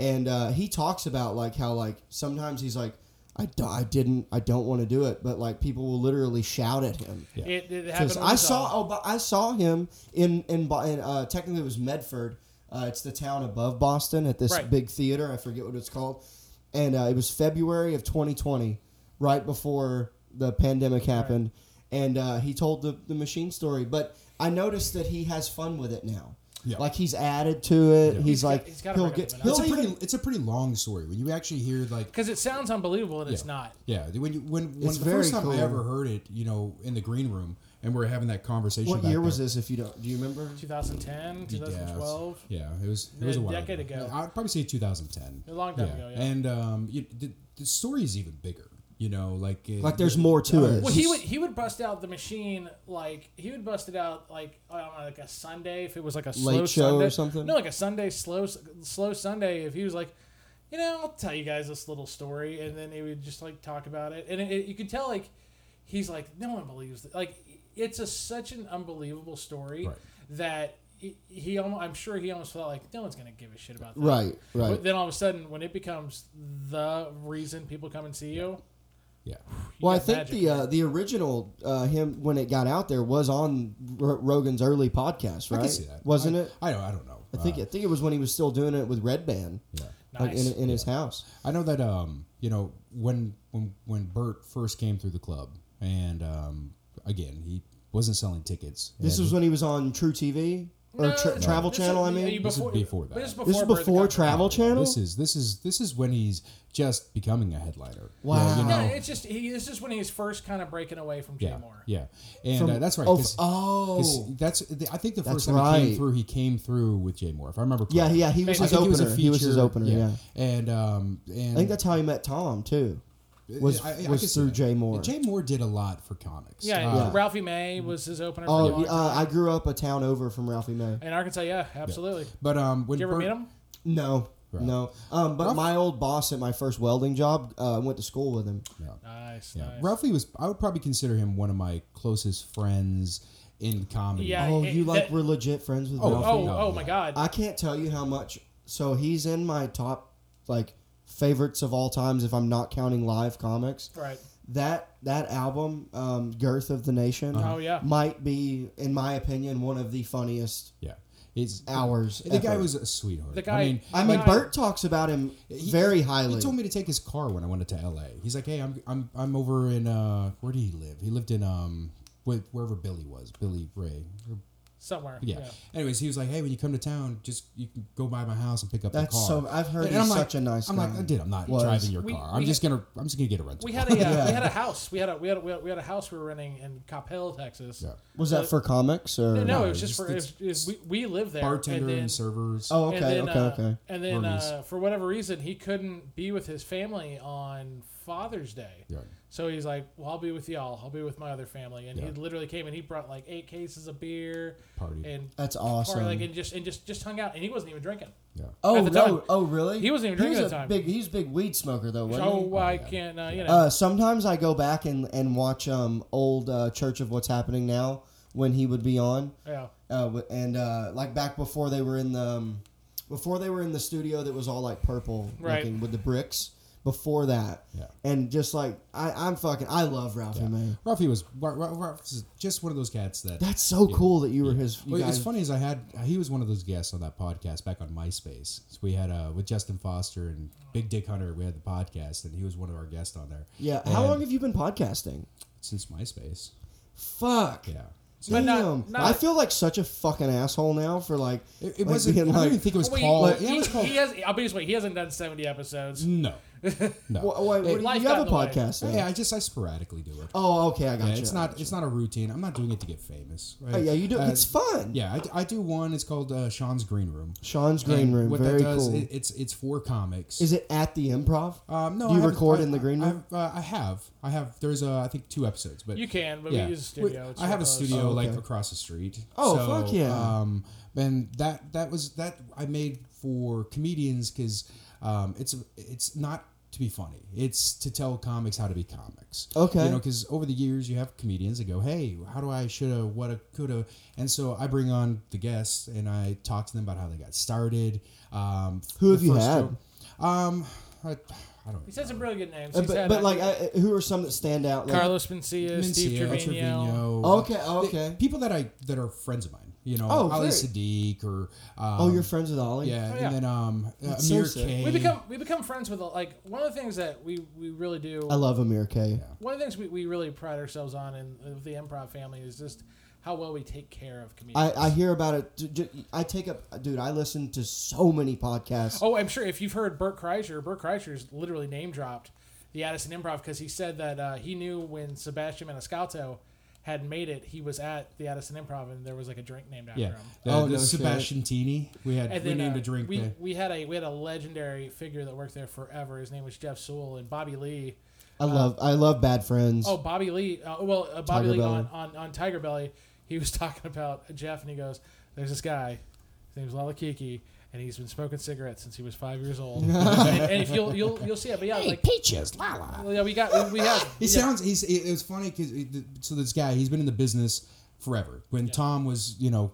Speaker 2: and uh, he talks about like how like sometimes he's like, I, do- I didn't I don't want to do it, but like people will literally shout at him.
Speaker 3: Yeah.
Speaker 4: It, it happened. uh,
Speaker 2: Because
Speaker 4: on
Speaker 2: I
Speaker 4: the
Speaker 2: saw
Speaker 4: song.
Speaker 2: oh, but I saw him in in, Bo- in uh, technically it was Medford. Uh, it's the town above Boston at this
Speaker 4: Right.
Speaker 2: big theater. I forget what it's called, and uh, it was February of 2020, right before the pandemic happened. And uh, he told the the machine story, but I noticed that he has fun with it now.
Speaker 3: Yeah.
Speaker 2: Like he's added to it. He's,
Speaker 4: He's got-
Speaker 2: like
Speaker 4: he's gotta
Speaker 2: he'll
Speaker 4: bring
Speaker 2: get
Speaker 4: up the
Speaker 2: he'll
Speaker 3: It's a pretty.
Speaker 2: even-
Speaker 3: It's a pretty long story when you actually hear like
Speaker 4: because it sounds unbelievable and it's not.
Speaker 3: Yeah, when you, when when
Speaker 2: It's
Speaker 3: the
Speaker 2: very
Speaker 3: first time
Speaker 2: cool.
Speaker 3: I ever heard it, you know, in the green room, and we are having that conversation.
Speaker 2: What
Speaker 3: back
Speaker 2: year was
Speaker 3: there.
Speaker 2: this? If you don't, do you remember?
Speaker 4: 2010,
Speaker 3: Yeah, it's-
Speaker 4: 2012,
Speaker 3: Yeah, it was. It was
Speaker 4: A
Speaker 3: a while
Speaker 4: decade ago.
Speaker 3: I'd probably say 2010.
Speaker 4: A long time
Speaker 3: Yeah.
Speaker 4: ago, yeah.
Speaker 3: And um, you, the, the story is even bigger. You know, like it-
Speaker 2: Like there's more to it.
Speaker 4: Well, he would he would bust out the machine like he would bust it out like on like a Sunday if it was like a slow
Speaker 2: Late show
Speaker 4: Sunday.
Speaker 2: or something?
Speaker 4: No, like a Sunday slow slow Sunday if he was like, you know, I'll tell you guys this little story, and then he would just like talk about it, and it, it- you could tell like he's like no one believes it. like it's a such an unbelievable story
Speaker 3: Right.
Speaker 4: that he, he almost, I'm sure he almost felt like no one's gonna give a shit about that.
Speaker 2: Right, right.
Speaker 4: But then all of a sudden, when it becomes the reason people come and see you,
Speaker 3: Yeah.
Speaker 4: you
Speaker 2: Well, I
Speaker 4: got
Speaker 2: think
Speaker 4: magic.
Speaker 2: the uh, the original uh, him when it got out there was on R- Rogan's early podcast,
Speaker 3: I
Speaker 2: right?
Speaker 3: can see that.
Speaker 2: Wasn't
Speaker 3: I,
Speaker 2: it?
Speaker 3: I don't. I don't know. Uh,
Speaker 2: I think I think it was when he was still doing it with Red Band,
Speaker 3: Yeah.
Speaker 2: like in,
Speaker 4: Nice.
Speaker 2: in his house.
Speaker 3: I know that um, you know, when when when Bert first came through the club, and um, again, he wasn't selling tickets.
Speaker 2: This
Speaker 3: And
Speaker 2: was when he was on True TV or
Speaker 4: No,
Speaker 2: tra-
Speaker 4: no.
Speaker 2: Travel
Speaker 4: This
Speaker 2: Channel.
Speaker 4: is-
Speaker 2: I mean,
Speaker 4: you
Speaker 3: This is before that.
Speaker 4: This is before,
Speaker 2: this is
Speaker 4: Birth
Speaker 2: before
Speaker 4: Control.
Speaker 2: Travel Channel.
Speaker 3: This is this is this is when he's just becoming a headliner.
Speaker 2: Wow.
Speaker 3: You know,
Speaker 4: No,
Speaker 2: Channel.
Speaker 4: it's just he. This is when he's first kind of breaking away from Jay
Speaker 3: yeah,
Speaker 4: Moore.
Speaker 3: yeah, and
Speaker 2: From-
Speaker 3: uh, that's right.
Speaker 2: oh,
Speaker 3: 'cause-
Speaker 2: oh.
Speaker 3: 'cause that's the- I think the
Speaker 2: That's
Speaker 3: first time he came
Speaker 2: right.
Speaker 3: through, he came through with Jay Moore, if I remember.
Speaker 2: yeah,
Speaker 3: correctly.
Speaker 2: yeah, he was
Speaker 4: I
Speaker 2: his
Speaker 3: I think
Speaker 2: opener.
Speaker 3: was a
Speaker 2: he was his
Speaker 3: feature,
Speaker 2: opener. Yeah.
Speaker 3: and um, and
Speaker 2: I think that's how he met Tom too. Was
Speaker 3: I- I can see
Speaker 2: was through
Speaker 3: that.
Speaker 2: Jay Moore.
Speaker 3: Jay Moore did a lot for comics.
Speaker 4: Yeah,
Speaker 3: Uh,
Speaker 4: and Ralphie May was his opener. for a
Speaker 2: Oh,
Speaker 4: long time.
Speaker 2: uh, I grew up a town over from Ralphie May.
Speaker 4: in Arkansas, yeah, absolutely.
Speaker 3: but um, when
Speaker 4: You ever
Speaker 3: Bert,
Speaker 4: meet him?
Speaker 2: No, no. Um, but my old boss at my first welding job uh, went to school with him.
Speaker 4: Nice,
Speaker 3: Yeah.
Speaker 4: nice.
Speaker 3: Roughly was I would probably consider him one of my closest friends in comedy.
Speaker 4: Yeah.
Speaker 2: Oh,
Speaker 4: Uh, it-
Speaker 2: you like
Speaker 4: that-
Speaker 2: we're legit friends with
Speaker 3: Oh,
Speaker 2: Ralphie?
Speaker 4: Oh,
Speaker 3: No,
Speaker 4: oh
Speaker 3: yeah.
Speaker 4: my God.
Speaker 2: I can't tell you how much. So he's in my top like favorites of all times if I'm not counting live comics.
Speaker 4: right.
Speaker 2: That that album, um, Girth of the Nation.
Speaker 4: Oh, yeah.
Speaker 2: might be in my opinion one of the funniest
Speaker 3: Yeah. It's
Speaker 2: hours.
Speaker 3: The guy
Speaker 2: ever.
Speaker 3: was a sweetheart.
Speaker 4: The guy.
Speaker 3: I mean,
Speaker 2: I mean,
Speaker 4: the guy-
Speaker 2: Bert talks about him
Speaker 3: he-
Speaker 2: very highly.
Speaker 3: He told me to take his car when I went to LA. He's like, "Hey, I'm I'm I'm over in uh where did he live? He lived in um wh- wherever Billy was, Billy Ray.
Speaker 4: somewhere.
Speaker 3: Yeah.
Speaker 4: Yeah.
Speaker 3: Anyways, he was like, "Hey, when you come to town, just you can go by my house and pick up
Speaker 2: That's
Speaker 3: the car."
Speaker 2: so- I've heard he's such a nice
Speaker 3: I'm
Speaker 2: guy.
Speaker 3: like, "Dude, I'm not
Speaker 2: Was.
Speaker 3: driving your
Speaker 4: We-
Speaker 3: car.
Speaker 4: we
Speaker 3: I'm just gonna I'm just gonna get a rental."
Speaker 4: We had a uh, we had a house. We had a we had a, we had a house we were renting in Coppell, Texas.
Speaker 3: Yeah.
Speaker 2: was that for comics or
Speaker 4: Uh, No, it was
Speaker 3: it's
Speaker 4: just for
Speaker 3: just-
Speaker 4: it was- we we lived there.
Speaker 3: bartender
Speaker 4: and then,
Speaker 3: and servers.
Speaker 2: Oh, okay,
Speaker 4: and then,
Speaker 2: okay,
Speaker 4: uh,
Speaker 2: okay.
Speaker 4: And then
Speaker 3: Bernie's.
Speaker 4: uh, for whatever reason, he couldn't be with his family on Father's Day.
Speaker 3: Yeah.
Speaker 4: So he's like, "Well, I'll be with y'all. I'll be with my other family." And he
Speaker 3: Yeah.
Speaker 4: literally came and he brought like eight cases of beer
Speaker 3: Party.
Speaker 4: and
Speaker 2: That's
Speaker 4: or
Speaker 2: awesome.
Speaker 4: like and just and just just hung out and he wasn't even drinking.
Speaker 3: yeah.
Speaker 2: oh
Speaker 4: the
Speaker 2: no!
Speaker 4: time.
Speaker 2: Oh really?
Speaker 4: He wasn't even
Speaker 2: was
Speaker 4: drinking at the
Speaker 2: a
Speaker 4: time.
Speaker 2: Big, he's a big weed smoker though, wasn't he?
Speaker 4: oh, I can't. Uh, you know,
Speaker 2: Uh, sometimes I go back and, and watch um old uh, Church of What's Happening Now when he would be on,
Speaker 4: yeah.
Speaker 2: uh, wi- and uh, like back before they were in the um, before they were in the studio that was all like purple
Speaker 4: Right.
Speaker 2: looking with the bricks. Before that,
Speaker 3: Yeah.
Speaker 2: and just like I, I'm fucking, I love Ralphie man.
Speaker 3: Ruffy was Ru- Ru- Ruff is just one of those cats that.
Speaker 2: That's so cool that you were his. You
Speaker 3: Well,
Speaker 2: guys,
Speaker 3: it's funny as I had he was one of those guests on that podcast back on MySpace. So we had uh with Justin Foster and Big Dick Hunter. We had the podcast, and he was one of our guests on there.
Speaker 2: Yeah. How
Speaker 3: And-
Speaker 2: long have you been podcasting?
Speaker 3: since MySpace?
Speaker 2: Fuck.
Speaker 3: Yeah. So
Speaker 2: Damn.
Speaker 4: But not- not-
Speaker 2: I feel like such a fucking asshole now for like.
Speaker 3: it, it
Speaker 2: like,
Speaker 3: wasn't.
Speaker 2: being
Speaker 3: I don't
Speaker 2: like-
Speaker 3: even think it was
Speaker 4: Well, he-
Speaker 3: called.
Speaker 4: he,
Speaker 3: yeah, it was called.
Speaker 4: he has. I'll be this way. He hasn't done seventy episodes.
Speaker 3: no. No.
Speaker 2: Wha- wha- what do you-
Speaker 4: life
Speaker 2: you have a
Speaker 4: got in the way.
Speaker 2: podcast now?
Speaker 3: yeah, I just I sporadically do it.
Speaker 2: Oh, okay, I got
Speaker 3: Yeah,
Speaker 2: you.
Speaker 3: it's not. It's not a routine. I'm not doing it to get famous. Right?
Speaker 2: Oh, yeah, you do.
Speaker 3: Uh,
Speaker 2: it's fun.
Speaker 3: Yeah, I, I do one. It's called uh, Sean's Green Room.
Speaker 2: Sean's green
Speaker 3: And
Speaker 2: room.
Speaker 3: What
Speaker 2: very
Speaker 3: that does,
Speaker 2: cool.
Speaker 3: it, it's it's four comics.
Speaker 2: Is it at the improv?
Speaker 4: Oh,
Speaker 3: um, no,
Speaker 2: Do
Speaker 3: I
Speaker 2: you
Speaker 3: haven't-
Speaker 2: record
Speaker 3: I-
Speaker 2: in the green
Speaker 3: I-
Speaker 2: room?
Speaker 3: I've- uh, I have. I have. There's uh, I think two episodes, but
Speaker 4: You can, but
Speaker 3: yeah.
Speaker 4: we use a
Speaker 3: We-
Speaker 4: studio. It's
Speaker 3: I have a
Speaker 4: close.
Speaker 3: studio
Speaker 2: Oh, okay.
Speaker 3: like across the street.
Speaker 2: Oh,
Speaker 3: So,
Speaker 2: fuck yeah.
Speaker 3: Um, and that that was that I made for comedians because um, it's it's not to be funny. It's to tell comics how to be comics.
Speaker 2: Okay.
Speaker 3: You know, because over the years you have comedians that go, "Hey, how do I shoulda, woulda, coulda," and so I bring on the guests and I talk to them about how they got started. Um,
Speaker 2: Who
Speaker 3: the
Speaker 2: have you
Speaker 3: first
Speaker 2: had?
Speaker 3: joke- Um, I, I don't.
Speaker 4: He said some really good names.
Speaker 2: Uh,
Speaker 4: He's
Speaker 2: but
Speaker 4: had,
Speaker 2: but
Speaker 4: uh,
Speaker 2: like, I, I- who are some that stand out? Like,
Speaker 4: Carlos Mencia, Steve
Speaker 3: Mencia,
Speaker 4: Trevino.
Speaker 2: Okay, okay.
Speaker 3: People that I that are friends of mine. You know,
Speaker 2: Oh,
Speaker 3: Ali
Speaker 2: great.
Speaker 3: Sadiq or um,
Speaker 2: oh, you're friends with Ollie.
Speaker 3: yeah,
Speaker 4: yeah.
Speaker 3: and then um, uh,
Speaker 2: That's so
Speaker 3: Amir
Speaker 2: sick.
Speaker 3: K.
Speaker 4: We become we become friends with like one of the things that we we really do.
Speaker 2: I love Amir K.
Speaker 3: Yeah.
Speaker 4: one of the things we, we really pride ourselves on in of the improv family is just how well we take care of comedians.
Speaker 2: I, I hear about it. d- d- I take up, dude. I listen to so many podcasts.
Speaker 4: Oh, I'm sure if you've heard Burt Kreischer, Burt Kreischer's literally name dropped the Addison Improv because he said that uh, he knew when Sebastian Maniscalco had made it, he was at the Addison Improv and there was like a drink named after
Speaker 3: Yeah,
Speaker 4: him.
Speaker 3: the,
Speaker 2: Oh,
Speaker 3: the
Speaker 2: no shit.
Speaker 3: Sebastian Tini. We had
Speaker 4: And
Speaker 3: we
Speaker 4: then
Speaker 3: named
Speaker 4: uh,
Speaker 3: a drink.
Speaker 4: We,
Speaker 3: there.
Speaker 4: we had a we had a legendary figure that worked there forever. His name was Jeff Sewell and Bobby Lee.
Speaker 2: I love, I love Bad Friends.
Speaker 4: Oh, Bobby Lee. Uh, well, uh,
Speaker 2: Tiger
Speaker 4: Bobby Lee on,
Speaker 2: Belly.
Speaker 4: on, on Tiger Belly, he was talking about Jeff, and he goes, "There's this guy. His name's Lala Kiki, and he's been smoking cigarettes since he was five years old. and, and if you'll you'll you'll see it, but yeah, like
Speaker 3: peaches, la la.
Speaker 4: well, yeah, we got we, we have.
Speaker 3: He
Speaker 4: yeah.
Speaker 3: sounds. He's. It, it was funny because so this guy. He's been in the business forever. When Tom was, you know,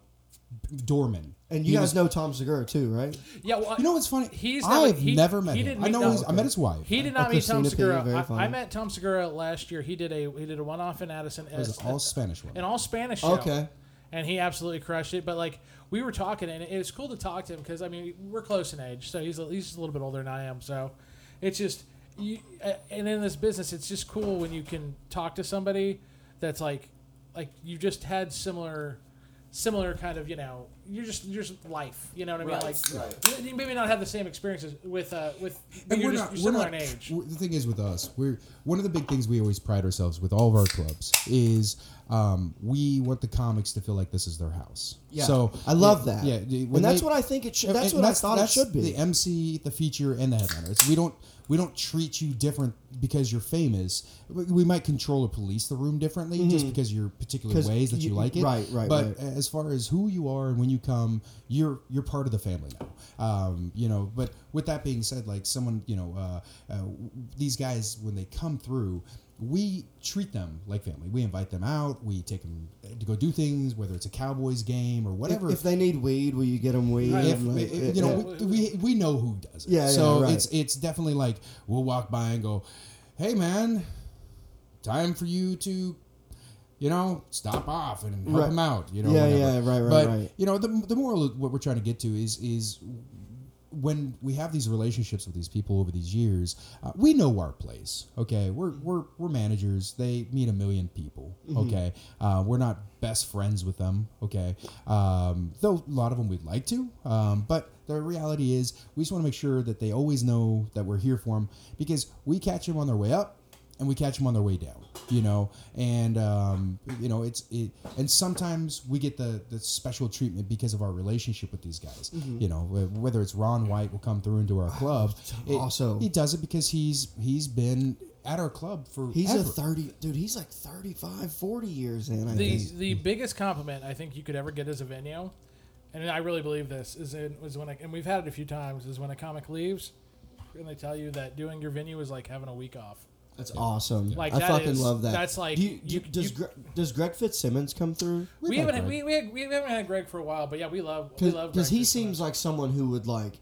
Speaker 3: doorman.
Speaker 2: and you
Speaker 3: he
Speaker 2: guys
Speaker 3: was-
Speaker 2: know Tom Segura too, right?
Speaker 4: Yeah, well,
Speaker 3: You know what's funny?
Speaker 4: He's never-
Speaker 3: I've
Speaker 4: he-
Speaker 3: never met
Speaker 4: he
Speaker 3: him.
Speaker 4: didn't
Speaker 3: I
Speaker 4: meet-
Speaker 3: know.
Speaker 4: no,
Speaker 3: his, I met his wife.
Speaker 4: He did not meet
Speaker 2: Christina
Speaker 4: Tom
Speaker 2: P,
Speaker 4: Segura.
Speaker 2: very
Speaker 4: I, I
Speaker 2: funny.
Speaker 4: met Tom Segura last year. He did a he did a one off in Addison.
Speaker 3: It was an all Spanish one.
Speaker 4: an all Spanish show.
Speaker 2: Okay.
Speaker 4: And he absolutely crushed it. But like we were talking, and it's cool to talk to him because I mean we're close in age, so he's a, he's a little bit older than I am. So it's just you, uh, and in this business, it's just cool when you can talk to somebody that's like like you just had similar similar kind of you know you're just you're just life you know what i mean
Speaker 2: Right,
Speaker 4: like
Speaker 2: right.
Speaker 4: you, you maybe not have the same experiences with uh with
Speaker 3: and
Speaker 4: you're
Speaker 3: we're
Speaker 4: just
Speaker 3: not,
Speaker 4: you're
Speaker 3: we're
Speaker 4: similar
Speaker 3: not,
Speaker 4: in age
Speaker 3: w- The thing is with us, we're one of the big things we always pride ourselves with all of our clubs is um, we want the comics to feel like this is their house.
Speaker 2: Yeah.
Speaker 3: So
Speaker 2: I love that.
Speaker 3: Yeah, the- when
Speaker 2: and that's
Speaker 3: they-
Speaker 2: what I think it should.
Speaker 3: and-
Speaker 2: That's
Speaker 3: and
Speaker 2: what I thought it
Speaker 3: that's
Speaker 2: should be.
Speaker 3: The MC, the feature, and the headliner. It's, we don't we don't treat you different because you're famous. We- We might control or police the room differently just because your particular
Speaker 2: Mm-hmm. 'Cause
Speaker 3: ways that you,
Speaker 2: you-
Speaker 3: like it.
Speaker 2: right, right,
Speaker 3: But
Speaker 2: right.
Speaker 3: as far as who you are and when you come, you're you're part of the family now. Um, you know, but with that being said, like someone, you know, uh, uh, w- these guys when they come through, we treat them like family. We invite them out. We take them to go do things, whether it's a Cowboys game or
Speaker 2: if,
Speaker 3: whatever.
Speaker 2: if they need weed, will you get them weed? uh,
Speaker 4: Right.
Speaker 3: If-
Speaker 2: Like,
Speaker 3: if-
Speaker 2: it-
Speaker 3: you know,
Speaker 2: it-
Speaker 3: we, we, we know who does it.
Speaker 2: Yeah, yeah,
Speaker 3: so
Speaker 2: right.
Speaker 3: it's it's definitely like we'll walk by and go, "Hey, man, time for you to, you know, stop off and help
Speaker 2: Right.
Speaker 3: him out." You know,
Speaker 2: Yeah,
Speaker 3: whatever.
Speaker 2: yeah, right, right,
Speaker 3: But
Speaker 2: right.
Speaker 3: you know, the the moral of what we're trying to get to is is when we have these relationships with these people over these years, uh, we know our place. Okay, we're we're we're managers. They meet a million people.
Speaker 2: Mm-hmm.
Speaker 3: Okay, uh, we're not best friends with them. Okay, um, though a lot of them we'd like to, um, but the reality is we just want to make sure that they always know that we're here for them because we catch them on their way up and we catch them on their way down you know and um, you know it's it and sometimes we get the the special treatment because of our relationship with these guys
Speaker 2: Mm-hmm.
Speaker 3: you know wh- whether it's ron white will come through into our club It-
Speaker 2: Oh, Also-
Speaker 3: he does it because he's he's been at our club for
Speaker 2: He's a 30 dude, he's like 35, 40 years in, I
Speaker 4: the
Speaker 2: think.
Speaker 4: the biggest compliment I think you could ever get as a venue, and I really believe this is in, is when I, and we've had it a few times is when a comic leaves, and they tell you that doing your venue is like having a week off.
Speaker 2: That's awesome.
Speaker 4: Like,
Speaker 2: I
Speaker 4: that
Speaker 2: fucking
Speaker 4: is-
Speaker 2: love that.
Speaker 4: that's like-
Speaker 2: Do you- do-
Speaker 4: you-
Speaker 2: does
Speaker 4: you-
Speaker 2: Gre- does Greg Fitzsimmons come through?
Speaker 4: We
Speaker 3: had
Speaker 4: haven't had,
Speaker 3: Greg.
Speaker 4: we, we, had, we haven't had Greg for a while, but yeah, we love we love
Speaker 2: Because
Speaker 4: Greg
Speaker 2: he
Speaker 4: Fitzsimmons.
Speaker 2: seems like someone who would like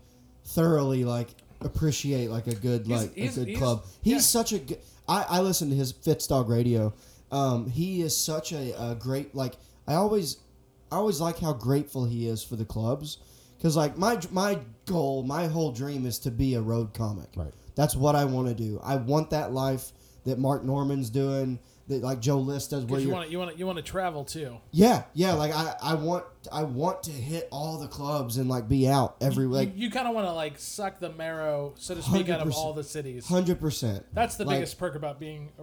Speaker 2: thoroughly like appreciate like a good
Speaker 4: He's-
Speaker 2: like
Speaker 4: he's-
Speaker 2: a good
Speaker 4: he's-
Speaker 2: club. He's
Speaker 4: yeah.
Speaker 2: such a good. I I listen to his Fitz Dog Radio. Um, he is such a, a great like. I always I always like how grateful he is for the clubs. Because like my my goal, my whole dream is to be a road comic.
Speaker 3: Right.
Speaker 2: That's what I want to do. I want that life that Mark Norman's doing. That like Joe List does. Where
Speaker 4: Because you
Speaker 2: you're-
Speaker 4: want to you want to you want to travel too.
Speaker 2: yeah, yeah. Like I, I want, I want to hit all the clubs and like be out every like
Speaker 4: you kind of want to like suck the marrow, so to speak, out of
Speaker 2: 100%.
Speaker 4: all the cities.
Speaker 2: hundred percent.
Speaker 4: That's the
Speaker 2: Like-
Speaker 4: biggest perk about being a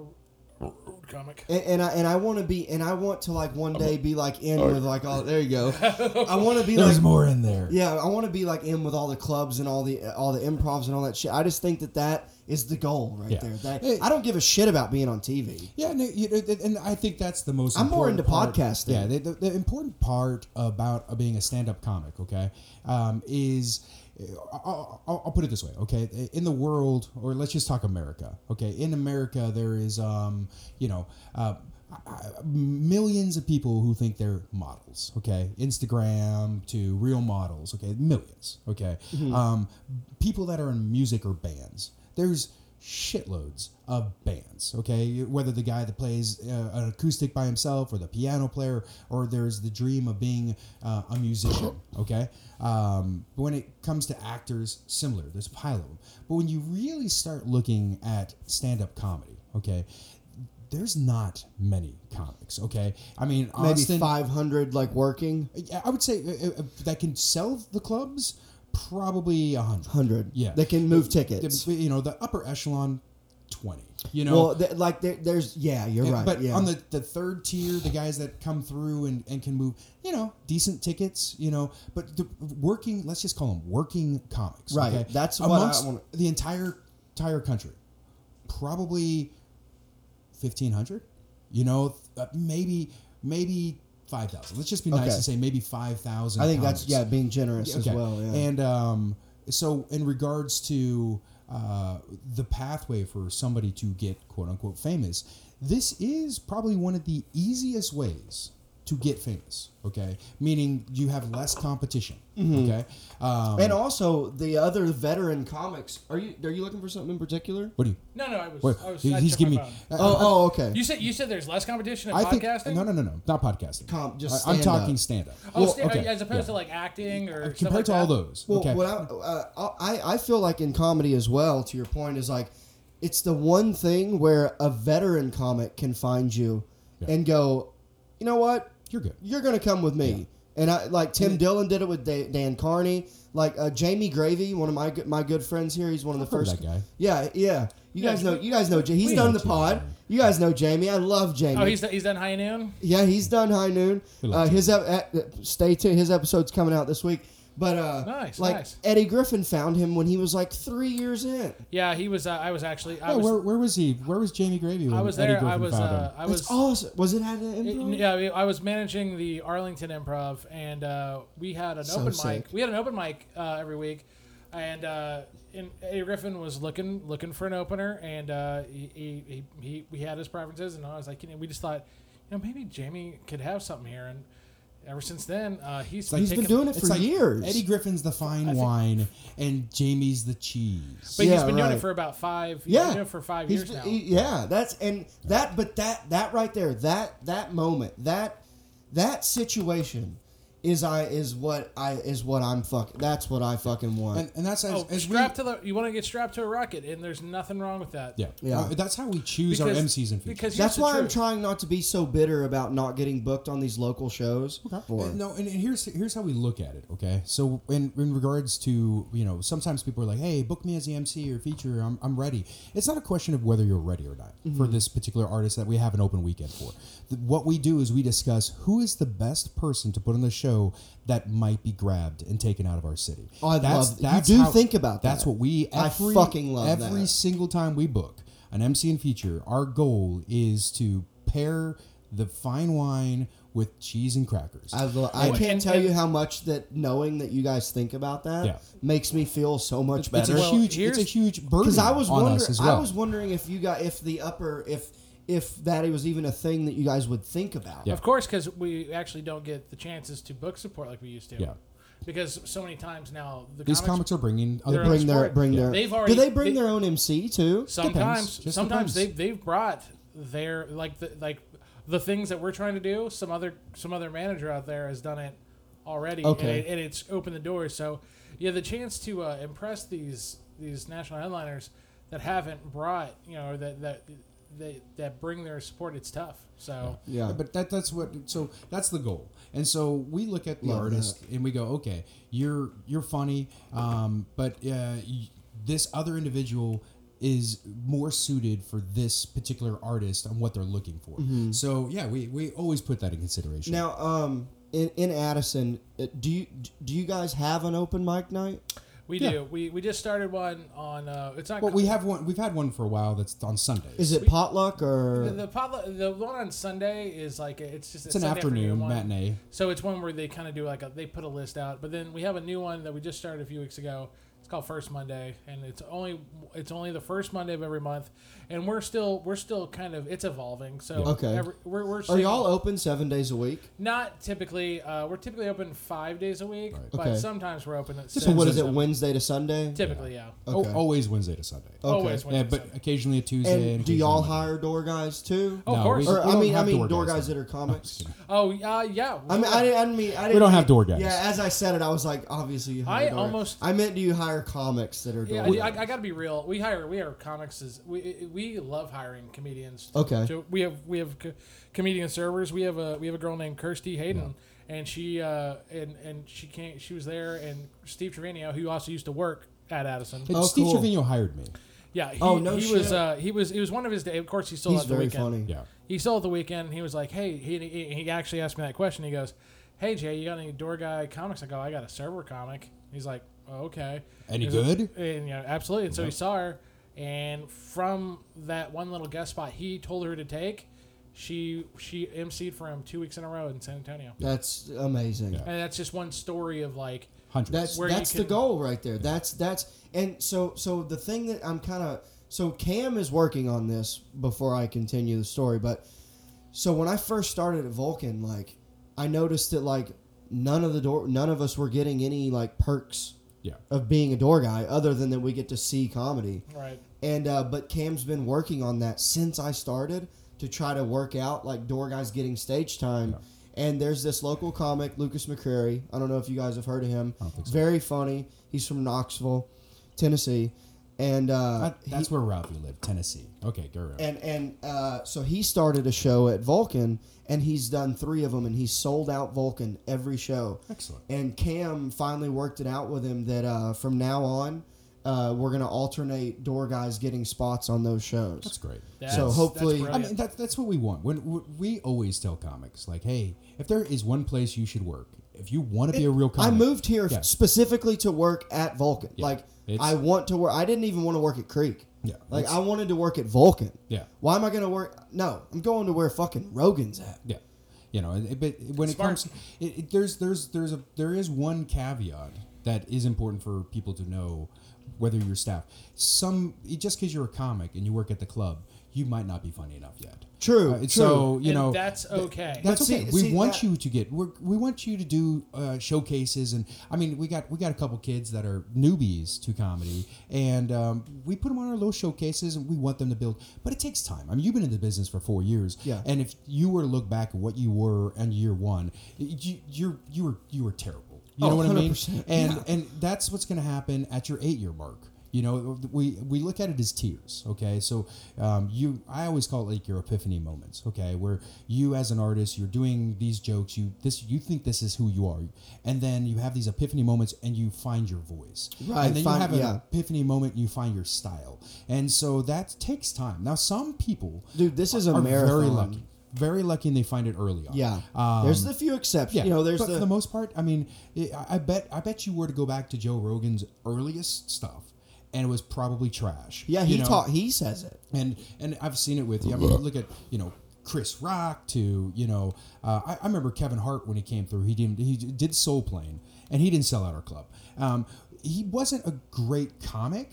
Speaker 4: road comic.
Speaker 2: And, and I and I want to be and I want to like one day be like in with like all there you go. I want to be
Speaker 3: There's
Speaker 2: like
Speaker 3: more in there.
Speaker 2: yeah. I want to be like in with all the clubs and all the all the improvs and all that shit. I just think that that is the goal right
Speaker 3: Yeah.
Speaker 2: there. That
Speaker 3: Hey.
Speaker 2: I don't give a shit about being on TV.
Speaker 3: Yeah, no, you know, and- and I think that's the most.
Speaker 2: I'm more
Speaker 3: important
Speaker 2: into
Speaker 3: part-
Speaker 2: podcasting.
Speaker 3: Yeah, the, the, the important part about uh, being a stand-up comic, okay, um, is uh, I'll, I'll, I'll put it this way, okay, in the world, or let's just talk America, okay, in America there is, um, you know. Uh, millions of people who think they're models okay instagram to real models okay millions okay
Speaker 2: Mm-hmm.
Speaker 3: um, people that are in music or bands there's shitloads of bands. Okay, whether the guy that plays uh, an acoustic by himself, or the piano player, or there's the dream of being uh, a musician. Okay, um, but when it comes to actors, similar. There's a pile of them. But when you really start looking at stand-up comedy, okay. There's not many comics, okay? I mean,
Speaker 2: Maybe
Speaker 3: Austin,
Speaker 2: 500 like working
Speaker 3: yeah, I would say uh, uh, that can sell the clubs probably a hundred.
Speaker 2: hundred.
Speaker 3: Yeah.
Speaker 2: they can move tickets.
Speaker 3: The- you know, the upper echelon, twenty. You know,
Speaker 2: Well, th- like there, there's yeah, you're
Speaker 3: Yeah,
Speaker 2: right.
Speaker 3: But
Speaker 2: yeah.
Speaker 3: on the, the third tier, the guys that come through and, and can move, you know, decent tickets, you know, but the working, let's just call them working comics.
Speaker 2: Right,
Speaker 3: okay?
Speaker 2: that's what I
Speaker 3: Amongst
Speaker 2: wanna-
Speaker 3: the entire entire country, probably fifteen hundred. You know, uh, maybe maybe five thousand. Let's just be nice
Speaker 2: Okay.
Speaker 3: and say maybe five thousand.
Speaker 2: I think that's yeah, being generous
Speaker 3: Yeah,
Speaker 2: as well. Yeah.
Speaker 3: And um, so, in regards to uh, the pathway for somebody to get quote unquote famous, this is probably one of the easiest ways to get famous. Okay, meaning you have less competition. Okay, um,
Speaker 2: Mm-hmm. And also the other veteran comics. Are you are you looking for something in particular?
Speaker 3: what do you?
Speaker 4: No, no, I was.
Speaker 3: Wait,
Speaker 4: I was I
Speaker 3: he's
Speaker 4: checked
Speaker 3: giving me.
Speaker 4: my phone.
Speaker 3: I-
Speaker 2: Oh, oh, okay.
Speaker 4: You said you said there's less competition in
Speaker 3: I think
Speaker 4: podcasting.
Speaker 3: no, no, no, no, not podcasting.
Speaker 2: Com- Oh, just
Speaker 3: I, am
Speaker 2: stand-up.
Speaker 3: talking stand up.
Speaker 4: Oh, sta- as opposed to like acting or stuff
Speaker 3: Uh, compared
Speaker 4: like
Speaker 3: to
Speaker 4: that?
Speaker 3: all those.
Speaker 2: Well,
Speaker 3: okay,
Speaker 2: what I, uh, I I feel like in comedy as well. To your point is like, it's the one thing where a veteran comic can find you,
Speaker 3: Yeah.
Speaker 2: and go, you know what,
Speaker 3: you're good.
Speaker 2: you're gonna come with me. And I like Tim Dillon did it with da- Dan Carney, like uh, Jamie Gravy, one of my good, my good friends here. He's one of the
Speaker 3: heard of
Speaker 2: first
Speaker 3: that guy.
Speaker 2: Yeah, yeah. You
Speaker 4: Yeah,
Speaker 2: guys
Speaker 4: we-
Speaker 2: know you guys know. Ja- He's
Speaker 3: we
Speaker 2: done the
Speaker 3: know Jamie.
Speaker 2: pod. You guys know Jamie. I love Jamie.
Speaker 4: Oh, he's he's done high noon.
Speaker 2: Yeah, he's done High Noon.
Speaker 3: We
Speaker 2: Uh,
Speaker 3: love you.
Speaker 2: his ep- e- stay tuned. His episode's coming out this week. But uh,
Speaker 4: Nice,
Speaker 2: like
Speaker 4: nice.
Speaker 2: Eddie Griffin found him when he was like three years in.
Speaker 4: Yeah, he was. Uh, I was actually. I
Speaker 3: Yeah,
Speaker 4: was.
Speaker 3: where, where was he? Where was Jamie Gravy? When
Speaker 4: I was
Speaker 3: Eddie
Speaker 4: there. I
Speaker 3: Griffin
Speaker 4: was.
Speaker 3: found him?
Speaker 4: Uh, I was.
Speaker 2: That's awesome. Was it at an improv?
Speaker 4: Yeah, I- I was managing the Arlington Improv, and uh, we had an
Speaker 2: So
Speaker 4: open
Speaker 2: sick.
Speaker 4: mic. We had an open mic uh, every week, and uh, and Eddie Griffin was looking looking for an opener, and uh, he, he, he, he we had his preferences, and I was like, you know, we just thought, you know, maybe Jamie could have something here, and ever since then, uh, he's
Speaker 3: like
Speaker 2: He's been
Speaker 4: taken-
Speaker 2: doing it for years.
Speaker 3: Eddie Griffin's the fine wine, and Jamie's the cheese.
Speaker 4: But he's
Speaker 2: Yeah,
Speaker 4: been doing
Speaker 2: right.
Speaker 4: it for about five. he's been
Speaker 2: yeah,
Speaker 4: doing it for five
Speaker 2: He's
Speaker 4: years
Speaker 2: been-
Speaker 4: now.
Speaker 2: he- yeah, that's and that, but that that right there, that that moment, that that situation is I is what I is what I'm fuck. That's what I fucking want.
Speaker 3: and, and that's as,
Speaker 4: oh,
Speaker 3: as we,
Speaker 4: strapped to the. You want to get strapped to a rocket, and there's nothing wrong with that.
Speaker 3: yeah,
Speaker 2: Yeah.
Speaker 3: Uh, that's how we choose our MCs and features.
Speaker 4: because here's
Speaker 2: that's
Speaker 4: the
Speaker 2: why I'm
Speaker 4: truth.
Speaker 2: trying not to be so bitter about not getting booked on these local shows. Or-
Speaker 3: Uh, no, and, and here's here's how we look at it. Okay, so in in regards to you know, sometimes people are like, "Hey, book me as the MC or feature. I'm I'm ready." It's not a question of whether you're ready or not
Speaker 2: Mm-hmm.
Speaker 3: for this particular artist that we have an open weekend for. Th- what we do is we discuss who is the best person to put on the show that might be grabbed and taken out of our city.
Speaker 2: Oh, I love- you do think about
Speaker 3: That's
Speaker 2: that.
Speaker 3: what we.
Speaker 2: I
Speaker 3: Every,
Speaker 2: fucking love
Speaker 3: every
Speaker 2: that.
Speaker 3: single time we book. an MC and feature, our goal is to pair the fine wine with cheese and crackers.
Speaker 2: I, lo- uh, I
Speaker 4: And-
Speaker 2: can't
Speaker 4: and-
Speaker 2: tell
Speaker 4: and-
Speaker 2: you how much that knowing that you guys think about that
Speaker 3: Yeah.
Speaker 2: makes me feel so much
Speaker 3: it's
Speaker 2: better.
Speaker 3: a
Speaker 4: Well,
Speaker 3: huge, it's a
Speaker 4: here's-
Speaker 3: huge burden
Speaker 2: Because I was
Speaker 3: on
Speaker 2: wondering,
Speaker 3: us as well.
Speaker 2: I was wondering if you got if the upper if if that was even a thing that you guys would think about.
Speaker 3: Yeah.
Speaker 4: Of course, because we actually don't get the chances to book support like we used to.
Speaker 3: Yeah.
Speaker 4: Because so many times now the
Speaker 3: These
Speaker 4: comics
Speaker 3: comics are bringing other
Speaker 4: They're
Speaker 3: people.
Speaker 2: Bring their
Speaker 4: Exploring.
Speaker 2: bring
Speaker 4: Yeah.
Speaker 2: their.
Speaker 4: They've already-
Speaker 2: do they bring
Speaker 4: they-
Speaker 2: their own MC too?
Speaker 4: Sometimes,
Speaker 3: Depends. Just
Speaker 4: sometimes they
Speaker 3: depends.
Speaker 4: they've brought their like the like the things that we're trying to do. Some other some other manager out there has done it already,
Speaker 2: Okay.
Speaker 4: and, it, and it's opened the door. So yeah, the chance to uh, impress these these national headliners that haven't brought you know that that that, that bring their support, it's tough. So
Speaker 2: Yeah.
Speaker 3: but that that's what so that's the goal and so we look at the
Speaker 2: Love
Speaker 3: artist and we go okay you're you're funny um, but uh, y- this other individual is more suited for this particular artist and what they're looking for
Speaker 2: Mm-hmm.
Speaker 3: so yeah we, we always put that in consideration
Speaker 2: Now, um, in in Addison, uh, do you do you guys have an open mic night?
Speaker 4: we
Speaker 3: Yeah.
Speaker 4: do. We we just started one on. Uh, it's not.
Speaker 3: but we have one we've had one for a while that's on sunday
Speaker 2: Is it potluck or
Speaker 4: the, the, potluck- the one on Sunday is like it's just a
Speaker 3: it's an
Speaker 4: Sunday
Speaker 3: afternoon
Speaker 4: one.
Speaker 3: matinee
Speaker 4: So it's one where they kind of do like a, they put a list out, but then we have a new one that we just started a few weeks ago. It's called First Monday, and it's only it's only the first Monday of every month, and we're still we're still kind of it's evolving. So
Speaker 2: Okay.
Speaker 4: every, we're we're
Speaker 2: are
Speaker 4: seeing-
Speaker 2: y'all open seven days a week?
Speaker 4: not typically uh, we're typically open five days a week,
Speaker 3: Right.
Speaker 4: but
Speaker 2: Okay.
Speaker 4: sometimes we're open at six.
Speaker 2: So what is it?
Speaker 4: seven.
Speaker 2: Wednesday to Sunday?
Speaker 4: Typically, yeah.
Speaker 3: Oh,
Speaker 2: Okay. Oh,
Speaker 3: always wednesday to sunday
Speaker 2: Okay.
Speaker 4: Always
Speaker 3: yeah
Speaker 4: Wednesday.
Speaker 3: but occasionally a tuesday
Speaker 2: And do
Speaker 3: occasionally
Speaker 2: y'all
Speaker 3: Monday.
Speaker 2: hire door guys too?
Speaker 4: Oh, of
Speaker 3: No,
Speaker 4: course.
Speaker 3: we-
Speaker 2: or
Speaker 3: we
Speaker 2: I
Speaker 3: don't
Speaker 2: mean, I
Speaker 3: have
Speaker 2: mean door, guys
Speaker 3: though.
Speaker 2: that are comics.
Speaker 4: oh yeah, yeah.
Speaker 2: I mean, I didn't, I didn't mean. I didn't
Speaker 3: don't have
Speaker 2: mean-
Speaker 3: door guys.
Speaker 2: Yeah, as I said it, I was like, obviously you. Hire
Speaker 4: I
Speaker 2: door-
Speaker 4: almost-
Speaker 2: I meant, do you hire comics that are door?
Speaker 4: Yeah,
Speaker 2: guys?
Speaker 4: I, I, I got to be real. We hire we hire comics as we we love hiring comedians.
Speaker 2: Okay.
Speaker 4: So we have we have co- comedian servers. We have a we have a girl named Kirsty Hayden, and she uh and and she can't she was there and Steve Trevino who also used to work at Addison.
Speaker 3: And
Speaker 2: Oh,
Speaker 3: Steve
Speaker 2: cool.
Speaker 3: Trevino hired me.
Speaker 4: Yeah. He,
Speaker 2: Oh, no
Speaker 4: He
Speaker 2: shit.
Speaker 4: was uh he was it was one of his day. Of course, he still
Speaker 2: He's
Speaker 4: at the
Speaker 2: very
Speaker 4: weekend.
Speaker 2: funny.
Speaker 3: Yeah.
Speaker 4: He still at the weekend. and He was like, hey, he he he actually asked me that question. He goes, hey Jay, you got any door guy comics? I go, I got a server comic. He's like, oh, okay.
Speaker 3: Any
Speaker 4: Is it-
Speaker 3: good?
Speaker 4: and you know, absolutely. And so he saw her, and from that one little guest spot he told her to take, she she emceed for him two weeks in a row in San Antonio.
Speaker 2: That's amazing.
Speaker 3: Yeah.
Speaker 4: And that's just one story of like,
Speaker 3: Hundreds.
Speaker 2: That's
Speaker 4: Where you
Speaker 2: that's the
Speaker 4: can-
Speaker 2: goal right there. That's that's and so so the thing that I'm kind of so Cam is working on this before I continue the story, but so when I first started at Vulcan, like I noticed that like none of the door none of us were getting any like perks
Speaker 3: yeah.
Speaker 2: of being a door guy other than that we get to see comedy.
Speaker 4: right,
Speaker 2: And uh, but Cam's been working on that since I started to try to work out like door guys getting stage time. And there's this local comic Lucas McCrary. I don't know if you guys have heard of him.
Speaker 3: don't think so.
Speaker 2: Very funny. He's from Knoxville, Tennessee, and uh,
Speaker 3: That- that's where Ralphie lived, Tennessee. Okay, go around.
Speaker 2: and and uh, so he started a show at Vulcan, and he's done three of them, and he's sold out Vulcan every show.
Speaker 3: Excellent.
Speaker 2: And Cam finally worked it out with him that uh, from now on, uh, we're gonna alternate door guys getting spots on those shows.
Speaker 3: That's great.
Speaker 4: That's-
Speaker 2: so
Speaker 4: that's
Speaker 2: hopefully,
Speaker 3: I
Speaker 4: brilliant.
Speaker 3: mean, that, that's what we want. When we- we always tell comics, like, hey, if there is one place you should work, if you want to be a real
Speaker 2: I
Speaker 3: comic,
Speaker 2: moved here
Speaker 3: Yeah.
Speaker 2: specifically to work at Vulcan. Like
Speaker 3: It's-
Speaker 2: I want to work. I didn't even want to work at Creek.
Speaker 3: Yeah,
Speaker 2: Like
Speaker 3: it's-
Speaker 2: I wanted to work at Vulcan.
Speaker 3: Yeah.
Speaker 2: Why am I gonna work? No, I'm going to where fucking Rogan's at.
Speaker 3: Yeah, you know. it- But when
Speaker 4: Smart.
Speaker 3: it comes, it, it, there's there's there's a there is one caveat that is important for people to know, whether you're staff. Some just because you're a comic and you work at the club, you might not be funny enough yet.
Speaker 2: True.
Speaker 3: Uh,
Speaker 2: true.
Speaker 3: So you
Speaker 4: And
Speaker 3: know
Speaker 4: that's okay.
Speaker 3: That's
Speaker 2: But see-
Speaker 3: okay. we
Speaker 2: see,
Speaker 3: want
Speaker 2: that-
Speaker 3: you to get we're, we want you to do uh, showcases and I mean we got we got a couple kids that are newbies to comedy and um, we put them on our little showcases and we want them to build but it takes time. I mean you've been in the business for four years
Speaker 2: Yeah.
Speaker 3: and if you were to look back at what you were on year one, you you're you were you were terrible. You
Speaker 2: Oh,
Speaker 3: know what I
Speaker 2: 100%.
Speaker 3: mean? And and that's what's going to happen at your eight year mark. You know, we we look at it as tiers. Okay, so um, you, I always call it like your epiphany moments. Okay, where you as an artist, you're doing these jokes. You this you think this is who you are, and then you have these epiphany moments, and you find your voice.
Speaker 2: Right,
Speaker 3: and then
Speaker 2: find-
Speaker 3: you have an
Speaker 2: yeah.
Speaker 3: epiphany moment, and you find your style, and so that takes time. Now, some people
Speaker 2: Dude, this is a
Speaker 3: are
Speaker 2: marathon.
Speaker 3: very lucky, very lucky, and they find it early on.
Speaker 2: Yeah.
Speaker 3: Um,
Speaker 2: there's the few exceptions.
Speaker 3: yeah,
Speaker 2: You know, there's
Speaker 3: but
Speaker 2: the,
Speaker 3: for the most part, I mean, I- I bet I bet you were to go back to Joe Rogan's earliest stuff, and it was probably trash.
Speaker 2: Yeah, he
Speaker 3: you know?
Speaker 2: taught. He says it.
Speaker 3: and and I've seen it with you. I mean, you look at you know Chris Rock to you know uh, I, I remember Kevin Hart when he came through. He didn't he did Soul Plane and he didn't sell out our club. Um, he wasn't a great comic,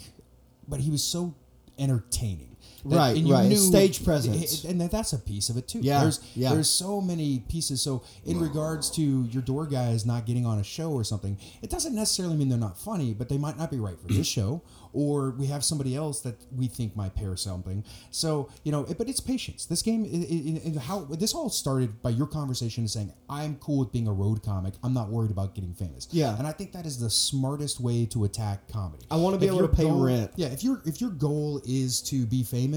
Speaker 3: but he was so entertaining. that-
Speaker 2: Right, right. His stage presence.
Speaker 3: and that- that's a piece of it too.
Speaker 2: Yeah,
Speaker 3: there's,
Speaker 2: yeah.
Speaker 3: There's so many pieces. So in regards to your door guys not getting on a show or something, it doesn't necessarily mean they're not funny, but they might not be right for this show, or we have somebody else that we think might pair something. So you know, it, but it's patience. This game, i- i- i- how this all started by your conversation saying, "I'm cool with being a road comic. I'm not worried about getting famous."
Speaker 2: Yeah.
Speaker 3: and I think that is the smartest way to attack comedy.
Speaker 2: I wanna be
Speaker 3: If
Speaker 2: able to
Speaker 3: your
Speaker 2: pay
Speaker 3: goal-
Speaker 2: rent.
Speaker 3: Yeah, if your if your goal is to be famous,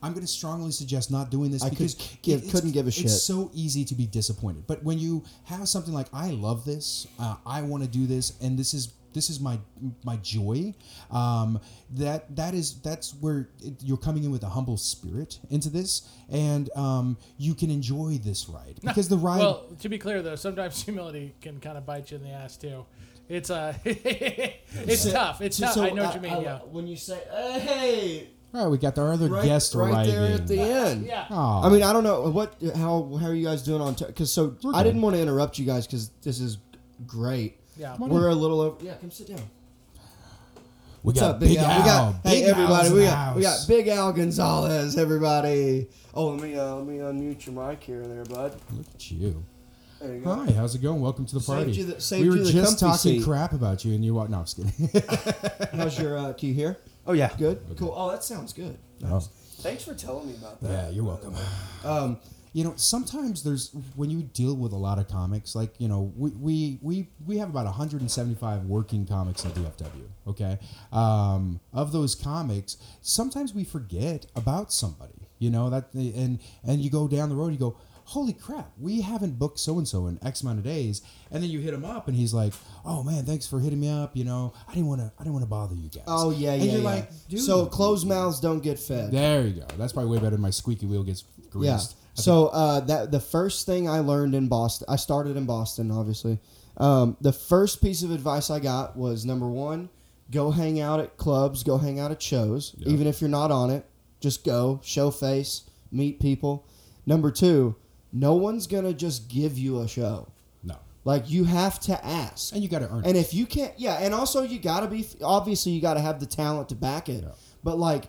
Speaker 3: I'm going to strongly suggest not doing this
Speaker 2: I could
Speaker 3: because
Speaker 2: give-
Speaker 3: it's-
Speaker 2: couldn't give a shit.
Speaker 3: It's so easy to be disappointed. But when you have something like I love this, uh, I want to do this, and this is this is my my joy. Um, that that is that's where it, you're coming in with a humble spirit into this, and um, you can enjoy this ride because the ride.
Speaker 4: Well, to be clear though, sometimes humility can kind of bite you in the ass too. It's uh, it's tough. It's
Speaker 2: So-
Speaker 4: tough.
Speaker 2: so
Speaker 4: I know what you mean. yeah.
Speaker 2: When you say, uh, "Hey,"
Speaker 3: all right, we got our other
Speaker 2: right,
Speaker 3: guest
Speaker 2: right
Speaker 3: arriving.
Speaker 2: there at the end.
Speaker 4: Yeah.
Speaker 3: Aw.
Speaker 2: I mean, uh, I don't know what how how are you guys doing on because so
Speaker 3: We're
Speaker 2: I
Speaker 3: good.
Speaker 2: didn't want to interrupt you guys because this is great.
Speaker 4: Yeah.
Speaker 2: We're a little over. Yeah, come sit down.
Speaker 3: we
Speaker 2: What's
Speaker 3: got
Speaker 2: up, Big, Al? We got hey
Speaker 3: Big Al's
Speaker 2: everybody.
Speaker 3: in
Speaker 2: We
Speaker 3: the
Speaker 2: got we got
Speaker 3: house.
Speaker 2: Big Al Gonzalez. Everybody. Oh, let me uh, let me unmute your mic here, there, bud.
Speaker 3: Look at you.
Speaker 2: There you go.
Speaker 3: Hi, how's it going? Welcome to the
Speaker 2: Saved
Speaker 3: party.
Speaker 2: you the- saved
Speaker 3: we were
Speaker 2: you the
Speaker 3: just
Speaker 2: comfy
Speaker 3: talking
Speaker 2: seat.
Speaker 3: crap about you, and you walked. No, I'm just kidding.
Speaker 2: How's your? Uh, can you hear?
Speaker 3: oh yeah,
Speaker 2: Good. Cool. Oh, that sounds good.
Speaker 3: Oh.
Speaker 2: Thanks for telling me about that.
Speaker 3: Yeah, you're welcome. Um, you know, sometimes there's when you deal with a lot of comics, like you know, we we we, we have about 175 working comics in DFW. Okay, um, of those comics, sometimes we forget about somebody. You know that, and and you go down the road, you go. Holy crap! We haven't booked so and so in X amount of days, and then you hit him up, and he's like, "Oh man, thanks for hitting me up. You know, I didn't want to, I didn't want to bother you guys."
Speaker 2: Oh yeah,
Speaker 3: and
Speaker 2: yeah,
Speaker 3: You're
Speaker 2: yeah.
Speaker 3: like, Dude,
Speaker 2: so closed mouths don't get fed.
Speaker 3: There you go. That's probably way better. than My squeaky wheel gets greased.
Speaker 2: Yeah.
Speaker 3: I
Speaker 2: So uh, that the first thing I learned in Boston, I started in Boston, obviously. Um, the first piece of advice I got was number one, go hang out at clubs, go hang out at shows,
Speaker 3: Yeah.
Speaker 2: even if you're not on it. Just go, show face, meet people. Number two, no one's gonna just give you a show.
Speaker 3: No.
Speaker 2: Like you have to ask.
Speaker 3: And you got to earn
Speaker 2: And
Speaker 3: it.
Speaker 2: if you can't, yeah, and also you got to be obviously you got to have the talent to back it.
Speaker 3: Yeah.
Speaker 2: But like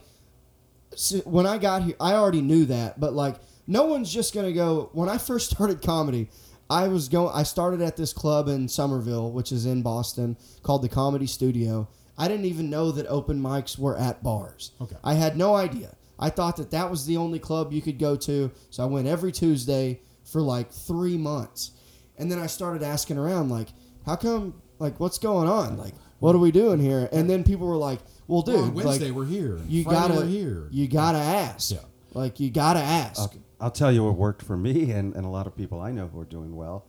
Speaker 2: s- when I got here, I already knew that. But like no one's just gonna go. When I first started comedy, I was going. I started at this club in Somerville, which is in Boston, called the Comedy Studio. I didn't even know that open mics were at bars.
Speaker 3: Okay.
Speaker 2: I had no idea. I thought that that was the only club you could go to, so I went every Tuesday for like three months, and then I started asking around, like, how come, like, what's going on, like, what are we doing here? And then people were like, well, dude,
Speaker 3: on Wednesday
Speaker 2: like,
Speaker 3: we're here. and
Speaker 2: you
Speaker 3: Friday
Speaker 2: gotta,
Speaker 3: we're here.
Speaker 2: you gotta ask,
Speaker 3: Yeah.
Speaker 2: like, you gotta ask.
Speaker 5: I'll, I'll tell you what worked for me and, and a lot of people I know who are doing well,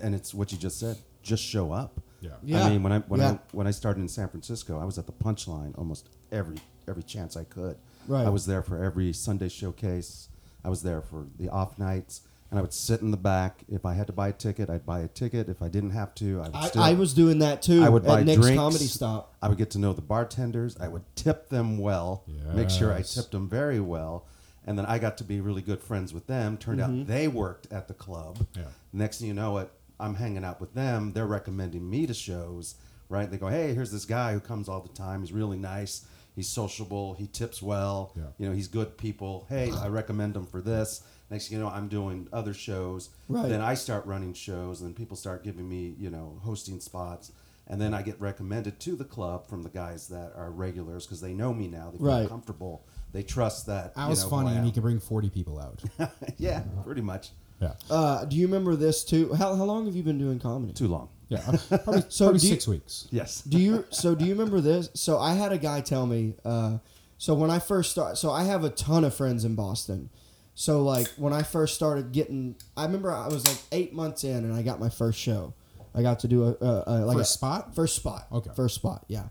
Speaker 5: and it's what you just said. Just show up.
Speaker 3: Yeah.
Speaker 2: Yeah.
Speaker 5: I mean, when I when
Speaker 2: Yeah.
Speaker 5: I when I started in San Francisco, I was at the punchline almost every every chance I could.
Speaker 2: Right.
Speaker 5: I was there for every Sunday showcase. I was there for the off nights, and I would sit in the back. If I had to buy a ticket, I'd buy a ticket. If I didn't have to, I would
Speaker 2: I,
Speaker 5: still.
Speaker 2: I was doing that too
Speaker 5: I would
Speaker 2: at
Speaker 5: buy
Speaker 2: Nick's
Speaker 5: drinks.
Speaker 2: comedy stop.
Speaker 5: I would get to know the bartenders. I would tip them well. Make sure I
Speaker 3: Yes.
Speaker 5: tipped them very well. And then I got to be really good friends with them. Turned out they worked at the club.
Speaker 3: Mm-hmm. Yeah.
Speaker 5: Next thing you know it, I'm hanging out with them. They're recommending me to shows, right? They go, hey, here's this guy who comes all the time. He's really nice. He's sociable. He tips well.
Speaker 3: Yeah.
Speaker 5: You know, he's good people. Hey, I recommend him for this. Next thing you know, I'm doing other shows.
Speaker 2: Right.
Speaker 5: Then I start running shows, and people start giving me, you know, hosting spots, and then I get recommended to the club from the guys that are regulars because they know me now. They feel
Speaker 2: Right.
Speaker 5: comfortable. They trust that. you
Speaker 3: Al's
Speaker 5: know, who I
Speaker 3: funny,
Speaker 5: am.
Speaker 3: and he can bring 40 people out.
Speaker 5: yeah, pretty much.
Speaker 3: yeah.
Speaker 2: Uh, do you remember this too? How, how long have you been doing comedy?
Speaker 5: Too long.
Speaker 3: Yeah. Probably,
Speaker 2: Uh, So
Speaker 3: probably
Speaker 2: do you-
Speaker 3: six weeks.
Speaker 5: Yes.
Speaker 2: do you so do you remember this so i had a guy tell me uh, so when i first start so i have a ton of friends in boston so like when i first started getting i remember i was like eight months in and i got my first show i got to do a, a, a like
Speaker 3: First
Speaker 2: a-
Speaker 3: spot?
Speaker 2: first spot
Speaker 3: Okay.
Speaker 2: first spot yeah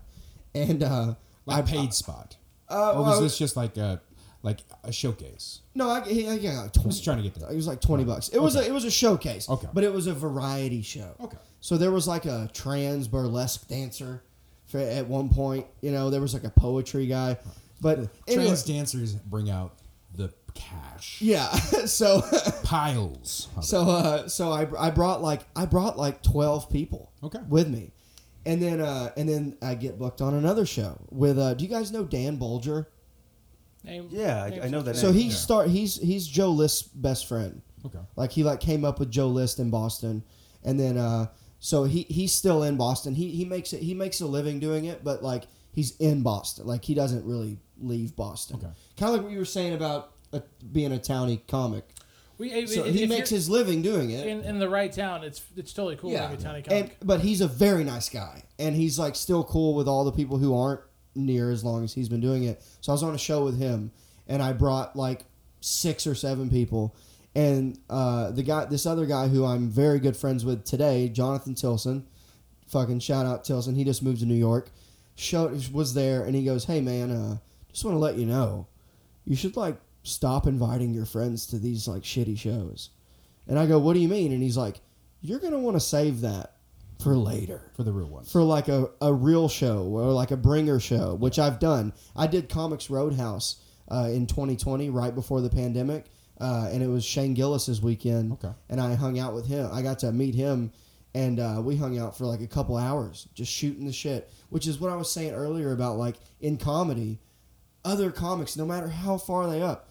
Speaker 2: and uh
Speaker 3: Like paid spot.
Speaker 2: uh,
Speaker 3: or was
Speaker 2: well,
Speaker 3: this just like a like a showcase?
Speaker 2: no i, he- I got like 20
Speaker 3: just trying to get that.
Speaker 2: it was like 20 bucks it was a, it was a showcase
Speaker 3: Okay.
Speaker 2: but it was a variety show
Speaker 3: Okay.
Speaker 2: so there was like a trans burlesque dancer for, at one point. You know, there was like a poetry guy, but anyway,
Speaker 3: Trans dancers bring out the cash
Speaker 2: yeah. So
Speaker 3: piles. of it.
Speaker 2: so uh, so I, I brought like I brought like twelve people.
Speaker 3: Okay.
Speaker 2: With me, and then uh, and then I get booked on another show with. Uh, do you guys know Dan Bulger?
Speaker 4: Name-
Speaker 5: Yeah, I,
Speaker 4: name
Speaker 5: I know that.
Speaker 2: So
Speaker 5: name.
Speaker 2: he start he's he's Joe List's best friend.
Speaker 3: Okay.
Speaker 2: Like he like came up with Joe List in Boston, and then uh, so he he's still in Boston. He he makes it he makes a living doing it, but like he's in Boston. Like he doesn't really leave Boston.
Speaker 3: Okay.
Speaker 2: Kind of like what you were saying about uh being a townie comic.
Speaker 4: We, if-
Speaker 2: So
Speaker 4: if
Speaker 2: he
Speaker 4: you're
Speaker 2: makes his living doing it.
Speaker 4: in, in the right town. It's it's totally cool.
Speaker 2: Yeah.
Speaker 4: Like a tiny comic.
Speaker 2: and, but he's a very nice guy, and he's like still cool with all the people who aren't near as long as he's been doing it. So I was on a show with him, and I brought like six or seven people, and uh, the guy, this other guy who I'm very good friends with today, Jonathan Tilson, fucking shout out Tilson. He just moved to New York. Showed was there, and he goes, "Hey man, uh, just want to let you know, you should like stop inviting your friends to these like shitty shows." And I go, "What do you mean?" And he's like, "You're gonna want to save that for later."
Speaker 3: for the real ones.
Speaker 2: for like a, a real show or like a bringer show, which I've done. I did Comics Roadhouse uh, in 2020, right before the pandemic, uh, and it was Shane Gillis's weekend.
Speaker 3: Okay.
Speaker 2: And I hung out with him. I got to meet him, and uh, we hung out for like a couple hours, just shooting the shit, which is what I was saying earlier about like in comedy, other comics, no matter how far they up,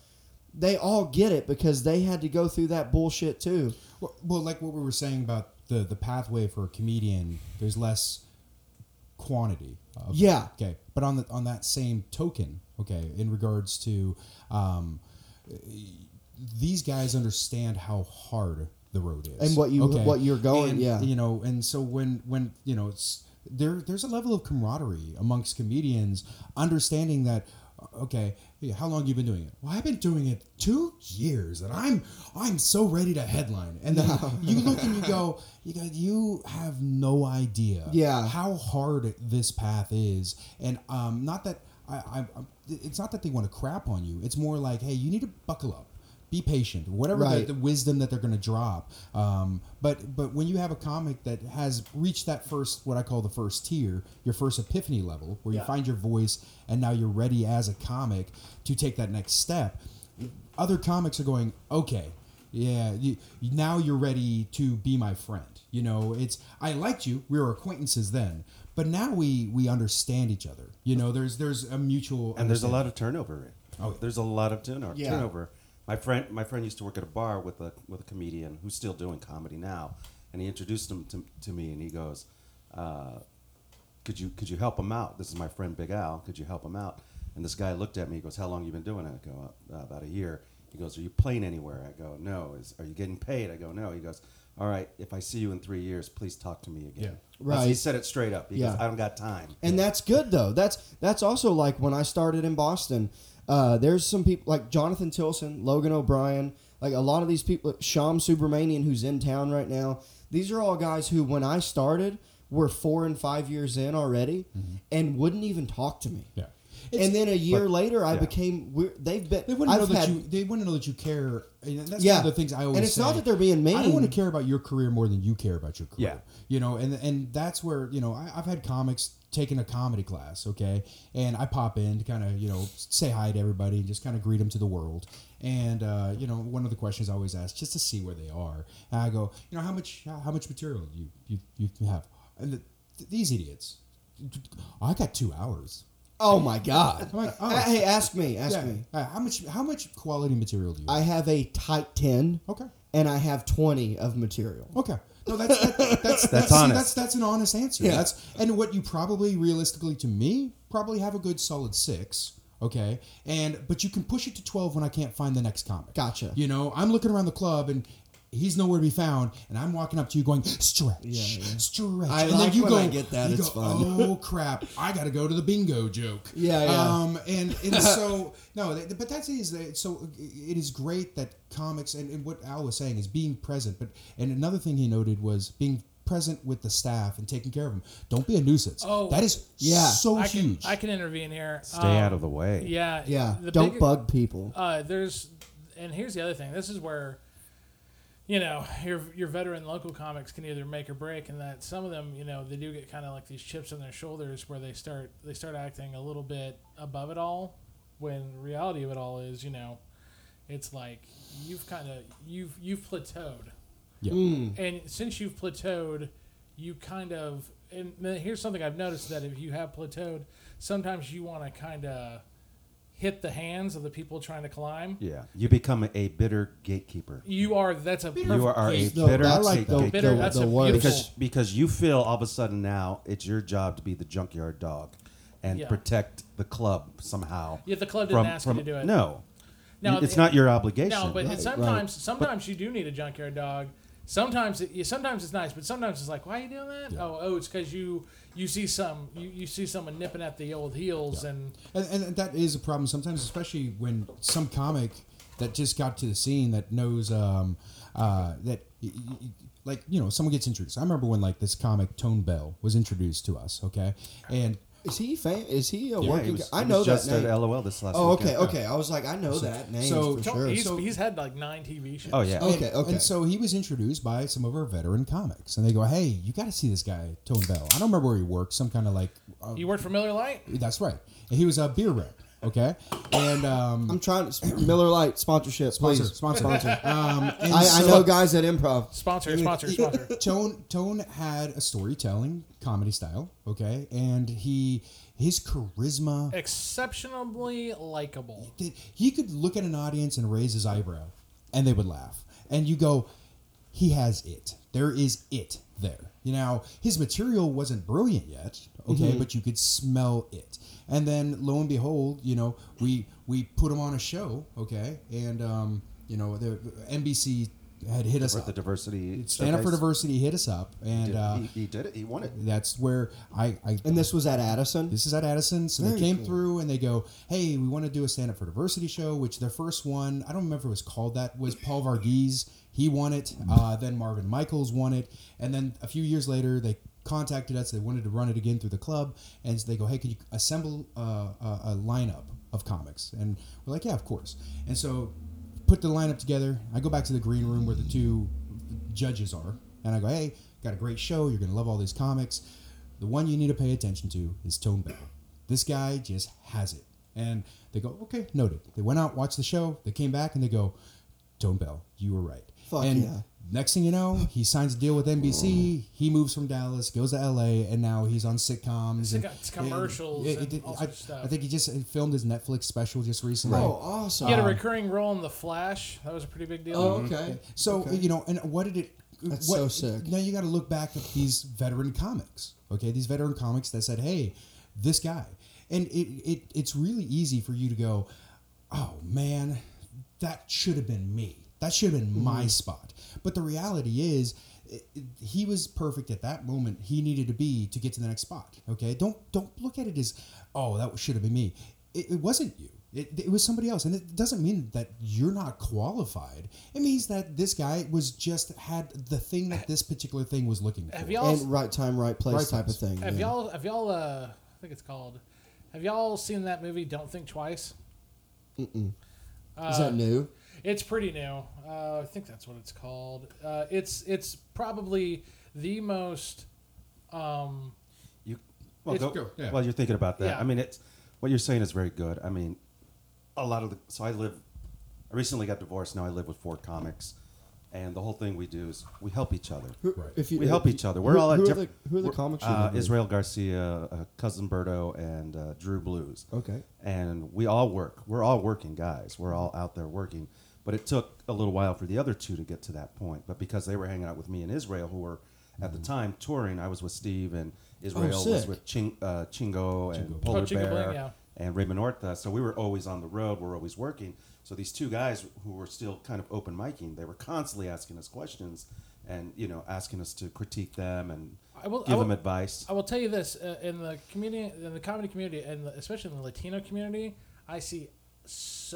Speaker 2: they all get it because they had to go through that bullshit too.
Speaker 3: Well, well, like what we were saying about the the pathway for a comedian, there's less quantity. Of,
Speaker 2: Yeah.
Speaker 3: Okay. But on the on that same token, okay, in regards to um, these guys understand how hard the road is
Speaker 2: And what you- what you're going,
Speaker 3: And,
Speaker 2: yeah.
Speaker 3: you know and so when when you know it's there there's a level of camaraderie amongst comedians understanding that okay yeah, how long you been doing it well i've been doing it two years and i'm i'm so ready to headline and then you look and you go you go you have no idea
Speaker 2: Yeah.
Speaker 3: how hard this path is and um not that i i I'm- it's not that they want to crap on you it's more like hey you need to buckle up be patient whatever
Speaker 2: Right.
Speaker 3: the, the wisdom that they're going to drop. Um, but but when you have a comic that has reached that first what I call the first tier, your first epiphany level, where you find your voice and now you're ready as a comic to take that next step. Other comics are going okay. Yeah, you, now you're ready to be my friend. You know, it's I liked you. We were acquaintances then, but now we we understand each other. You know, there's there's a mutual
Speaker 5: and there's
Speaker 3: understanding.
Speaker 5: a lot of turnover.
Speaker 3: Oh.
Speaker 5: There's a lot of turnover.
Speaker 2: Yeah.
Speaker 5: Turnover. My friend, my friend used to work at a bar with a with a comedian who's still doing comedy now, and he introduced him to, to me, and he goes, uh, "Could you could you help him out? This is my friend Big Al. Could you help him out?" And this guy looked at me. He goes, "How long you been doing it?" I go, uh, "About a year." He goes, "Are you playing anywhere?" I go, "No." Is are you getting paid? I go, "No." He goes, "All right. If I see you in three years, please talk to me again."
Speaker 2: Yeah.
Speaker 5: That's- He
Speaker 2: Right.
Speaker 5: said it straight up. He goes,
Speaker 2: Yeah.
Speaker 5: "I don't got time."
Speaker 2: and that's good though. That's that's also like when I started in Boston. Uh, there's some people like Jonathan Tilson, Logan O'Brien, like a lot of these people, Sham Subramanian, who's in town right now. These are all guys who, when I started, were four and five years in already, and wouldn't even talk to me.
Speaker 3: Yeah.
Speaker 2: and then a year
Speaker 5: but-
Speaker 2: later, I
Speaker 5: yeah.
Speaker 2: became. We're, they've been.
Speaker 3: They wouldn't
Speaker 2: I've
Speaker 3: know that
Speaker 2: had-
Speaker 3: you. They wouldn't know that you care. And that's
Speaker 2: Yeah.
Speaker 3: one of the things I
Speaker 2: And
Speaker 3: always.
Speaker 2: it's not
Speaker 3: say.
Speaker 2: that they're being
Speaker 3: I don't want to
Speaker 2: mean.
Speaker 3: care about your career more than you care about your career.
Speaker 5: Yeah.
Speaker 3: You know, and and that's where you know I, I've had comics taking a comedy class, okay, and I pop in to kind of you know say hi to everybody and just kind of greet them to the world. And uh, you know, one of the questions I always ask just to see where they are, and I go, you know, how much how, how much material you you you have, and the, these idiots, I got two hours.
Speaker 2: Oh my god!
Speaker 3: I'm like, oh.
Speaker 2: Uh, Hey, ask me. Ask me.
Speaker 3: Uh, how much how much quality material do you?
Speaker 2: I have a tight ten.
Speaker 3: Okay.
Speaker 2: And I have twenty of material.
Speaker 3: Okay. No, that's that, that's that's that's,
Speaker 5: honest.
Speaker 3: that's that's an honest answer.
Speaker 2: Yeah.
Speaker 3: That's and what you probably realistically to me probably have a good solid six. Okay, and but you can push it to twelve when I can't find the next comic.
Speaker 2: Gotcha.
Speaker 3: You know, I'm looking around the club and. He's nowhere to be found, and I'm walking up to you going stretch, stretch.
Speaker 2: I
Speaker 3: and
Speaker 2: like when I get that,
Speaker 3: you
Speaker 2: it's
Speaker 3: go,
Speaker 2: fun.
Speaker 3: Oh crap! I got to go to the bingo joke.
Speaker 2: Yeah, yeah.
Speaker 3: Um, and and so no, th- but that's is that- so it is great that comics and, and what Al was saying is being present. But and another thing he noted was being present with the staff and taking care of them. Don't be a nuisance.
Speaker 4: Oh.
Speaker 3: that is
Speaker 2: Yeah.
Speaker 3: so
Speaker 4: I can,
Speaker 3: huge.
Speaker 4: I can intervene here. Um,
Speaker 5: Stay
Speaker 2: Um,
Speaker 5: out of the way.
Speaker 4: Yeah.
Speaker 2: Yeah.
Speaker 4: the
Speaker 2: Don't
Speaker 4: big-
Speaker 2: bug people.
Speaker 4: Uh, there's, and here's the other thing. This is where you know, your your veteran local comics can either make or break, and that some of them, you know, they do get kind of like these chips on their shoulders where they start they start acting a little bit above it all, when reality of it all is, you know, it's like you've kind of you've you've plateaued,
Speaker 3: Yeah.
Speaker 4: and since you've plateaued, you kind of and here's something I've noticed that if you have plateaued, sometimes you want to kind of hit the hands of the people trying to climb.
Speaker 5: Yeah, you become a bitter gatekeeper.
Speaker 4: You are that's a
Speaker 5: You are a
Speaker 2: No,
Speaker 5: bitter
Speaker 2: I like the,
Speaker 5: gatekeeper
Speaker 4: Bitter,
Speaker 2: the,
Speaker 4: that's
Speaker 2: the
Speaker 4: a
Speaker 2: worst.
Speaker 4: beautiful-
Speaker 5: because because you feel all of a sudden now it's your job to be the junkyard dog and
Speaker 4: Yeah.
Speaker 5: protect the club somehow.
Speaker 4: Yeah, the club didn't ask you to do it.
Speaker 5: No,
Speaker 4: Now,
Speaker 5: You- it's
Speaker 4: the-
Speaker 5: not your obligation.
Speaker 4: No, but
Speaker 2: Right,
Speaker 4: it's sometimes sometimes you do need a junkyard dog. Sometimes it, yeah, sometimes it's nice, but sometimes it's like, why are you doing that? Oh, oh, it's because you you see some you, you see someone nipping at the old heels, and
Speaker 3: And, and that is a problem sometimes, especially when some comic that just got to the scene that knows um, uh, that. y- y- y- Like you know, someone gets introduced. I remember when like this comic Tone Bell was introduced to us, okay, and
Speaker 2: Is he fam- Is he a
Speaker 5: Yeah,
Speaker 2: working?
Speaker 5: he was-
Speaker 2: guy? I
Speaker 5: he was
Speaker 2: know that
Speaker 5: just
Speaker 2: name.
Speaker 5: at LOL this last.
Speaker 2: oh, okay,
Speaker 5: weekend.
Speaker 2: okay. I was like, I know that name
Speaker 3: so-
Speaker 2: for
Speaker 3: so
Speaker 2: sure.
Speaker 4: he's,
Speaker 3: so-
Speaker 4: he's had like nine TV shows.
Speaker 5: Oh yeah.
Speaker 2: Okay.
Speaker 3: And- And so he was introduced by some of our veteran comics, and they go, "Hey, you got to see this guy, Tone Bell. I don't remember where he worked. Some kind of like, uh,
Speaker 4: You worked for Miller Lite?
Speaker 3: that's right. And he was a beer rep, okay. And um,
Speaker 2: I'm trying to Miller Lite sponsorship,
Speaker 3: sponsor,
Speaker 2: please.
Speaker 3: sponsor, Um, and
Speaker 2: I, I
Speaker 3: so-
Speaker 2: know guys at improv.
Speaker 4: Sponsor, sponsor, sponsor.
Speaker 3: Tone Tone had a storytelling comedy style, okay, and he his charisma
Speaker 4: Exceptionally likable.
Speaker 3: that he could look at an audience and raise his eyebrow and they would laugh and you go he has it there is it there you know his material wasn't brilliant yet okay but you could smell it and then lo and behold you know we we put him on a show okay and um you know the nbc had hit us
Speaker 5: Or
Speaker 3: up
Speaker 5: the diversity.
Speaker 3: stand up for
Speaker 5: showcase.
Speaker 3: diversity hit us up and uh
Speaker 5: He, he did it. He won it.
Speaker 3: that's where i i
Speaker 2: And this was at Addison.
Speaker 3: this is at Addison. So they
Speaker 2: Very
Speaker 3: came
Speaker 2: cool.
Speaker 3: through and they go, hey, we want to do a stand up for diversity show, which their first one, I don't remember if it was called that, was Paul Varghese. He won it.
Speaker 2: Mm-hmm.
Speaker 3: Uh, then Marvin Michaels won it. And then a few years later, they contacted us. They wanted to run it again through the club. And so they go, hey, could you assemble uh, a, a lineup of comics? And we're like, yeah, of course. And so put the lineup together. I go back to the green room where the two judges are. And I go, hey, got a great show. You're going to love all these comics. The one you need to pay attention to is Tone Bell. This guy just has it. And they go, okay, noted. They went out, watched the show. They came back and they go, Tone Bell, you were right.
Speaker 2: Fuck
Speaker 3: and
Speaker 2: yeah. Oh.
Speaker 3: next thing you know, he signs a deal with NBC. He moves from Dallas, goes to LA, and now he's on sitcoms. and-
Speaker 4: Sitcoms, commercials,
Speaker 3: Yeah, he
Speaker 4: and
Speaker 3: did-
Speaker 4: all
Speaker 3: I,
Speaker 4: sorts of stuff.
Speaker 3: I think he just filmed his Netflix special just recently.
Speaker 2: Oh, awesome.
Speaker 4: He had a recurring role in The Flash. That was a pretty big deal.
Speaker 2: oh, okay.
Speaker 3: So
Speaker 2: Okay.
Speaker 3: you know, and what did it?
Speaker 2: That's
Speaker 3: what-
Speaker 2: so sick.
Speaker 3: Now you got to look back at these veteran comics. Okay, these veteran comics that said, "Hey, this guy," and it, it it's really easy for you to go, "Oh man, that should have been me. That should have been
Speaker 2: Mm-hmm.
Speaker 3: my spot." But the reality is. it- it- He was perfect at that moment. He needed to be to get to the next spot. Okay, don't don't look at it as, oh, that should have been me. It, it wasn't you. It, it was somebody else, and it doesn't mean that you're not qualified. It means that this guy was just had the thing that this particular thing was looking for.
Speaker 4: Have y'all
Speaker 2: And right time, right place
Speaker 3: Right
Speaker 2: type of
Speaker 3: place.
Speaker 2: thing.
Speaker 4: Have
Speaker 2: yeah.
Speaker 4: y'all have y'all uh I think it's called Have y'all seen that movie Don't Think Twice?
Speaker 2: Is
Speaker 5: uh,
Speaker 2: that new?
Speaker 4: It's pretty new. Uh, I think that's what it's called. Uh, it's it's probably the most um
Speaker 5: You well,
Speaker 4: It's-
Speaker 5: go,
Speaker 3: Go, yeah.
Speaker 5: while you're thinking about that.
Speaker 4: Yeah.
Speaker 5: I mean, it's what you're saying is very good. I mean, a lot of the so I live. I recently got divorced. Now I live with four comics, and the whole thing we do is we help each other.
Speaker 2: Who-
Speaker 3: Right.
Speaker 2: If you,
Speaker 5: We help each other. We're
Speaker 2: who,
Speaker 5: all at
Speaker 2: who, are the,
Speaker 5: different.
Speaker 2: who are the
Speaker 5: we're-
Speaker 2: comics? you
Speaker 5: Uh,
Speaker 2: live with?
Speaker 5: Israel Garcia, uh, cousin Berto, and uh, Drew Blues.
Speaker 2: Okay.
Speaker 5: And we all work. We're all working guys. We're all out there working. But it took a little while for the other two to get to that point. But because they were hanging out with me and Israel, who were at the time touring, I was with Steve and Israel was
Speaker 2: sick.
Speaker 5: with Ching, uh, Chingo and Polar
Speaker 4: Oh, Chingo
Speaker 5: Bear
Speaker 4: Bling, yeah.
Speaker 5: and Raymond Ortha. So we were always on the road. We're always working. So these two guys who were still kind of open micing, they were constantly asking us questions and you know asking us to critique them and
Speaker 4: I will-
Speaker 5: give
Speaker 4: I will-
Speaker 5: them advice.
Speaker 4: I will tell you this uh, in the community in the comedy community and the, especially in the Latino community, I see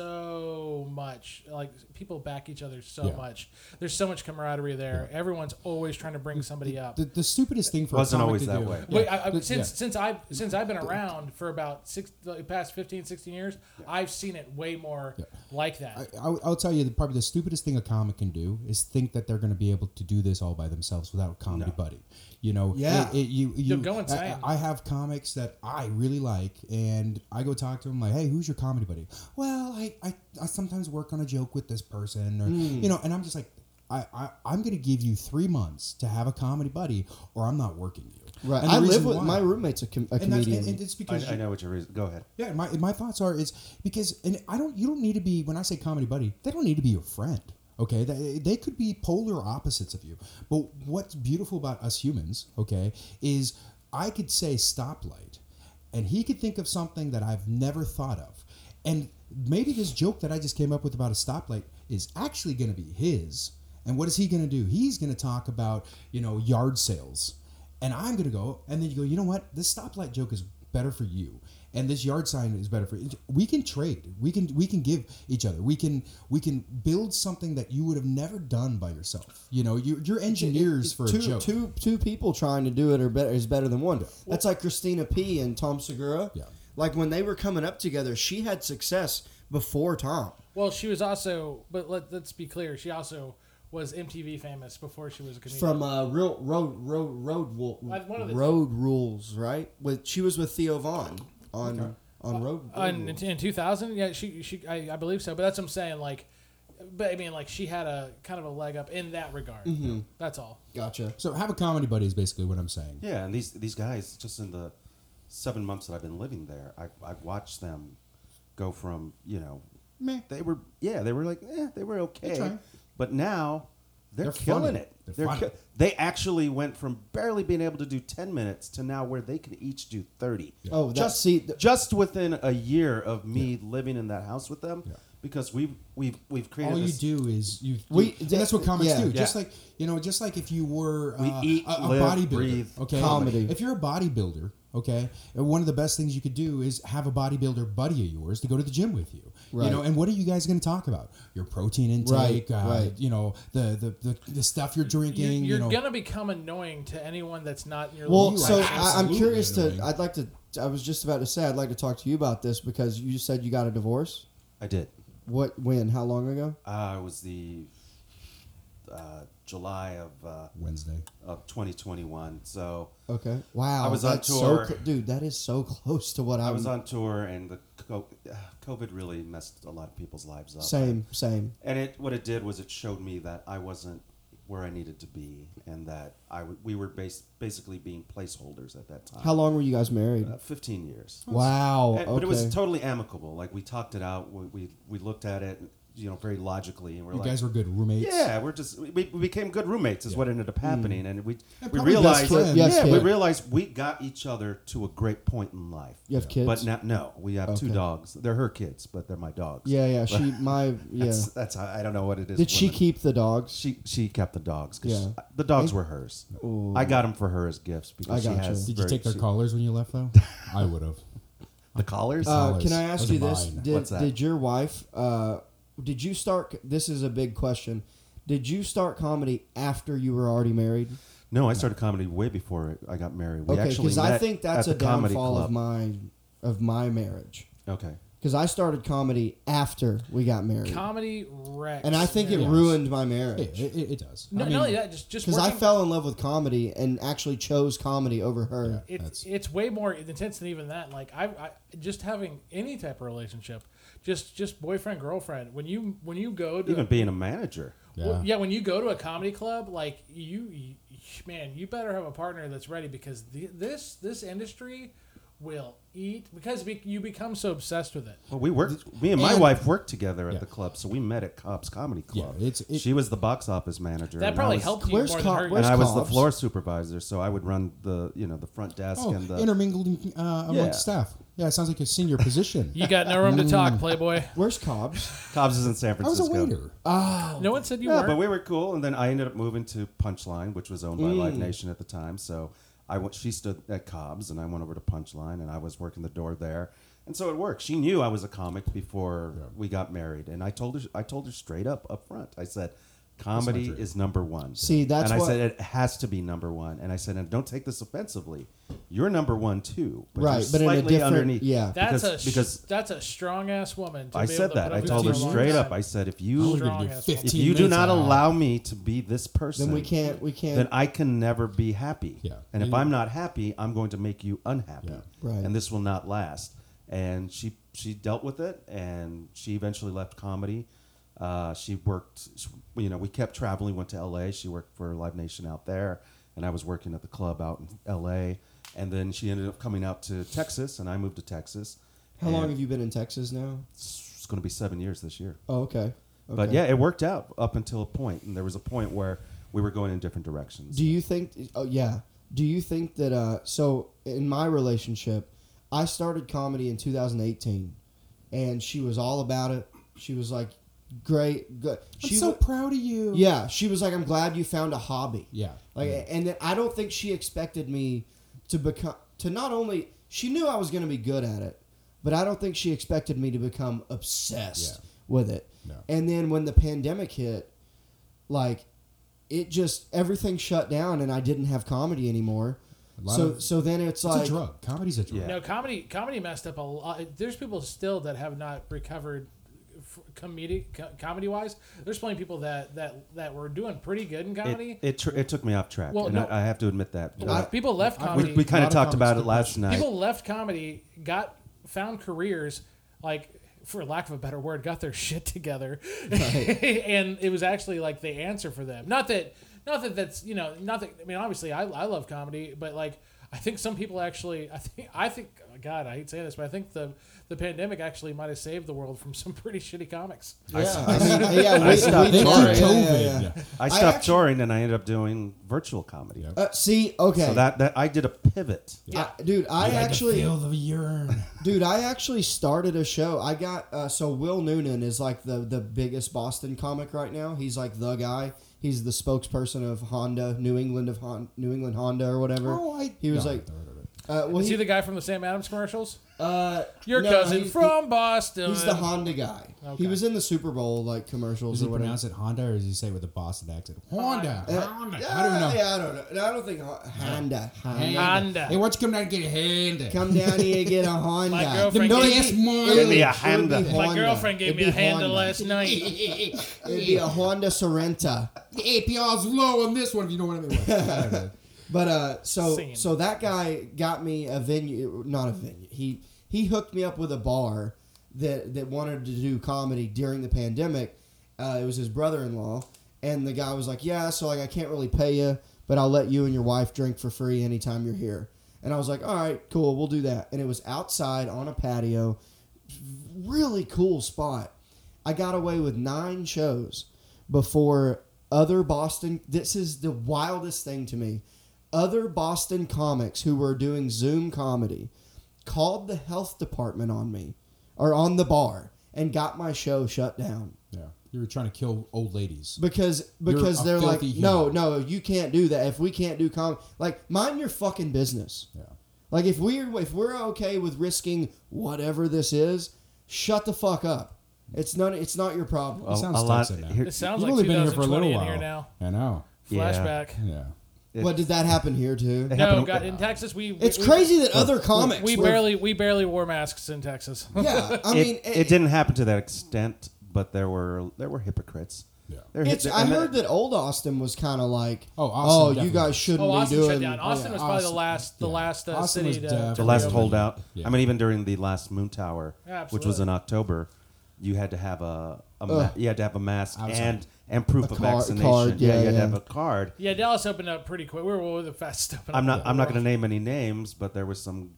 Speaker 4: so much. Like people back each other so
Speaker 3: Yeah.
Speaker 4: much. There's so much camaraderie there. Everyone's always trying to bring somebody up.
Speaker 3: The, the stupidest thing for
Speaker 5: Wasn't
Speaker 3: a comic
Speaker 5: always
Speaker 3: to
Speaker 5: that
Speaker 3: do.
Speaker 5: way.
Speaker 3: Yeah.
Speaker 4: Wait, I, I,
Speaker 3: But-
Speaker 4: since
Speaker 3: yeah.
Speaker 4: since I've since I've been around for about six the past 15, 16 years, I've seen it way more like that.
Speaker 3: I, I'll- I'll tell you, the, probably the stupidest thing a comic can do is think that they're going to be able to do this all by themselves without a comedy buddy. You know,
Speaker 2: Yeah.
Speaker 3: it- it- you, you,
Speaker 4: go
Speaker 3: I-
Speaker 4: insane.
Speaker 3: I, I have comics that I really like, and I go talk to them like, "Hey, who's your comedy buddy?" Well, I, I, I sometimes work on a joke with this person, or
Speaker 2: Hmm.
Speaker 3: you know, and I'm just like, I, I, I'm going to give you three months to have a comedy buddy, or I'm not working you.
Speaker 2: Right.
Speaker 3: And the
Speaker 2: I live
Speaker 3: reason
Speaker 2: with
Speaker 3: why-
Speaker 2: my roommate's a, com- a
Speaker 3: and, that's,
Speaker 2: comedian.
Speaker 3: and, and it's
Speaker 5: I,
Speaker 3: because
Speaker 5: I know what your reason. Go ahead.
Speaker 3: yeah, my my thoughts are is because and I don't you don't need to be when I say comedy buddy, they don't need to be your friend. Okay, they, they could be polar opposites of you. But what's beautiful about us humans, okay, is I could say stoplight, and he could think of something that I've never thought of, and maybe this joke that I just came up with about a stoplight is actually going to be his. And what is he going to do? He's going to talk about you know yard sales and I'm gonna go, and then you go, you know what? This stoplight joke is better for you, and this yard sign is better for you. We can trade. We can we can give each other. We can we can build something that you would have never done by yourself. You know, you, you're engineers for
Speaker 2: two,
Speaker 3: a joke.
Speaker 2: two- two people trying to do it are better is better than one. That's like Christina P and Tom Segura.
Speaker 3: Yeah.
Speaker 2: Like when they were coming up together, she had success before Tom.
Speaker 4: Well, she was also, but let, let's be clear, she also was MTV famous before she was a comedian.
Speaker 2: From uh, real road road road wo-
Speaker 4: Uh, one of the-
Speaker 2: road rules, right? With she was with Theo Vaughn on on road.
Speaker 4: Uh,
Speaker 2: Road
Speaker 4: in,
Speaker 2: Rules.
Speaker 4: in 2000 yeah she she I, I believe so but that's what i'm saying like but i mean like she had a kind of a leg up in that regard
Speaker 2: Mm-hmm.
Speaker 4: that's all
Speaker 2: Gotcha.
Speaker 3: so have a comedy buddy is basically what I'm saying.
Speaker 5: Yeah, and these these guys, just in the seven months that I've been living there, I, I've watched them go from you know, meh, they were yeah, they were like eh, they were okay,
Speaker 3: trying.
Speaker 5: but now they're,
Speaker 3: They're
Speaker 5: killing
Speaker 3: funny.
Speaker 5: it.
Speaker 3: They're
Speaker 5: They're
Speaker 3: funny.
Speaker 5: ki- they actually went from barely being able to do ten minutes to now where they can each do thirty.
Speaker 2: Oh, that-
Speaker 5: just
Speaker 2: see, th-
Speaker 5: just within a year of me living in that house with them,
Speaker 3: Yeah.
Speaker 5: because we've we've we've created
Speaker 3: All you
Speaker 5: this-
Speaker 3: do is you.
Speaker 2: We-
Speaker 3: you- and that's what comics
Speaker 2: yeah.
Speaker 3: do.
Speaker 5: Yeah.
Speaker 3: Just like you know, just like if you were uh,
Speaker 5: We eat,
Speaker 3: a, a
Speaker 5: live,
Speaker 3: bodybuilder,
Speaker 5: breathe
Speaker 3: okay,
Speaker 2: comedy.
Speaker 3: If you're a bodybuilder, okay, and one of the best things you could do is have a bodybuilder buddy of yours to go to the gym with you.
Speaker 2: Right.
Speaker 3: You know, and what are you guys going to talk about? Your protein intake,
Speaker 2: Right,
Speaker 3: uh,
Speaker 2: right.
Speaker 3: you know, the, the the the stuff you're
Speaker 4: you,
Speaker 3: drinking. You,
Speaker 4: you're
Speaker 3: know,
Speaker 4: gonna become annoying to anyone that's not in your
Speaker 2: Well,
Speaker 4: life.
Speaker 3: You
Speaker 2: so
Speaker 3: are
Speaker 2: I, I'm
Speaker 3: absolutely
Speaker 2: curious
Speaker 3: annoying.
Speaker 2: to. I'd like to. I was just about to say I'd like to talk to you about this because you said you got a divorce.
Speaker 5: I did.
Speaker 2: What? When? How long ago?
Speaker 5: Uh, it was the uh, July of uh,
Speaker 3: Wednesday.
Speaker 5: of 2021. So
Speaker 2: Okay. Wow.
Speaker 5: I was on
Speaker 2: that's
Speaker 5: tour.
Speaker 2: So, cl- dude, that is so close to what I
Speaker 5: I was
Speaker 2: was
Speaker 5: on tour, and the co- uh, COVID really messed a lot of people's lives up.
Speaker 2: Same, same.
Speaker 5: And it what it did was it showed me that I wasn't where I needed to be, and that I w- we were bas- basically being placeholders at that time.
Speaker 2: How long were you guys married?
Speaker 5: Uh, 15 years.
Speaker 2: wow.
Speaker 5: And-
Speaker 2: okay.
Speaker 5: But it was totally amicable. Like we talked it out. We we, we looked at it, you know, very logically, and we're
Speaker 3: You
Speaker 5: like,
Speaker 3: guys were good roommates.
Speaker 5: Yeah, we're just we, we became good roommates is what ended up happening, and we we
Speaker 3: probably best
Speaker 5: realized
Speaker 3: friends.
Speaker 2: Hmm. Yes,
Speaker 5: yeah we
Speaker 2: kid.
Speaker 5: realized we got each other to a great point in life.
Speaker 2: You have kids?
Speaker 5: but now no, we have two
Speaker 2: Okay.
Speaker 5: dogs. They're her kids, but they're my dogs.
Speaker 2: yeah, yeah. She, my, yeah.
Speaker 5: that's, that's how, I don't know what it is.
Speaker 2: Did she
Speaker 5: women.
Speaker 2: keep the dogs?
Speaker 5: She she kept the dogs. 'cause
Speaker 2: Yeah.
Speaker 5: she- the dogs were hers. I got them for her as gifts because
Speaker 2: I
Speaker 5: she
Speaker 2: gotcha.
Speaker 5: has.
Speaker 3: Did you
Speaker 5: very-
Speaker 3: take their
Speaker 5: she-
Speaker 3: collars when you left though? I would have.
Speaker 5: The collars?
Speaker 2: Uh,
Speaker 3: Dollars.
Speaker 2: can I ask
Speaker 3: Those
Speaker 2: you
Speaker 3: are
Speaker 2: this?
Speaker 3: mine.
Speaker 2: Did,
Speaker 5: What's that?
Speaker 2: did your wife? Uh, did you start? This is a big question. Did you start comedy after you were already married?
Speaker 5: no, I started comedy way before I got married. We
Speaker 2: Okay,
Speaker 5: actually
Speaker 2: because
Speaker 5: met
Speaker 2: I think that's
Speaker 5: at
Speaker 2: a
Speaker 5: the comedy
Speaker 2: downfall of
Speaker 5: club.
Speaker 2: my of my marriage.
Speaker 5: Okay,
Speaker 2: Because I started comedy after we got married,
Speaker 4: comedy wreck
Speaker 2: and I think it
Speaker 3: Yes.
Speaker 2: ruined my
Speaker 3: Yeah,
Speaker 2: marriage.
Speaker 3: it, it, it does.
Speaker 4: no,
Speaker 3: I mean,
Speaker 4: not only that just just
Speaker 2: because I
Speaker 4: working-
Speaker 2: fell in love with comedy and actually chose comedy over her.
Speaker 3: Yeah.
Speaker 4: it's
Speaker 3: That's-
Speaker 4: it's way more intense than even that. Like I, I just having any type of relationship, just just boyfriend girlfriend. When you when you go to
Speaker 5: even being a manager.
Speaker 4: Well,
Speaker 3: Yeah.
Speaker 4: yeah, when you go to a comedy club, like you, you man, you better have a partner that's ready because the, this this industry will eat because be, you become so obsessed with it.
Speaker 5: Well, we worked. Me and my
Speaker 3: and-
Speaker 5: wife worked together at
Speaker 3: Yeah.
Speaker 5: the club, so we met at Cobb's Comedy Club.
Speaker 3: Yeah, it's- it-
Speaker 5: she was the box office manager.
Speaker 4: That
Speaker 5: and I
Speaker 4: probably
Speaker 5: was,
Speaker 4: helped you
Speaker 2: Where's
Speaker 4: more
Speaker 2: Con-
Speaker 4: than her.
Speaker 5: And
Speaker 2: where's-
Speaker 5: I was the
Speaker 2: Cobb's.
Speaker 5: floor supervisor, so I would run the you know the front desk
Speaker 3: Oh,
Speaker 5: and the
Speaker 3: intermingled uh, amongst
Speaker 5: Yeah.
Speaker 3: staff. Yeah, it sounds like a senior position.
Speaker 4: you got no room
Speaker 5: Mm.
Speaker 4: to talk, Playboy.
Speaker 2: Where's Cobb's?
Speaker 5: Cobb's is in San
Speaker 3: I was a
Speaker 5: Francisco.
Speaker 3: waiter.
Speaker 4: No one said you
Speaker 5: Yeah,
Speaker 4: were.
Speaker 5: Oh. but we were cool, and then I ended up moving to Punchline, which was owned by Live
Speaker 2: Mm.
Speaker 5: Nation at the time. So I went, she stood at Cobb's, and I went over to Punchline, and I was working the door there. And so it worked. She knew I was a comic before we got married, and I told her I told her straight up up front. I said, "Comedy
Speaker 3: true.
Speaker 5: is number one."
Speaker 2: See, that's
Speaker 5: and I
Speaker 2: what-
Speaker 5: said it has to be number one. And I said, and don't take this offensively. You're number one too, but
Speaker 2: Right,
Speaker 5: you're
Speaker 2: but in a
Speaker 5: slightly
Speaker 2: different-
Speaker 5: underneath.
Speaker 2: yeah.
Speaker 4: That's
Speaker 5: because,
Speaker 4: a
Speaker 5: because
Speaker 4: that's a strong ass woman. To
Speaker 5: I
Speaker 4: be able
Speaker 5: said
Speaker 4: to
Speaker 5: that.
Speaker 4: put
Speaker 5: I
Speaker 4: up with
Speaker 5: told
Speaker 4: you
Speaker 5: her
Speaker 4: for a long
Speaker 5: straight up.
Speaker 4: time.
Speaker 5: I said, if
Speaker 4: Strong
Speaker 5: you
Speaker 4: ass woman.
Speaker 3: If you
Speaker 4: 15
Speaker 5: if you do
Speaker 3: minutes
Speaker 5: not
Speaker 3: an hour.
Speaker 5: allow me to be this person,
Speaker 2: Then we can't. We can't.
Speaker 5: then I can never be happy.
Speaker 3: Yeah.
Speaker 5: And if
Speaker 3: You-
Speaker 5: I'm not happy, I'm going to make you unhappy.
Speaker 3: Yeah.
Speaker 2: Right.
Speaker 5: And this will not last. And she she dealt with it, and she eventually left comedy. Uh, she worked, she- you know, we kept traveling. Went to L.A. She worked for Live Nation out there, and I was working at the club out in L.A. And then she ended up coming out to Texas, and I moved to Texas.
Speaker 2: How long
Speaker 5: And
Speaker 2: have you been in Texas now?
Speaker 5: It's, it's going to be seven years this year.
Speaker 2: Oh, okay.
Speaker 5: But
Speaker 2: Okay.
Speaker 5: yeah, it worked out up until a point, and there was a point where we were going in different directions.
Speaker 2: Do you think? Oh yeah. Do you think that? Uh, so in my relationship, I started comedy in 2018, and she was all about it. She was like, "Great, good." She
Speaker 3: I'm so
Speaker 2: wa-
Speaker 3: proud of you.
Speaker 2: yeah. She was like, "I'm glad you found a hobby."
Speaker 3: Yeah.
Speaker 2: Like, and then I don't think she expected me to become to not only she knew I was going to be good at it, but I don't think she expected me to become obsessed
Speaker 3: Yeah.
Speaker 2: with it.
Speaker 3: No.
Speaker 2: And then when the pandemic hit, like it just everything shut down and I didn't have comedy anymore.
Speaker 3: A lot
Speaker 2: So
Speaker 3: of-
Speaker 2: so then it's,
Speaker 3: It's
Speaker 2: like
Speaker 3: a drug. Comedy's a drug.
Speaker 5: Yeah.
Speaker 4: No, comedy comedy messed up a lot. There's people still that have not recovered f- comedic co- comedy wise. There's plenty of people that that that were doing pretty good in comedy.
Speaker 5: It it, tr- it took me off track,
Speaker 4: Well,
Speaker 5: and
Speaker 4: no.
Speaker 5: I, I have to admit that.
Speaker 4: Well, people left
Speaker 3: I-
Speaker 5: we
Speaker 4: comedy.
Speaker 5: we kind
Speaker 3: Not
Speaker 5: of
Speaker 3: a
Speaker 5: talked about it
Speaker 3: constant
Speaker 5: last night.
Speaker 4: people left comedy, got found careers like for lack of a better word, got their shit together, and it was actually like the answer for them. Not that, not that that's you know, not that. I mean, obviously, I, I love comedy, but like I think some people actually, I think I think God, I hate saying this, but I think the the pandemic actually might have saved the world from some pretty shitty comics.
Speaker 5: I, s-
Speaker 2: I mean, yeah,
Speaker 5: I stopped
Speaker 2: did.
Speaker 5: touring.
Speaker 3: COVID.
Speaker 5: I stopped
Speaker 2: actually-
Speaker 5: touring, and I ended up doing virtual comedy.
Speaker 3: Yeah.
Speaker 2: Uh, see, okay,
Speaker 5: So that that I did a pivot.
Speaker 2: I- dude, I actually
Speaker 3: feel the urine.
Speaker 2: Dude, I actually started a show. I got uh, so Will Noonan is like the the biggest Boston comic right now. He's like the guy. He's the spokesperson of Honda, New England of Hon- New England Honda or whatever.
Speaker 3: Oh, I-
Speaker 2: he was
Speaker 3: No,
Speaker 2: like,
Speaker 3: no, no, no.
Speaker 2: uh, well,
Speaker 4: Is he
Speaker 2: he,
Speaker 4: the guy from the Sam Adams commercials?
Speaker 2: uh,
Speaker 4: Your
Speaker 2: no,
Speaker 4: cousin
Speaker 2: he's-
Speaker 4: from Boston.
Speaker 2: He's the Honda guy.
Speaker 4: Okay.
Speaker 2: He was in the Super Bowl like commercials
Speaker 3: Does he
Speaker 2: or whatever.
Speaker 3: pronounce it Honda or does he say it with a Boston accent? Honda.
Speaker 2: Uh,
Speaker 3: Honda.
Speaker 2: yeah,
Speaker 3: I don't know.
Speaker 2: Yeah, I don't know. I don't think Hon- Honda. Honda.
Speaker 4: Honda.
Speaker 3: Hey, why don't you come down and get a Honda?
Speaker 2: Come down here and get a Honda.
Speaker 4: My girlfriend
Speaker 2: it'd
Speaker 4: gave
Speaker 2: be-
Speaker 3: me-
Speaker 2: it would-
Speaker 3: Give me
Speaker 5: a
Speaker 2: it would be
Speaker 5: Honda. My
Speaker 4: My
Speaker 2: Honda.
Speaker 4: girlfriend gave
Speaker 2: It'd
Speaker 4: me a
Speaker 2: be
Speaker 4: handle
Speaker 2: Honda.
Speaker 4: last night.
Speaker 2: It'd be a Honda Sorrento.
Speaker 3: APR's low on this one if you don't want to be I don't know.
Speaker 2: But uh, so
Speaker 4: Singing.
Speaker 2: so that guy got me a venue, not a venue. He he hooked me up with a bar that that wanted to do comedy during the pandemic. Uh, it was his brother-in-law, and the guy was like, "Yeah, so like I can't really pay you, but I'll let you and your wife drink for free anytime you're here." And I was like, "All right, cool, we'll do that." And it was outside on a patio, really cool spot. I got away with nine shows before other Boston. This is the wildest thing to me. Other Boston comics who were doing Zoom comedy called the health department on me or on the bar and got my show shut down
Speaker 3: Yeah. You were trying to kill old ladies.
Speaker 2: because because
Speaker 3: a
Speaker 2: they're like
Speaker 3: filthy
Speaker 2: no
Speaker 3: human."
Speaker 2: no you can't do that if we can't do comedy like mind your fucking business
Speaker 3: Yeah.
Speaker 2: like if we're if we're okay with risking whatever this is, shut the fuck up. It's none. It's not your problem.
Speaker 5: A-
Speaker 3: sounds
Speaker 5: a lot.
Speaker 3: toxic now.
Speaker 5: here-
Speaker 4: It sounds
Speaker 3: You've
Speaker 4: like
Speaker 3: only been here for a
Speaker 4: 2020
Speaker 3: little
Speaker 4: in
Speaker 3: while.
Speaker 4: here now.
Speaker 3: I know.
Speaker 5: Yeah.
Speaker 4: Flashback.
Speaker 3: Yeah.
Speaker 2: What did that happen here too?
Speaker 5: It
Speaker 4: No,
Speaker 5: happened-
Speaker 4: God, in Texas we we-
Speaker 2: It's
Speaker 4: we-
Speaker 2: crazy that other comics
Speaker 4: We
Speaker 2: were-
Speaker 4: barely we barely wore masks in Texas. Oh,
Speaker 2: Yeah, I
Speaker 5: it,
Speaker 2: mean,
Speaker 5: it, didn't happen to that extent, but there were there were hypocrites.
Speaker 3: Yeah.
Speaker 5: There-
Speaker 2: It's, I
Speaker 5: and
Speaker 2: heard that old Austin was kind of like,
Speaker 3: Oh, Austin
Speaker 2: oh, you
Speaker 3: definitely.
Speaker 2: guys shouldn't
Speaker 4: Oh,
Speaker 2: be
Speaker 4: Austin
Speaker 2: doing.
Speaker 4: shut down. Austin
Speaker 2: yeah.
Speaker 4: was probably the
Speaker 3: Austin-
Speaker 4: last the
Speaker 3: yeah.
Speaker 4: last uh,
Speaker 3: Austin
Speaker 4: city
Speaker 3: was
Speaker 4: to,
Speaker 3: definitely-
Speaker 5: the
Speaker 4: to
Speaker 5: last
Speaker 4: reopen.
Speaker 3: hold-
Speaker 5: holdout.
Speaker 3: Yeah.
Speaker 5: I mean, even during the last Moon Tower, which was
Speaker 4: Absolutely.
Speaker 5: in October, you had to have a, a ma- you had to have a mask
Speaker 3: I was-
Speaker 5: and and proof
Speaker 2: A
Speaker 5: of
Speaker 2: car-
Speaker 5: vaccination.
Speaker 2: card,
Speaker 5: yeah,
Speaker 2: yeah,
Speaker 5: you had
Speaker 2: yeah.
Speaker 5: to have a card.
Speaker 4: Yeah, Dallas opened up pretty quick. We were one of the fastest open.
Speaker 5: I'm not. I'm not going to name any names, but there was some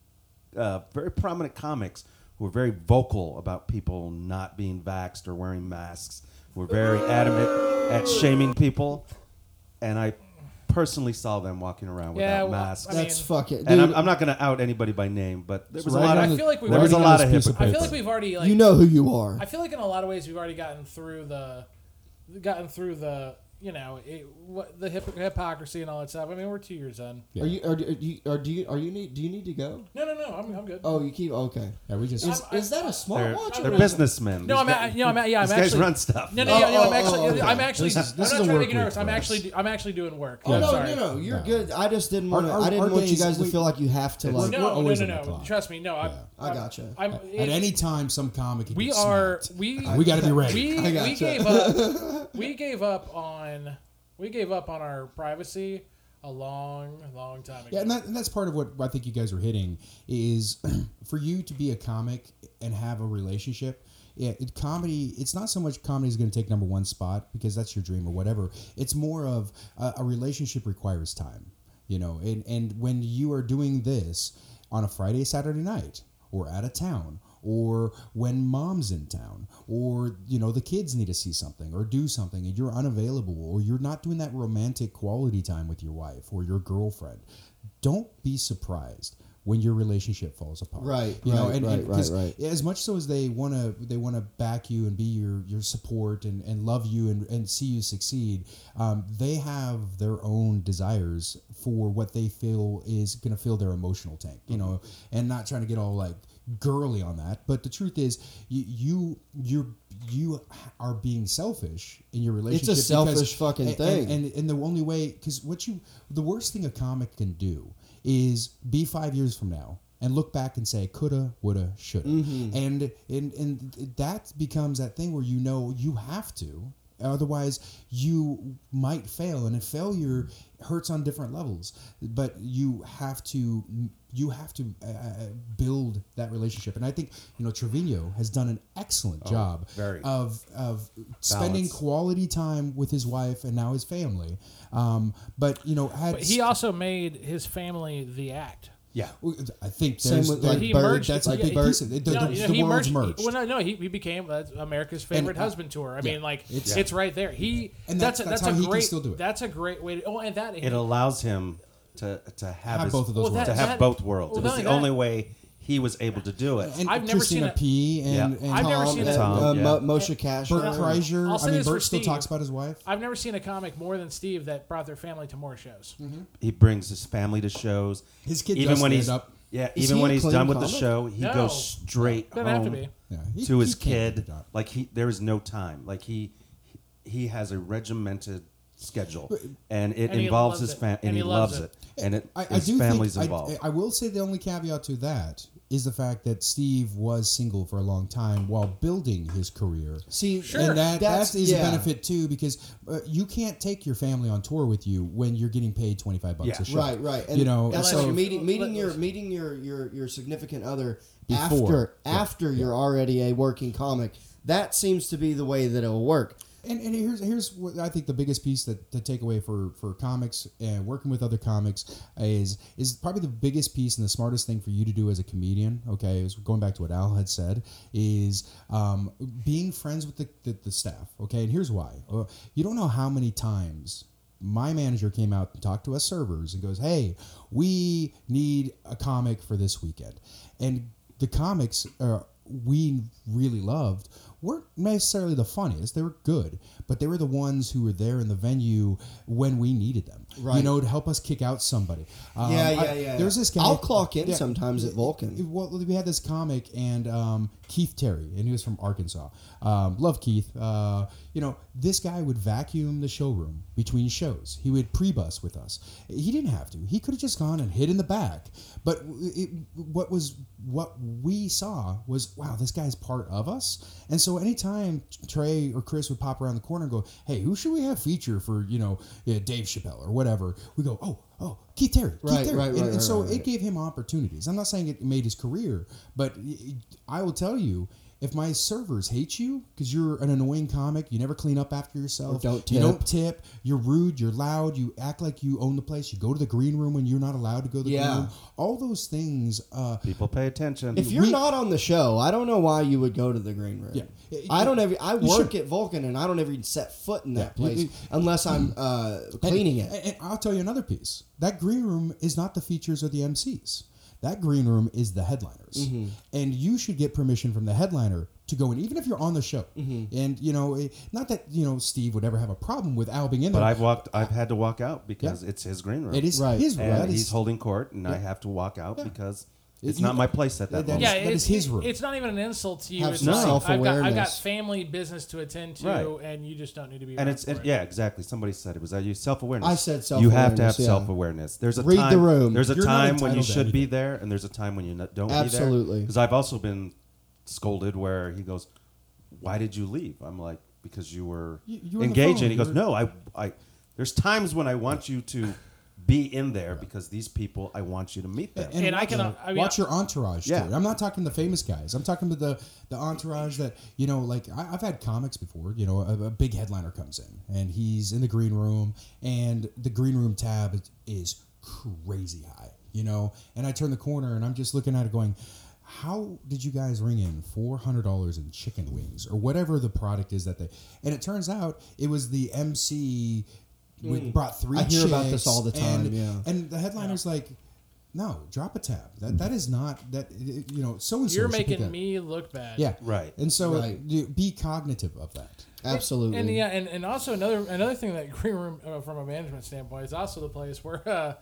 Speaker 5: uh, very prominent comics who were very vocal about people not being vaxxed or wearing masks. Were very adamant at shaming people, and I personally saw them walking around without
Speaker 4: Yeah, well,
Speaker 5: masks.
Speaker 4: I mean-
Speaker 2: That's fucking. Dude,
Speaker 5: and I'm, I'm not going to out anybody by name, but there was a
Speaker 3: Right
Speaker 5: lot
Speaker 3: on
Speaker 5: of
Speaker 4: I feel like we
Speaker 5: there was a
Speaker 3: right on
Speaker 5: lot
Speaker 3: this
Speaker 5: of
Speaker 3: piece of
Speaker 5: hypocrites.
Speaker 4: I feel like we've already like
Speaker 2: you know who you are.
Speaker 4: I feel like in a lot of ways we've already gotten through the gotten through the you know, it, what, the hypocr- hypocrisy and all that stuff. I mean, we're two years in.
Speaker 3: Yeah.
Speaker 2: Are you are, do- are you are do you are you need do you need to go?
Speaker 4: No, no, no. I'm, I'm good.
Speaker 2: Oh, you keep okay.
Speaker 3: Yeah, we just
Speaker 2: Is, is that a
Speaker 5: They're,
Speaker 2: smartwatch? or
Speaker 5: they're
Speaker 2: is-
Speaker 5: businessmen.
Speaker 4: no,
Speaker 5: These
Speaker 4: I'm,
Speaker 5: guy-
Speaker 4: a- you know, I'm, a- yeah, I'm
Speaker 5: These
Speaker 4: actually.
Speaker 5: guys run stuff.
Speaker 4: No, no, yeah, no,
Speaker 2: Oh,
Speaker 4: I'm
Speaker 2: oh,
Speaker 4: actually,
Speaker 2: oh, okay.
Speaker 4: I'm actually,
Speaker 3: This is- this is
Speaker 4: I'm
Speaker 3: a
Speaker 4: not trying to
Speaker 3: work
Speaker 4: get nervous.
Speaker 3: week
Speaker 4: I'm
Speaker 3: for us.
Speaker 4: actually, I'm actually doing work.
Speaker 2: Oh
Speaker 4: I'm
Speaker 2: no,
Speaker 4: sorry.
Speaker 2: no, no, you're
Speaker 3: No.
Speaker 2: good. I just didn't want. to
Speaker 3: our-
Speaker 2: I
Speaker 3: our
Speaker 2: didn't want you
Speaker 3: days-
Speaker 2: guys to
Speaker 3: we-
Speaker 2: feel like you have to like.
Speaker 3: we're
Speaker 4: No, no,
Speaker 3: always
Speaker 4: no,
Speaker 3: on the
Speaker 4: no.
Speaker 3: clock.
Speaker 4: Trust me. No, I'm,
Speaker 2: I gotcha.
Speaker 4: I'm,
Speaker 3: at any time some comic. could
Speaker 4: we
Speaker 3: get
Speaker 4: are,
Speaker 3: smacked.
Speaker 4: we,
Speaker 3: we got to be ready.
Speaker 4: we,
Speaker 2: I
Speaker 4: we
Speaker 2: gotcha.
Speaker 4: gave up we gave up on we gave up on our privacy a long long time ago
Speaker 3: Yeah, and, that, and that's part of what I think you guys are hitting is for you to be a comic and have a relationship. Yeah, it, comedy. It's not so much comedy is going to take number one spot because that's your dream or whatever. It's more of uh, a relationship requires time, you know. And and when you are doing this on a Friday, Saturday night, or out of town, or when mom's in town, or you know the kids need to see something or do something, and you're unavailable, or you're not doing that romantic quality time with your wife or your girlfriend, don't be surprised when your relationship falls apart.
Speaker 2: Right,
Speaker 3: You know,
Speaker 2: right,
Speaker 3: and, and
Speaker 2: right, right,
Speaker 3: 'cause
Speaker 2: right.
Speaker 3: as much so as they want to they want to back you and be your your support and and love you and and see you succeed um, they have their own desires for what they feel is going to fill their emotional tank you know and not trying to get all like girly on that but the truth is you you you're, you are being selfish in your relationship because-
Speaker 2: selfish fucking
Speaker 3: and-
Speaker 2: thing.
Speaker 5: Mm-hmm.
Speaker 3: and, and, and the only way because what you the worst thing a comic can do is be five years from now and look back and say coulda woulda shoulda
Speaker 5: Mm-hmm.
Speaker 3: and, and and that becomes that thing where you know you have to otherwise you might fail and a failure hurts on different levels but you have to you have to uh, uh, build that relationship and i think you know trevino has done an excellent job
Speaker 5: Oh, very.
Speaker 3: of of spending
Speaker 5: Balance.
Speaker 3: quality time with his wife and now his family. Um, but you know, had
Speaker 4: but he also made his family the act
Speaker 5: Yeah.
Speaker 3: I think
Speaker 2: Same
Speaker 3: there's,
Speaker 2: with,
Speaker 3: there-
Speaker 2: like,
Speaker 4: he
Speaker 2: Bird,
Speaker 4: merged
Speaker 3: that's
Speaker 2: like
Speaker 3: a big
Speaker 2: Bird.
Speaker 3: piece of it. The,
Speaker 4: no,
Speaker 3: the-
Speaker 4: you know,
Speaker 3: the
Speaker 4: he
Speaker 3: world's
Speaker 4: merged,
Speaker 3: merged.
Speaker 4: well no no he, he became that's america's favorite
Speaker 3: uh,
Speaker 4: husband tour i mean like it's,
Speaker 3: It's-
Speaker 4: right there he
Speaker 3: And
Speaker 4: that's,
Speaker 3: that's-
Speaker 4: a,
Speaker 3: that's
Speaker 4: that's,
Speaker 3: how
Speaker 4: a
Speaker 3: he can
Speaker 4: great
Speaker 3: still do it.
Speaker 4: that's a great way to, oh and that
Speaker 5: It allows him to to have,
Speaker 3: Have
Speaker 5: his-
Speaker 3: both of those
Speaker 4: Well, that-
Speaker 5: to
Speaker 3: worlds.
Speaker 5: have
Speaker 4: that-
Speaker 5: both worlds.
Speaker 4: well,
Speaker 5: it was
Speaker 4: not
Speaker 5: the
Speaker 4: only
Speaker 5: only
Speaker 4: that-
Speaker 5: way he was able to do it.
Speaker 3: and
Speaker 4: I've never
Speaker 3: Christina P.
Speaker 4: seen a-
Speaker 3: and,
Speaker 5: Yeah.
Speaker 3: and
Speaker 4: I've never
Speaker 3: Tom,
Speaker 4: seen
Speaker 3: and,
Speaker 4: a-
Speaker 2: uh,
Speaker 5: yeah.
Speaker 2: Mo- Moshe Kasher.
Speaker 3: Burt
Speaker 4: I'll- I'll
Speaker 3: Kreischer. I
Speaker 4: say
Speaker 3: mean,
Speaker 4: this for
Speaker 3: Burt still
Speaker 4: Steve.
Speaker 3: talks about his wife.
Speaker 4: i've never seen a comic more than steve that brought their family to more shows
Speaker 3: Mm-hmm.
Speaker 5: he brings his family to shows.
Speaker 3: His kid does stand
Speaker 5: he's
Speaker 3: up.
Speaker 5: yeah,
Speaker 2: Is
Speaker 5: even
Speaker 2: he
Speaker 5: when
Speaker 2: a
Speaker 5: he's
Speaker 2: clean
Speaker 5: done with the
Speaker 2: comic?
Speaker 5: show, he
Speaker 4: No.
Speaker 5: goes straight
Speaker 4: Doesn't have to
Speaker 5: home
Speaker 4: be.
Speaker 3: Yeah, he-
Speaker 5: to
Speaker 3: he
Speaker 5: his
Speaker 3: can't do
Speaker 5: kid.
Speaker 3: that.
Speaker 5: Like he, there is no time. Like he, he has a regimented schedule, and it
Speaker 4: And he
Speaker 5: involves
Speaker 4: loves
Speaker 5: his
Speaker 4: it.
Speaker 5: family, and, he loves it, and it,
Speaker 3: I, I
Speaker 5: his
Speaker 3: do
Speaker 5: family's
Speaker 3: think, I-
Speaker 5: involved.
Speaker 3: I, will say the only caveat to that is the fact that Steve was single for a long time while building his career.
Speaker 2: See,
Speaker 4: Sure.
Speaker 3: and that
Speaker 2: that's-
Speaker 3: that is
Speaker 2: yeah.
Speaker 3: a benefit too because uh, you can't take your family on tour with you when you're getting paid 25 bucks
Speaker 5: Yeah.
Speaker 3: a show
Speaker 2: Right, right. And
Speaker 3: you know
Speaker 2: that's
Speaker 4: so-
Speaker 2: like
Speaker 4: Unless you-
Speaker 2: meeting meeting your
Speaker 4: unless-
Speaker 2: meeting your your your significant other
Speaker 3: Before.
Speaker 2: after after you're already a working comic. That seems to be the way that it'll work.
Speaker 3: And, and here's here's what I think the biggest piece that the takeaway for for comics and working with other comics is is probably the biggest piece and the smartest thing for you to do as a comedian. Okay, is going back to what Al had said is um, being friends with the, the the staff. Okay, and here's why Uh, you don't know how many times my manager came out and talked to us servers and goes, "Hey, we need a comic for this weekend," and the comics uh, we really loved weren't necessarily the funniest. They were good, but they were the ones who were there in the venue when we needed them.
Speaker 2: Right.
Speaker 3: You know, to help us kick out somebody. Um,
Speaker 2: yeah, yeah,
Speaker 3: I-
Speaker 2: yeah.
Speaker 3: There's this guy.
Speaker 2: I'll clock in
Speaker 3: Yeah.
Speaker 2: sometimes at Vulcan.
Speaker 3: Well, we had this comic and um, Keith Terry, and he was from Arkansas. Um, love Keith. Uh, you know, this guy would vacuum the showroom between shows. He would pre-bus with us. He didn't have to. He could have just gone and hid in the back. But it, what was what we saw was wow, this guy's part of us. And so anytime Trey or Chris would pop around the corner and go, hey, who should we have feature for you know yeah, Dave Chappelle or whatever, we go, oh, oh, Keith Terry, Keith
Speaker 2: Right,
Speaker 3: Terry.
Speaker 2: right,
Speaker 3: And-
Speaker 2: right,
Speaker 3: and
Speaker 2: right,
Speaker 3: so
Speaker 2: right,
Speaker 3: it
Speaker 2: right.
Speaker 3: gave him opportunities. I'm not saying it made his career, but I will tell you, if my servers hate you because you're an annoying comic, you never clean up after yourself,
Speaker 2: don't
Speaker 3: you don't
Speaker 2: tip.
Speaker 3: tip, you're rude, you're loud, you act like you own the place, you go to the green room when you're not allowed to go to the
Speaker 2: Yeah.
Speaker 3: green room, all those things. Uh,
Speaker 5: People pay attention.
Speaker 2: If you're
Speaker 3: we-
Speaker 2: not on the show, I don't know why you would go to the green room.
Speaker 3: Yeah. It-
Speaker 2: I don't ever. I
Speaker 3: you
Speaker 2: work
Speaker 3: should-
Speaker 2: at Vulcan, and I don't ever even set foot in that
Speaker 3: Yeah, you- Mm.
Speaker 2: place
Speaker 3: you-
Speaker 2: unless I'm uh,
Speaker 3: And-
Speaker 2: cleaning it.
Speaker 3: And, and I'll tell you another piece. That green room is not the features or the
Speaker 2: Mm-hmm.
Speaker 3: MCs. That green room is the headliners. And you should get permission from the headliner to go in, even if you're on the show.
Speaker 2: Mm-hmm.
Speaker 3: And you know, it, not that you know Steve would ever have a problem with Al being in
Speaker 5: But
Speaker 3: there.
Speaker 5: I've walked. I've had to walk out because it's his green room.
Speaker 3: it is
Speaker 2: Right.
Speaker 3: his
Speaker 5: and
Speaker 3: right.
Speaker 5: he's holding court, and I have to walk out because it's
Speaker 3: you-
Speaker 5: not my place at
Speaker 3: that
Speaker 5: that moment.
Speaker 4: yeah,
Speaker 3: that
Speaker 4: it's,
Speaker 3: is his room.
Speaker 4: It's not even an insult to you.
Speaker 2: Have
Speaker 4: it's
Speaker 2: some
Speaker 4: like, I've got, I've got
Speaker 2: self-awareness.
Speaker 4: family business to attend to,
Speaker 5: Right.
Speaker 4: and you just don't need to be.
Speaker 5: And
Speaker 4: around
Speaker 5: it's
Speaker 4: for
Speaker 5: it,
Speaker 4: it.
Speaker 5: yeah, exactly. Somebody said it was that you self awareness.
Speaker 2: I said
Speaker 5: You have to have
Speaker 2: self-awareness, yeah.
Speaker 5: self awareness. There's a
Speaker 2: Read the
Speaker 5: time,
Speaker 2: room.
Speaker 5: There's a
Speaker 3: You're not
Speaker 5: time when you
Speaker 3: entitled to
Speaker 5: should be there, and there's a time when you n- don't.
Speaker 2: Absolutely.
Speaker 5: Because I've also been scolded where he goes, "Why did you leave?" I'm like, "Because you were
Speaker 3: You- you were on the
Speaker 5: engaged."
Speaker 3: phone.
Speaker 5: And
Speaker 3: You
Speaker 5: he goes,
Speaker 3: were-
Speaker 5: "No, I, I." There's times when I want you to be in there because these people, I want you to meet them.
Speaker 4: And I
Speaker 3: watch-
Speaker 4: can- uh, I mean,
Speaker 3: watch your entourage.
Speaker 5: Yeah.
Speaker 3: too. I'm not talking the famous guys. I'm talking to the the entourage that you know. Like I, I've had comics before. You know, a, a big headliner comes in and he's in the green room, and the green room tab is, is crazy high. You know, and I turn the corner and I'm just looking at it going. How did you guys ring in four hundred dollars in chicken wings or whatever the product is that they? And it turns out it was the MC. We
Speaker 4: Mm.
Speaker 3: brought three.
Speaker 2: I hear about this
Speaker 3: chicks
Speaker 2: all the
Speaker 3: and-
Speaker 2: time, yeah.
Speaker 3: and the headliner's like, no, drop a tab. That that is not that it- you know. So and so
Speaker 4: You're making me look bad.
Speaker 3: Yeah,
Speaker 5: Right.
Speaker 3: And so uh,
Speaker 2: Right.
Speaker 3: you- be cognitive of that.
Speaker 2: Absolutely.
Speaker 4: And
Speaker 3: uh,
Speaker 4: yeah, and, and also another another thing that green room uh, from a management standpoint is also the place where uh,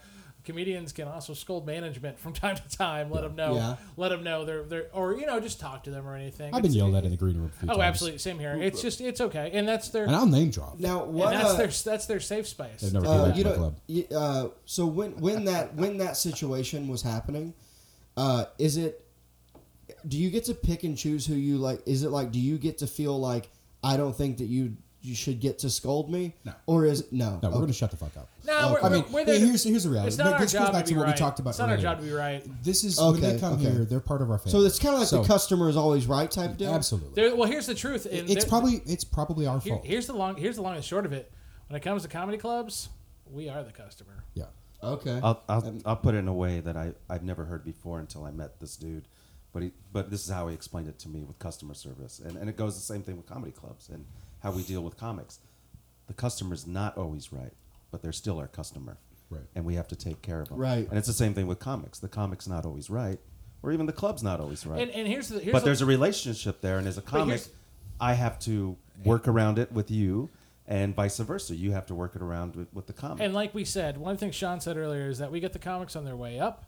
Speaker 4: comedians can also scold management from time to time. Let them know,
Speaker 2: Yeah.
Speaker 4: let them know they're they're or you know just talk to them or anything.
Speaker 3: I've been
Speaker 4: It's-
Speaker 3: yelled at in the green room. A few
Speaker 4: Oh,
Speaker 3: times.
Speaker 4: absolutely, same here. It's just it's okay, and that's their
Speaker 3: And I'll name drop.
Speaker 2: Now
Speaker 4: and
Speaker 2: what?
Speaker 4: that's
Speaker 2: uh,
Speaker 4: their that's their safe space.
Speaker 3: They've never
Speaker 2: Uh,
Speaker 3: done that
Speaker 2: you
Speaker 3: in my
Speaker 2: know,
Speaker 3: club.
Speaker 2: y- uh, so when when that when that situation was happening, uh, is it? Do you get to pick and choose who you like? Is it like? Do you get to feel like I don't think that you you should get to scold me?
Speaker 3: No.
Speaker 2: Or is no?
Speaker 3: No, we're
Speaker 2: okay.
Speaker 3: gonna shut the fuck up.
Speaker 4: Oh. No,
Speaker 3: Uh,
Speaker 4: we're,
Speaker 3: I mean,
Speaker 4: we're, we're there. to-
Speaker 3: here's here's the reality.
Speaker 4: It's not our
Speaker 3: this goes
Speaker 4: job
Speaker 3: back
Speaker 4: to
Speaker 3: to
Speaker 4: be
Speaker 3: what
Speaker 4: right.
Speaker 3: we talked about.
Speaker 4: It's not our
Speaker 3: earlier.
Speaker 4: job to be right.
Speaker 3: This is when
Speaker 2: Okay,
Speaker 3: they come
Speaker 2: okay.
Speaker 3: here. They're part of our family.
Speaker 2: so it's kind of like
Speaker 3: So,
Speaker 2: the customer is always right type deal.
Speaker 3: Absolutely.
Speaker 4: There, well, here's the truth. And
Speaker 3: it's
Speaker 4: there-
Speaker 3: probably it's probably our
Speaker 4: here,
Speaker 3: fault.
Speaker 4: here's the long here's the long and short of it. When it comes to comedy clubs, we are the customer.
Speaker 3: yeah. Uh,
Speaker 2: Okay.
Speaker 5: I'll, I'll, I'll put it in a way that I, I've never heard before until I met this dude. But he, but this is how he explained it to me with customer service. And, and it goes the same thing with comedy clubs and how we deal with comics. The customer's not always right, but they're still our customer.
Speaker 3: Right.
Speaker 5: And we have to take care of them.
Speaker 2: Right.
Speaker 5: And it's the same thing with comics. The comic's not always right, or even the club's not always right.
Speaker 4: And, and here's the here's
Speaker 5: but
Speaker 4: the,
Speaker 5: there's a relationship there. And as a comic,
Speaker 4: here's-
Speaker 5: I have to work around it with you, and vice versa. You have to work it around with, with the comic.
Speaker 4: And like we said, one thing Sean said earlier is that we get the comics on their way up,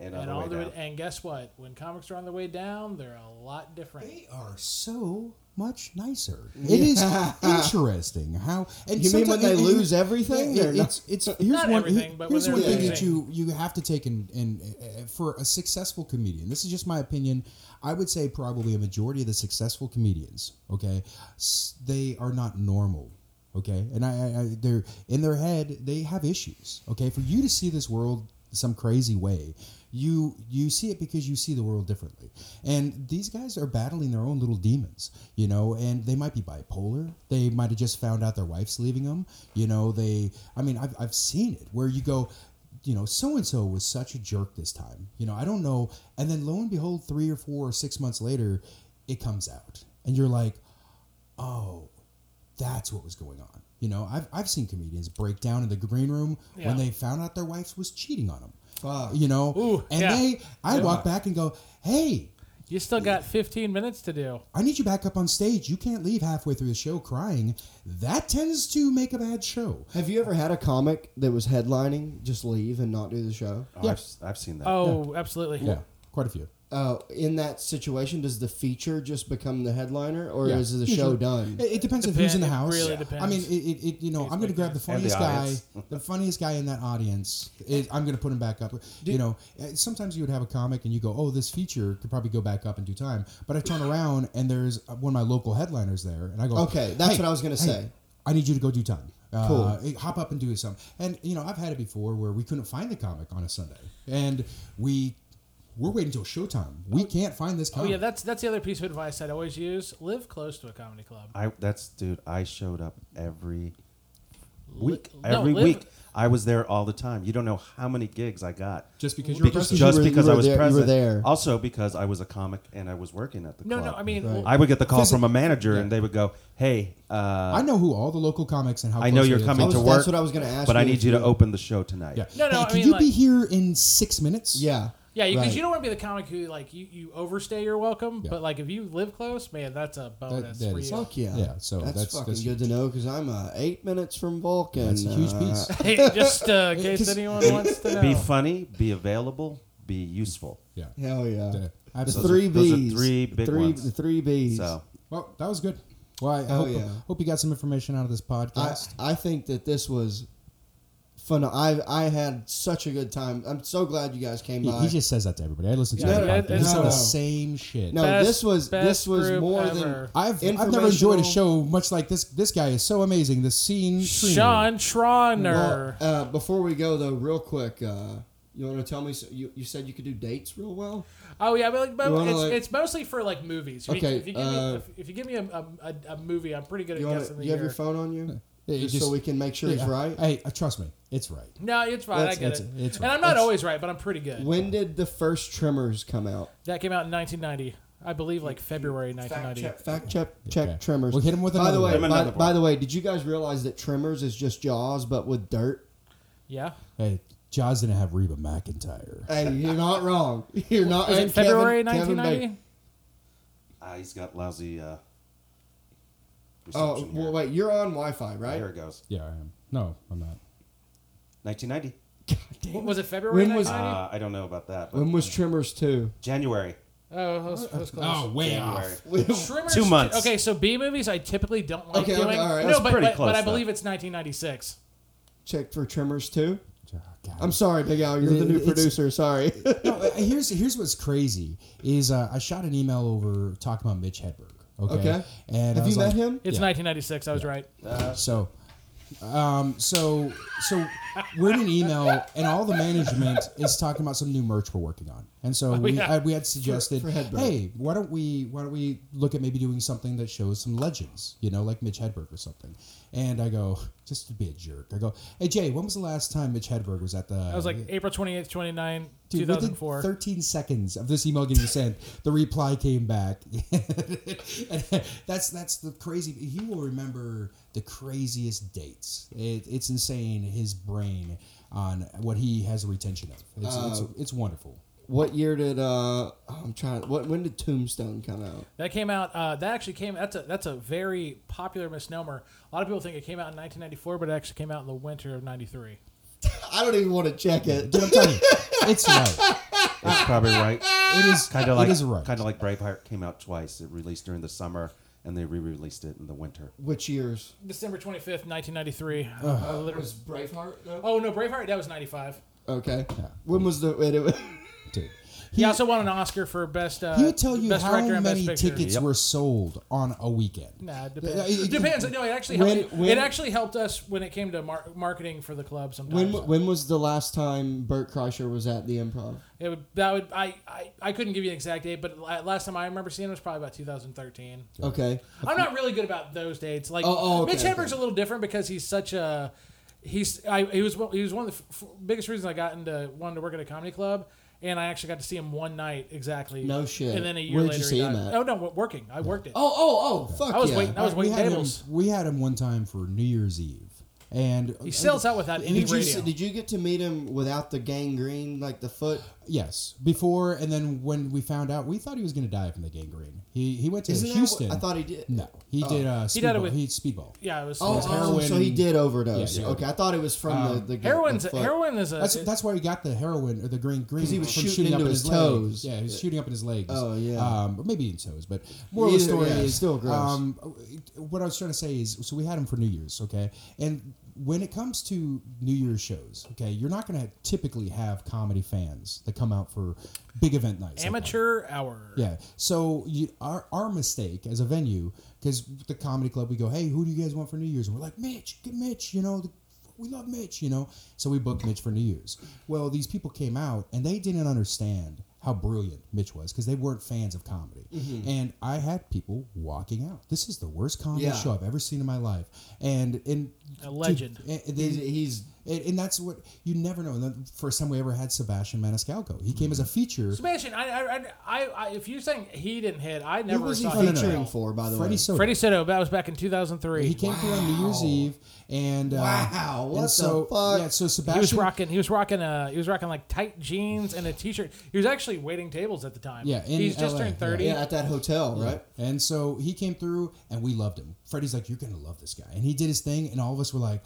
Speaker 5: And
Speaker 4: and,
Speaker 5: on the
Speaker 4: all
Speaker 5: way
Speaker 4: the way,
Speaker 5: down.
Speaker 4: and guess what? When comics are on their way down, they're a lot different.
Speaker 3: They are so much nicer. It is interesting how and
Speaker 2: You mean when
Speaker 3: sometimes-
Speaker 2: they
Speaker 3: and- and-
Speaker 2: lose everything?
Speaker 3: Yeah,
Speaker 2: They're
Speaker 3: it-
Speaker 2: not-
Speaker 3: it's it's here's
Speaker 4: Not
Speaker 3: one
Speaker 4: everything,
Speaker 3: here-
Speaker 4: but when
Speaker 3: here's
Speaker 4: they're
Speaker 3: one thing
Speaker 2: losing.
Speaker 3: that you you have to take and and uh, for a successful comedian. This is just my opinion. I would say probably a majority of the successful comedians, okay, s- they are not normal. Okay, and I, I, I, they're in their head. They have issues. Okay, for you to see this world some crazy way, you you see it because you see the world differently. And these guys are battling their own little demons, you know, and they might be bipolar. They might have just found out their wife's leaving them. You know, they I mean, I've I've seen it where you go you know, so and so was such a jerk this time. You know, I don't know. And then lo and behold, three or four or six months later, it comes out. And you're like, oh, that's what was going on. You know, I've, I've seen comedians break down in the green room
Speaker 4: Yeah.
Speaker 3: when they found out their wife was cheating on them.
Speaker 2: Fuck.
Speaker 3: You know,
Speaker 4: Ooh,
Speaker 3: and
Speaker 4: yeah.
Speaker 3: they, I walk back and go, hey,
Speaker 4: You still got 15 minutes to do.
Speaker 3: I need you back up on stage. You can't leave halfway through the show crying. That tends to make a bad show.
Speaker 2: Have you ever had a comic that was headlining just leave and not do the show?
Speaker 5: Oh,
Speaker 3: Yeah.
Speaker 5: I've, I've seen that.
Speaker 4: Oh, absolutely.
Speaker 3: Yeah, quite a few.
Speaker 2: Uh, in that situation, does the feature just become the headliner, or
Speaker 3: Yeah.
Speaker 2: is the
Speaker 3: Usually.
Speaker 2: show done?
Speaker 3: It, it depends on
Speaker 4: Depend-
Speaker 3: who's in the
Speaker 4: it
Speaker 3: house.
Speaker 4: really
Speaker 3: I mean,
Speaker 4: depends.
Speaker 3: it, it, it you know, I'm gonna grab the
Speaker 5: And the
Speaker 3: funniest guy,
Speaker 5: audience.
Speaker 3: the funniest guy in that audience. Is, I'm gonna put him back up. you know, uh, sometimes you would have a comic and you go, oh, this feature could probably go back up in due time. But I turn around and there's uh, one of my local headliners there, and I go,
Speaker 2: Okay, that's
Speaker 3: "Hey,
Speaker 2: what I was gonna
Speaker 3: hey,
Speaker 2: say.
Speaker 3: I need you to go do time. Uh,
Speaker 2: Cool.
Speaker 3: Hop up and do something. And you know, I've had it before where we couldn't find the comic on a Sunday, and we. We're waiting till showtime. We can't find this
Speaker 4: Oh
Speaker 3: comic.
Speaker 4: yeah, that's that's the other piece of advice I'd always use: live close to a comedy club.
Speaker 5: I that's dude. I showed up every week.
Speaker 4: Li- no,
Speaker 5: every
Speaker 4: live-
Speaker 5: week I was there all the time. You don't know how many gigs I got
Speaker 3: just because you're a
Speaker 5: because
Speaker 2: you
Speaker 5: just
Speaker 2: were-
Speaker 5: because
Speaker 2: you
Speaker 5: I
Speaker 2: were
Speaker 5: was
Speaker 2: there- you were
Speaker 5: present.
Speaker 2: there.
Speaker 5: Also because I was a comic and I was working at the
Speaker 4: No,
Speaker 5: club.
Speaker 4: no, I mean,
Speaker 2: Right.
Speaker 4: well,
Speaker 5: I would get the call
Speaker 3: Physi-
Speaker 5: from a manager and they would go, "Hey, uh,
Speaker 3: I know who all the local comics and how
Speaker 5: I know
Speaker 3: close
Speaker 5: you're
Speaker 3: they are
Speaker 5: coming
Speaker 2: I was-
Speaker 5: to
Speaker 2: that's
Speaker 5: work,
Speaker 2: what I was gonna ask
Speaker 5: but I
Speaker 2: you
Speaker 5: need
Speaker 2: if
Speaker 5: you to
Speaker 2: you-
Speaker 5: open the show tonight."
Speaker 3: Yeah.
Speaker 4: No, no,
Speaker 3: Hey,
Speaker 4: I
Speaker 3: can
Speaker 4: mean,
Speaker 3: you
Speaker 4: like-
Speaker 3: be here in six minutes?
Speaker 2: Yeah.
Speaker 4: Yeah, because
Speaker 2: Right.
Speaker 4: you don't want to be the comic who like you, you overstay your welcome,
Speaker 3: Yeah.
Speaker 4: but like if you live close, man, that's a bonus
Speaker 3: that
Speaker 4: for
Speaker 3: is-
Speaker 4: you.
Speaker 2: Fuck yeah.
Speaker 3: Yeah, so
Speaker 2: that's,
Speaker 3: that's-
Speaker 2: fucking
Speaker 3: that's
Speaker 2: good to know because I'm uh, eight minutes from Vulcan.
Speaker 3: That's a huge
Speaker 2: Uh,
Speaker 3: piece.
Speaker 4: Hey, just uh, in case anyone wants to know.
Speaker 5: Be funny, be available, be useful.
Speaker 3: Yeah.
Speaker 2: Hell yeah.
Speaker 3: Yeah,
Speaker 2: The
Speaker 3: absolutely.
Speaker 2: three
Speaker 5: are- those are
Speaker 2: B's.
Speaker 5: three big
Speaker 2: three,
Speaker 5: ones.
Speaker 2: The three B's.
Speaker 5: So
Speaker 3: Well, that was good. Well, I I
Speaker 2: Hell
Speaker 3: hope,
Speaker 2: yeah.
Speaker 3: hope you got some information out of this
Speaker 2: I,
Speaker 3: podcast.
Speaker 2: I think that this was fun. I I had such a good time. I'm so glad you guys came
Speaker 3: he,
Speaker 2: by.
Speaker 3: he just says that to everybody. I listen to
Speaker 4: Yeah,
Speaker 3: every
Speaker 4: no,
Speaker 3: podcast.
Speaker 4: no,
Speaker 3: He said
Speaker 2: no.
Speaker 3: the same shit.
Speaker 2: no,
Speaker 4: Best-
Speaker 2: this was this
Speaker 4: best
Speaker 2: was
Speaker 4: group
Speaker 2: more
Speaker 4: ever.
Speaker 2: than
Speaker 3: I've, I've never enjoyed a
Speaker 2: informational-
Speaker 3: show much like this. This guy is so amazing. The scene. Trina.
Speaker 4: Sean Troner.
Speaker 2: Well, uh, before we go though, real quick, uh, you want to tell me? s you, you said you could do dates real well.
Speaker 4: oh yeah, but like, but
Speaker 2: You wanna,
Speaker 4: it's,
Speaker 2: like-
Speaker 4: it's mostly for like movies. If you-
Speaker 2: Okay,
Speaker 4: if you give
Speaker 2: uh,
Speaker 4: me if, if you give me a, a, a, a movie, I'm pretty good at
Speaker 2: You, wanna,
Speaker 4: guessing the
Speaker 2: you have
Speaker 4: year.
Speaker 2: your phone on you,
Speaker 3: Yeah, you
Speaker 2: just,
Speaker 3: just-
Speaker 2: so we can make sure he's
Speaker 3: Yeah,
Speaker 2: right.
Speaker 3: Hey, uh, trust me, it's right.
Speaker 4: No, it's fine.
Speaker 3: That's-
Speaker 4: I get
Speaker 3: it's-
Speaker 4: it.
Speaker 3: it's
Speaker 4: and
Speaker 3: right.
Speaker 4: I'm not
Speaker 3: It's-
Speaker 4: always right, but I'm pretty good.
Speaker 2: when did the first Tremors come out?
Speaker 4: that came out in 1990, I believe, like February 1990.
Speaker 2: Fact check, check
Speaker 3: Okay.
Speaker 2: Tremors.
Speaker 3: We'll hit him with
Speaker 2: by the
Speaker 3: another
Speaker 2: way.
Speaker 5: one.
Speaker 2: By,
Speaker 5: Another one.
Speaker 2: by the way, did you guys realize that Tremors is just Jaws but with dirt?
Speaker 4: Yeah.
Speaker 2: Uh,
Speaker 3: Hey, Jaws didn't have Reba McIntyre.
Speaker 2: Hey, you're not wrong. You're not.
Speaker 4: Was it
Speaker 2: and
Speaker 4: February
Speaker 2: Kevin- Kevin
Speaker 4: 1990?
Speaker 2: Bacon.
Speaker 5: uh, he's got lousy. Uh,
Speaker 2: Oh
Speaker 5: reception
Speaker 2: well,
Speaker 5: here.
Speaker 2: wait. You're on Wi-Fi, right?
Speaker 5: Here it goes.
Speaker 3: Yeah, I am. No, I'm not.
Speaker 5: 1990.
Speaker 4: What- was it February
Speaker 2: When was-
Speaker 4: 1990?
Speaker 5: Uh, I don't know about that, but
Speaker 2: When was Tremors two?
Speaker 5: January.
Speaker 4: oh, that was, that was close.
Speaker 3: way
Speaker 5: January.
Speaker 4: Shrimmers-
Speaker 5: Two months.
Speaker 4: Okay, so B movies I typically don't like
Speaker 2: Okay, okay,
Speaker 4: doing.
Speaker 2: all right.
Speaker 4: no,
Speaker 2: That's
Speaker 4: but,
Speaker 5: pretty
Speaker 4: but,
Speaker 5: close,
Speaker 4: but I
Speaker 5: though.
Speaker 4: believe it's 1996.
Speaker 2: Check for Tremors two.
Speaker 3: Oh, God.
Speaker 2: I'm sorry, Big Al. You're the new
Speaker 3: It's-
Speaker 2: producer. Sorry.
Speaker 3: no, uh, here's here's what's crazy is uh, I shot an email over talking about Mitch Hedberg. Okay.
Speaker 2: Okay.
Speaker 3: And I
Speaker 2: Have
Speaker 3: was
Speaker 2: you met
Speaker 3: like-
Speaker 2: him?
Speaker 4: It's
Speaker 3: Yeah.
Speaker 4: 1996. I was right.
Speaker 3: So, um, so, so we're in an email, and all the management is talking about some new merch we're working on. And so we,
Speaker 4: yeah.
Speaker 3: I, we had suggested,
Speaker 2: Oh, For- for Hedberg.
Speaker 3: hey, why don't we why don't we look at maybe doing something that shows some legends, you know, like Mitch Hedberg or something. And I go, just to be a jerk, I go, hey Jay, when was the last time Mitch Hedberg was at the?
Speaker 4: I was like April 28th, 29,
Speaker 3: Dude, within
Speaker 4: 2004.
Speaker 3: 13 seconds of this email getting sent, the reply came back. And that's that's the crazy. He will remember the craziest dates. It, it's insane. His brain on what he has a retention of.
Speaker 5: Uh,
Speaker 3: It's it's, it's wonderful.
Speaker 2: What year did uh? oh, I'm trying. What when did Tombstone come out?
Speaker 4: That came out. Uh, that actually came. That's a that's a very popular misnomer. A lot of people think it came out in 1994, but it actually came out in the winter of '93.
Speaker 2: I don't even want to check it.
Speaker 3: Dude, I'm telling you, it's right.
Speaker 5: It's probably right.
Speaker 3: It is
Speaker 5: Kind of like
Speaker 3: it is right.
Speaker 5: kind of like Braveheart came out twice. It released during the summer, and they re-released it in the winter.
Speaker 2: Which years?
Speaker 4: December 25th, 1993. Uh, literally-
Speaker 2: Was Braveheart though?
Speaker 4: oh no, Braveheart. That was '95.
Speaker 2: Okay. When was the? Wait, it was,
Speaker 3: Dude.
Speaker 4: He, also won an Oscar for best. Uh,
Speaker 3: He would tell you
Speaker 4: best
Speaker 3: how
Speaker 4: director and best
Speaker 3: many
Speaker 4: picture.
Speaker 3: tickets were sold on a weekend.
Speaker 4: Nah, it
Speaker 3: Yeah,
Speaker 4: depends.
Speaker 3: it-
Speaker 4: It depends. No, it actually
Speaker 2: When-
Speaker 4: helped.
Speaker 2: when-
Speaker 4: it actually helped us when it came to mar- marketing for the club.
Speaker 2: when
Speaker 4: Sometimes
Speaker 2: when was the last time Bert Kreischer was at the Improv?
Speaker 4: it would that would I, I I couldn't give you an exact date, but la- last time I remember seeing it was probably about 2013.
Speaker 2: Okay.
Speaker 4: I'm not really good about those dates. Like
Speaker 2: Oh, oh, okay,
Speaker 4: Mitch Hedberg's
Speaker 2: okay.
Speaker 4: a little different because he's such a he's I he was one- he was one of the f- f- biggest reasons I got into wanting to work at a comedy club. And I actually got to see him one night exactly.
Speaker 2: No shit.
Speaker 4: And then a year
Speaker 2: Where'd you
Speaker 4: later, he
Speaker 2: see him
Speaker 4: died.
Speaker 2: at?
Speaker 4: Oh no, wo- working. I worked it.
Speaker 2: Oh oh oh! Fuck
Speaker 4: I was
Speaker 2: yeah.
Speaker 4: waiting- I was
Speaker 3: we
Speaker 4: waiting
Speaker 3: had him,
Speaker 4: tables.
Speaker 3: we had him one time for New Year's Eve, and
Speaker 4: he sells out without any
Speaker 2: Did you,
Speaker 4: radio.
Speaker 2: see- did you get to meet him without the gangrene, like the foot?
Speaker 3: Yes, before and then when we found out, we thought he was going to die from the gangrene. He he went to
Speaker 2: Isn't that what-
Speaker 3: Houston.
Speaker 2: I thought Oh. he did.
Speaker 3: no, he did. Uh, speedball. He
Speaker 4: did it with-
Speaker 3: he speedball.
Speaker 4: yeah, it was.
Speaker 2: Oh,
Speaker 4: it was
Speaker 2: oh,
Speaker 4: heroin.
Speaker 2: so he did overdose.
Speaker 3: Yeah, yeah.
Speaker 2: Okay, I thought it was from the, the
Speaker 4: Um, Heroin's
Speaker 2: the foot.
Speaker 4: heroin is a.
Speaker 3: That's that's why he got the heroin or the green green
Speaker 2: 'Cause he
Speaker 3: was
Speaker 2: was
Speaker 3: from
Speaker 2: shooting
Speaker 3: shooting, up
Speaker 2: into
Speaker 3: in
Speaker 2: his
Speaker 3: his,
Speaker 2: toes.
Speaker 3: legs. Yeah, he was shooting up in his legs.
Speaker 2: Oh, yeah.
Speaker 3: um, or maybe in his toes. But more of the
Speaker 2: Either-
Speaker 3: story
Speaker 2: yeah,
Speaker 3: is
Speaker 2: still gross.
Speaker 3: Um, what I was trying to say is, so we had him for New Year's, okay, and when it comes to New Year's shows, okay, you're not going to typically have comedy fans that come out for big event nights. like that.
Speaker 4: amateur hour.
Speaker 3: Yeah. So you, our our mistake as a venue, because the comedy club, we go, hey, who do you guys want for New Year's? And we're like, Mitch, get Mitch. You know, the, we love Mitch. You know, so we booked Mitch for New Year's. Well, these people came out and they didn't understand how brilliant Mitch was because they weren't fans of comedy.
Speaker 2: Mm-hmm.
Speaker 3: And I had people walking out. This is the worst comedy
Speaker 2: Yeah.
Speaker 3: show I've ever seen in my life. And and
Speaker 4: A legend.
Speaker 3: dude, and- and
Speaker 2: He's,
Speaker 3: they-
Speaker 2: he's
Speaker 3: It, and that's what you never know. And the first time we ever had Sebastian Maniscalco, he came as a feature.
Speaker 4: Sebastian, I, I, I, I, if you're saying he didn't hit, I
Speaker 2: Who
Speaker 4: never
Speaker 2: was he
Speaker 4: saw
Speaker 3: no,
Speaker 4: him.
Speaker 3: no.
Speaker 2: featuring for, by the
Speaker 3: Freddie
Speaker 2: way?
Speaker 3: Soto.
Speaker 4: Freddie Soto. That was back in 2003.
Speaker 3: He came through on New Year's Eve, and uh,
Speaker 2: Wow, what
Speaker 3: and
Speaker 2: the
Speaker 3: so,
Speaker 2: fuck?
Speaker 3: Yeah, so
Speaker 4: He
Speaker 3: Sebastian
Speaker 4: was rocking. He was rocking. Uh, he was rocking like tight jeans and a t-shirt. He was actually waiting tables at the time.
Speaker 3: Yeah, in
Speaker 4: he's just
Speaker 3: LA,
Speaker 4: turned thirty.
Speaker 2: Yeah, at that hotel, right?
Speaker 3: And so he came through, and we loved him. Freddie's like, "You're gonna love this guy," and he did his thing, and all of us were like,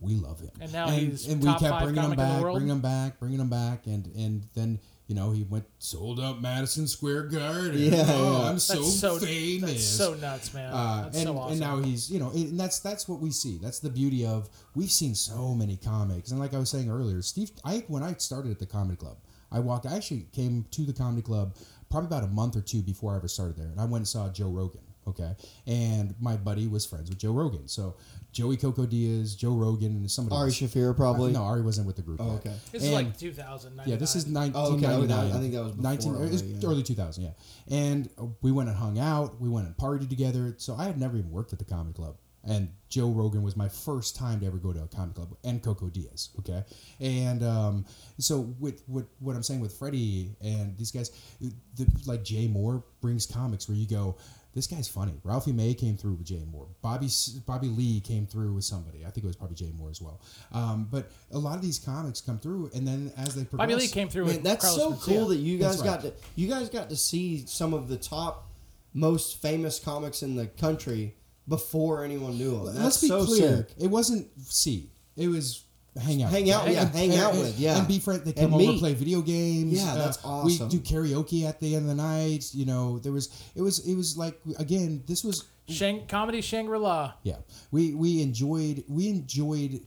Speaker 3: "We love him."
Speaker 4: And now he's top five
Speaker 3: bringing him
Speaker 4: comic in the
Speaker 3: back,
Speaker 4: world.
Speaker 3: bringing him back, bringing him back, and and then you know he went sold out Madison Square Garden.
Speaker 2: Yeah,
Speaker 3: oh,
Speaker 2: yeah.
Speaker 3: I'm so,
Speaker 4: That's so,
Speaker 3: famous.
Speaker 4: That's so nuts, man.
Speaker 3: Uh,
Speaker 4: that's
Speaker 3: and,
Speaker 4: so awesome.
Speaker 3: and now he's you know and that's that's what we see that's the beauty of we've seen so many comics and like i was saying earlier steve i when i started at the comedy club i walked i actually came to the comedy club probably about a month or two before i ever started there and i went and saw joe rogan okay and my buddy was friends with joe rogan so joey coco diaz joe rogan and somebody
Speaker 2: Ari
Speaker 3: else.
Speaker 2: Shafir, probably.
Speaker 3: no ari wasn't with the group
Speaker 2: Oh,
Speaker 3: yet.
Speaker 2: okay.
Speaker 4: this is
Speaker 3: And-
Speaker 4: like 2009.
Speaker 3: yeah, this is 1999.
Speaker 2: 1999. I think that was before
Speaker 3: 19, it was
Speaker 2: already, yeah.
Speaker 3: early 2000, yeah. And uh, we went and hung out. We went and partied together. So I had never even worked at the comedy club. And Joe Rogan was my first time to ever go to a comedy club, and Coco Diaz. Okay, and um, so with what what I'm saying with Freddie and these guys, the, like Jay Moore brings comics where you go, this guy's funny. Ralphie May came through with Jay Moore. Bobby S- Bobby Lee came through with somebody. I think it was probably Jay Moore as well. Um, but a lot of these comics come through, and then as they progress,
Speaker 4: Bobby Lee came through.
Speaker 2: Man,
Speaker 4: with
Speaker 2: that's so
Speaker 4: Carlos
Speaker 2: cool
Speaker 4: Mencia.
Speaker 2: that you
Speaker 3: That's
Speaker 2: guys
Speaker 3: right.
Speaker 2: got to you guys got to see some of the top most famous comics in the country before anyone knew them. That's
Speaker 3: Let's be
Speaker 2: so
Speaker 3: clear.
Speaker 2: sick.
Speaker 3: It wasn't see. It was hang out.
Speaker 2: Hang
Speaker 3: with.
Speaker 2: out, yeah, hang out with, yeah.
Speaker 3: And be friends. They
Speaker 2: And
Speaker 3: come over,
Speaker 2: meet.
Speaker 3: play video games. Uh,
Speaker 2: Yeah, that's awesome.
Speaker 3: We do karaoke at the end of the night. You know, there was it was it was like again. This was
Speaker 4: Shang, comedy Shangri La.
Speaker 3: yeah. We we enjoyed we enjoyed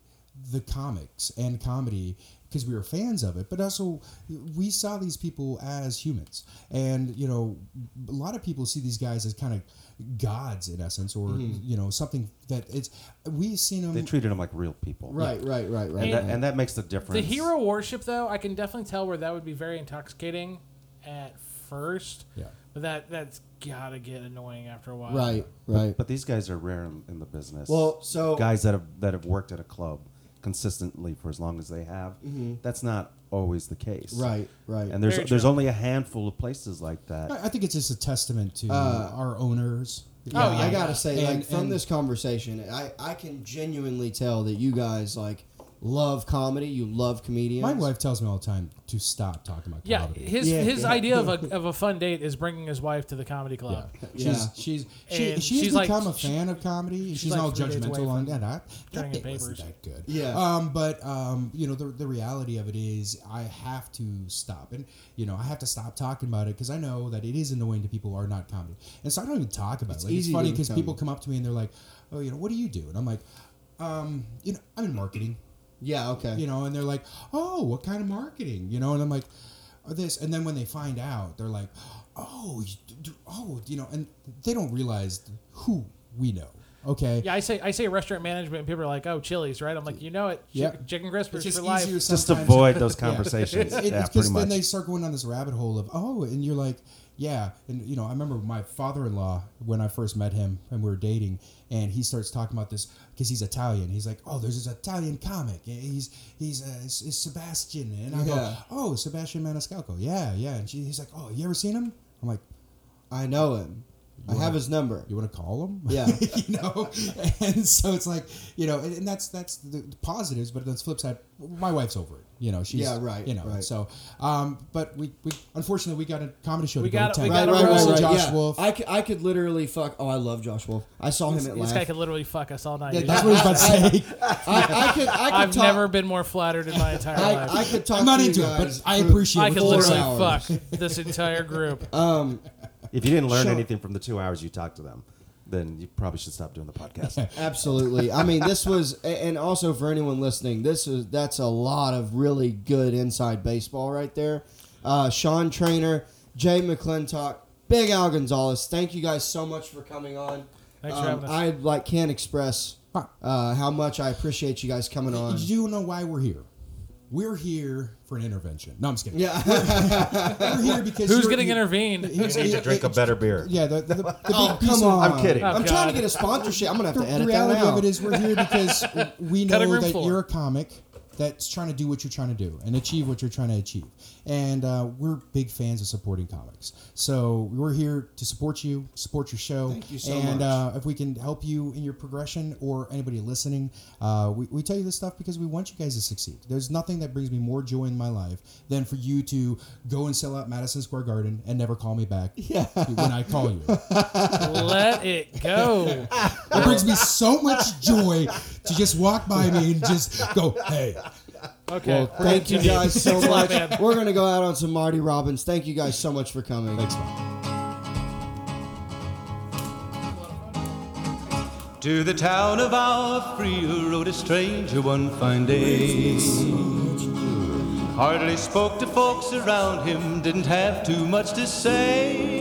Speaker 3: the comics and comedy because we were fans of it, but also we saw these people as humans. And you know, a lot of people see these guys as kind of gods in essence, or
Speaker 2: Mm-hmm.
Speaker 3: you know, something that it's we've seen them.
Speaker 5: They treated him like real people.
Speaker 2: Right, right, right, right.
Speaker 5: And that, and that makes the difference.
Speaker 4: The hero worship, though, I can definitely tell where that would be very intoxicating at first.
Speaker 3: Yeah.
Speaker 4: But that that's gotta get annoying after a while.
Speaker 2: right, right.
Speaker 5: But these guys are rare in, in the business.
Speaker 2: Well, so-
Speaker 5: guys that have that have worked at a club consistently for as long as they have, that's not always the case.
Speaker 2: Right, right.
Speaker 5: And there's
Speaker 4: Very
Speaker 5: there's
Speaker 4: true.
Speaker 5: only a handful of places like that.
Speaker 3: I I think it's just a testament to our owners.
Speaker 2: Uh, Yeah,
Speaker 4: Oh, yeah,
Speaker 2: I gotta
Speaker 4: yeah.
Speaker 2: say,
Speaker 3: And-
Speaker 2: like from
Speaker 3: and-
Speaker 2: this conversation, I I can genuinely tell that you guys like love comedy. You love comedians.
Speaker 3: My wife tells me all the time to stop talking about
Speaker 4: Yeah.
Speaker 3: comedy.
Speaker 4: His
Speaker 2: Yeah,
Speaker 4: his
Speaker 2: yeah.
Speaker 4: idea of a of a fun date is bringing his wife to the comedy club.
Speaker 2: Yeah.
Speaker 3: She's she's she,
Speaker 4: And
Speaker 3: she's,
Speaker 4: she's like-
Speaker 3: become a fan of comedy. and She's,
Speaker 4: like
Speaker 3: all
Speaker 4: three days away
Speaker 3: judgmental on
Speaker 4: from
Speaker 3: that. I,
Speaker 4: turning
Speaker 3: that
Speaker 4: in
Speaker 3: bit wasn't
Speaker 4: papers.
Speaker 3: that good.
Speaker 2: Yeah.
Speaker 3: Um, but um, you know the, the reality of it is I have to stop, and you know I have to stop talking about it because I know that it is annoying to people who are not comedy, and so I don't even talk about it. Like, it's
Speaker 2: easy to
Speaker 3: funny because
Speaker 2: become-
Speaker 3: people come up to me and they're like, "Oh, you know, what do you do?" And I'm like, um, "You know, I'm in marketing."
Speaker 2: yeah. Okay.
Speaker 3: you know, and they're like, oh, what kind of marketing, you know, and I'm like, "Oh, this, and then when they find out, they're like, oh, you d- d- oh, you know, and they don't realize who we know. Okay,
Speaker 4: Yeah, I say I say restaurant management, and people are like, "Oh, Chili's, right?" I'm like, "You know it,
Speaker 3: Yeah.
Speaker 4: Chick- chicken crispers
Speaker 3: it's just
Speaker 4: for life."
Speaker 3: easier
Speaker 5: Just
Speaker 3: sometimes.
Speaker 5: avoid those
Speaker 3: Yeah.
Speaker 5: conversations.
Speaker 3: It-
Speaker 5: yeah,
Speaker 3: it's
Speaker 5: pretty
Speaker 3: because
Speaker 5: much.
Speaker 3: then they start going down this rabbit hole of oh, and you're like, yeah, and you know, I remember my father-in-law when I first met him and we were dating, and he starts talking about this because he's Italian. He's like, oh, there's this Italian comic, and he's he's uh, S- is Sebastian, and I go,
Speaker 2: Yeah.
Speaker 3: oh, Sebastian Maniscalco, yeah, yeah, and she, he's like, oh, you ever seen him? I'm like,
Speaker 2: I know him. I have his number.
Speaker 3: you want to call him?
Speaker 2: Yeah.
Speaker 3: you know, and so it's like you know, and, and that's that's the, the positives, but on the flip side, my wife's over it. You know, she's
Speaker 2: Yeah, right,
Speaker 3: You know,
Speaker 2: right.
Speaker 3: so um, but we we unfortunately we got a comedy show
Speaker 4: We
Speaker 3: to go
Speaker 4: got-
Speaker 3: to
Speaker 4: we
Speaker 3: town.
Speaker 2: Right,
Speaker 4: gotta
Speaker 2: right, right,
Speaker 4: roll.
Speaker 2: right.
Speaker 3: Josh
Speaker 2: yeah.
Speaker 3: Wolf.
Speaker 2: I could, I could literally fuck. Oh, I love Josh Wolf. I saw him at
Speaker 4: This guy
Speaker 2: last.
Speaker 4: could literally fuck us all night.
Speaker 2: Yeah,
Speaker 4: dude.
Speaker 3: that's what I was about to say.
Speaker 2: I, I could. I could
Speaker 4: I've
Speaker 2: talk,
Speaker 4: never been more flattered in my entire life.
Speaker 2: I, I could talk.
Speaker 3: I'm not
Speaker 2: to you
Speaker 3: into it, but
Speaker 2: guys
Speaker 3: I
Speaker 2: for-
Speaker 3: appreciate.
Speaker 4: I
Speaker 3: what
Speaker 4: could
Speaker 3: you're
Speaker 2: four
Speaker 4: literally
Speaker 3: saying.
Speaker 2: hours.
Speaker 4: fuck this entire group.
Speaker 2: Um,
Speaker 5: if you didn't learn
Speaker 2: Sure.
Speaker 5: anything from the two hours you talked to them, then you probably should stop doing the podcast.
Speaker 2: Absolutely. I mean, this was, a- and also for anyone listening, this is that's a lot of really good inside baseball right there. Uh, Sean Trainer, Jay McClintock, Big Al Gonzalez. Thank you guys so much for coming on. Um,
Speaker 4: Thanks for having us.
Speaker 2: I like can't express uh, how much I appreciate you guys coming on.
Speaker 3: You do know why we're here. We're here for an intervention. No, I'm just kidding.
Speaker 2: Yeah.
Speaker 3: We're here because
Speaker 4: Who's
Speaker 3: you're-
Speaker 4: getting
Speaker 3: you-
Speaker 4: intervenene?
Speaker 3: here's-
Speaker 5: need to drink a better beer.
Speaker 3: Yeah, the, the, the big
Speaker 2: Oh,
Speaker 3: piece
Speaker 2: come
Speaker 3: of-
Speaker 2: on.
Speaker 5: I'm kidding.
Speaker 2: I'm
Speaker 4: Oh,
Speaker 2: trying
Speaker 4: God.
Speaker 2: to get a sponsorship. I'm gonna have to
Speaker 3: the
Speaker 2: edit that
Speaker 3: reality
Speaker 2: out.
Speaker 3: of it is we're here because we
Speaker 4: Cutting
Speaker 3: know
Speaker 4: room
Speaker 3: that
Speaker 4: floor.
Speaker 3: you're a comic that's trying to do what you're trying to do and achieve what you're trying to achieve. And uh, we're big fans of supporting comics, so we're here to support you, support your show.
Speaker 2: Thank you so
Speaker 3: and,
Speaker 2: much.
Speaker 3: Uh, if we can help you in your progression or anybody listening, uh, we, we tell you this stuff because we want you guys to succeed. There's nothing that brings me more joy in my life than for you to go and sell out Madison Square Garden and never call me back when I call you.
Speaker 4: Let it go.
Speaker 3: It brings me so much joy to just walk by me and just go, hey,
Speaker 4: Okay.
Speaker 2: Well,
Speaker 4: we're
Speaker 2: thank you
Speaker 4: gonna-
Speaker 2: guys so
Speaker 4: Thanks a lot,
Speaker 2: much.
Speaker 4: man.
Speaker 2: We're gonna go out on some Marty Robbins. Thank you guys so much for coming.
Speaker 3: thanks, man.
Speaker 6: To the town of our Frio rode a stranger one fine day. Hardly spoke to folks around him, didn't have too much to say.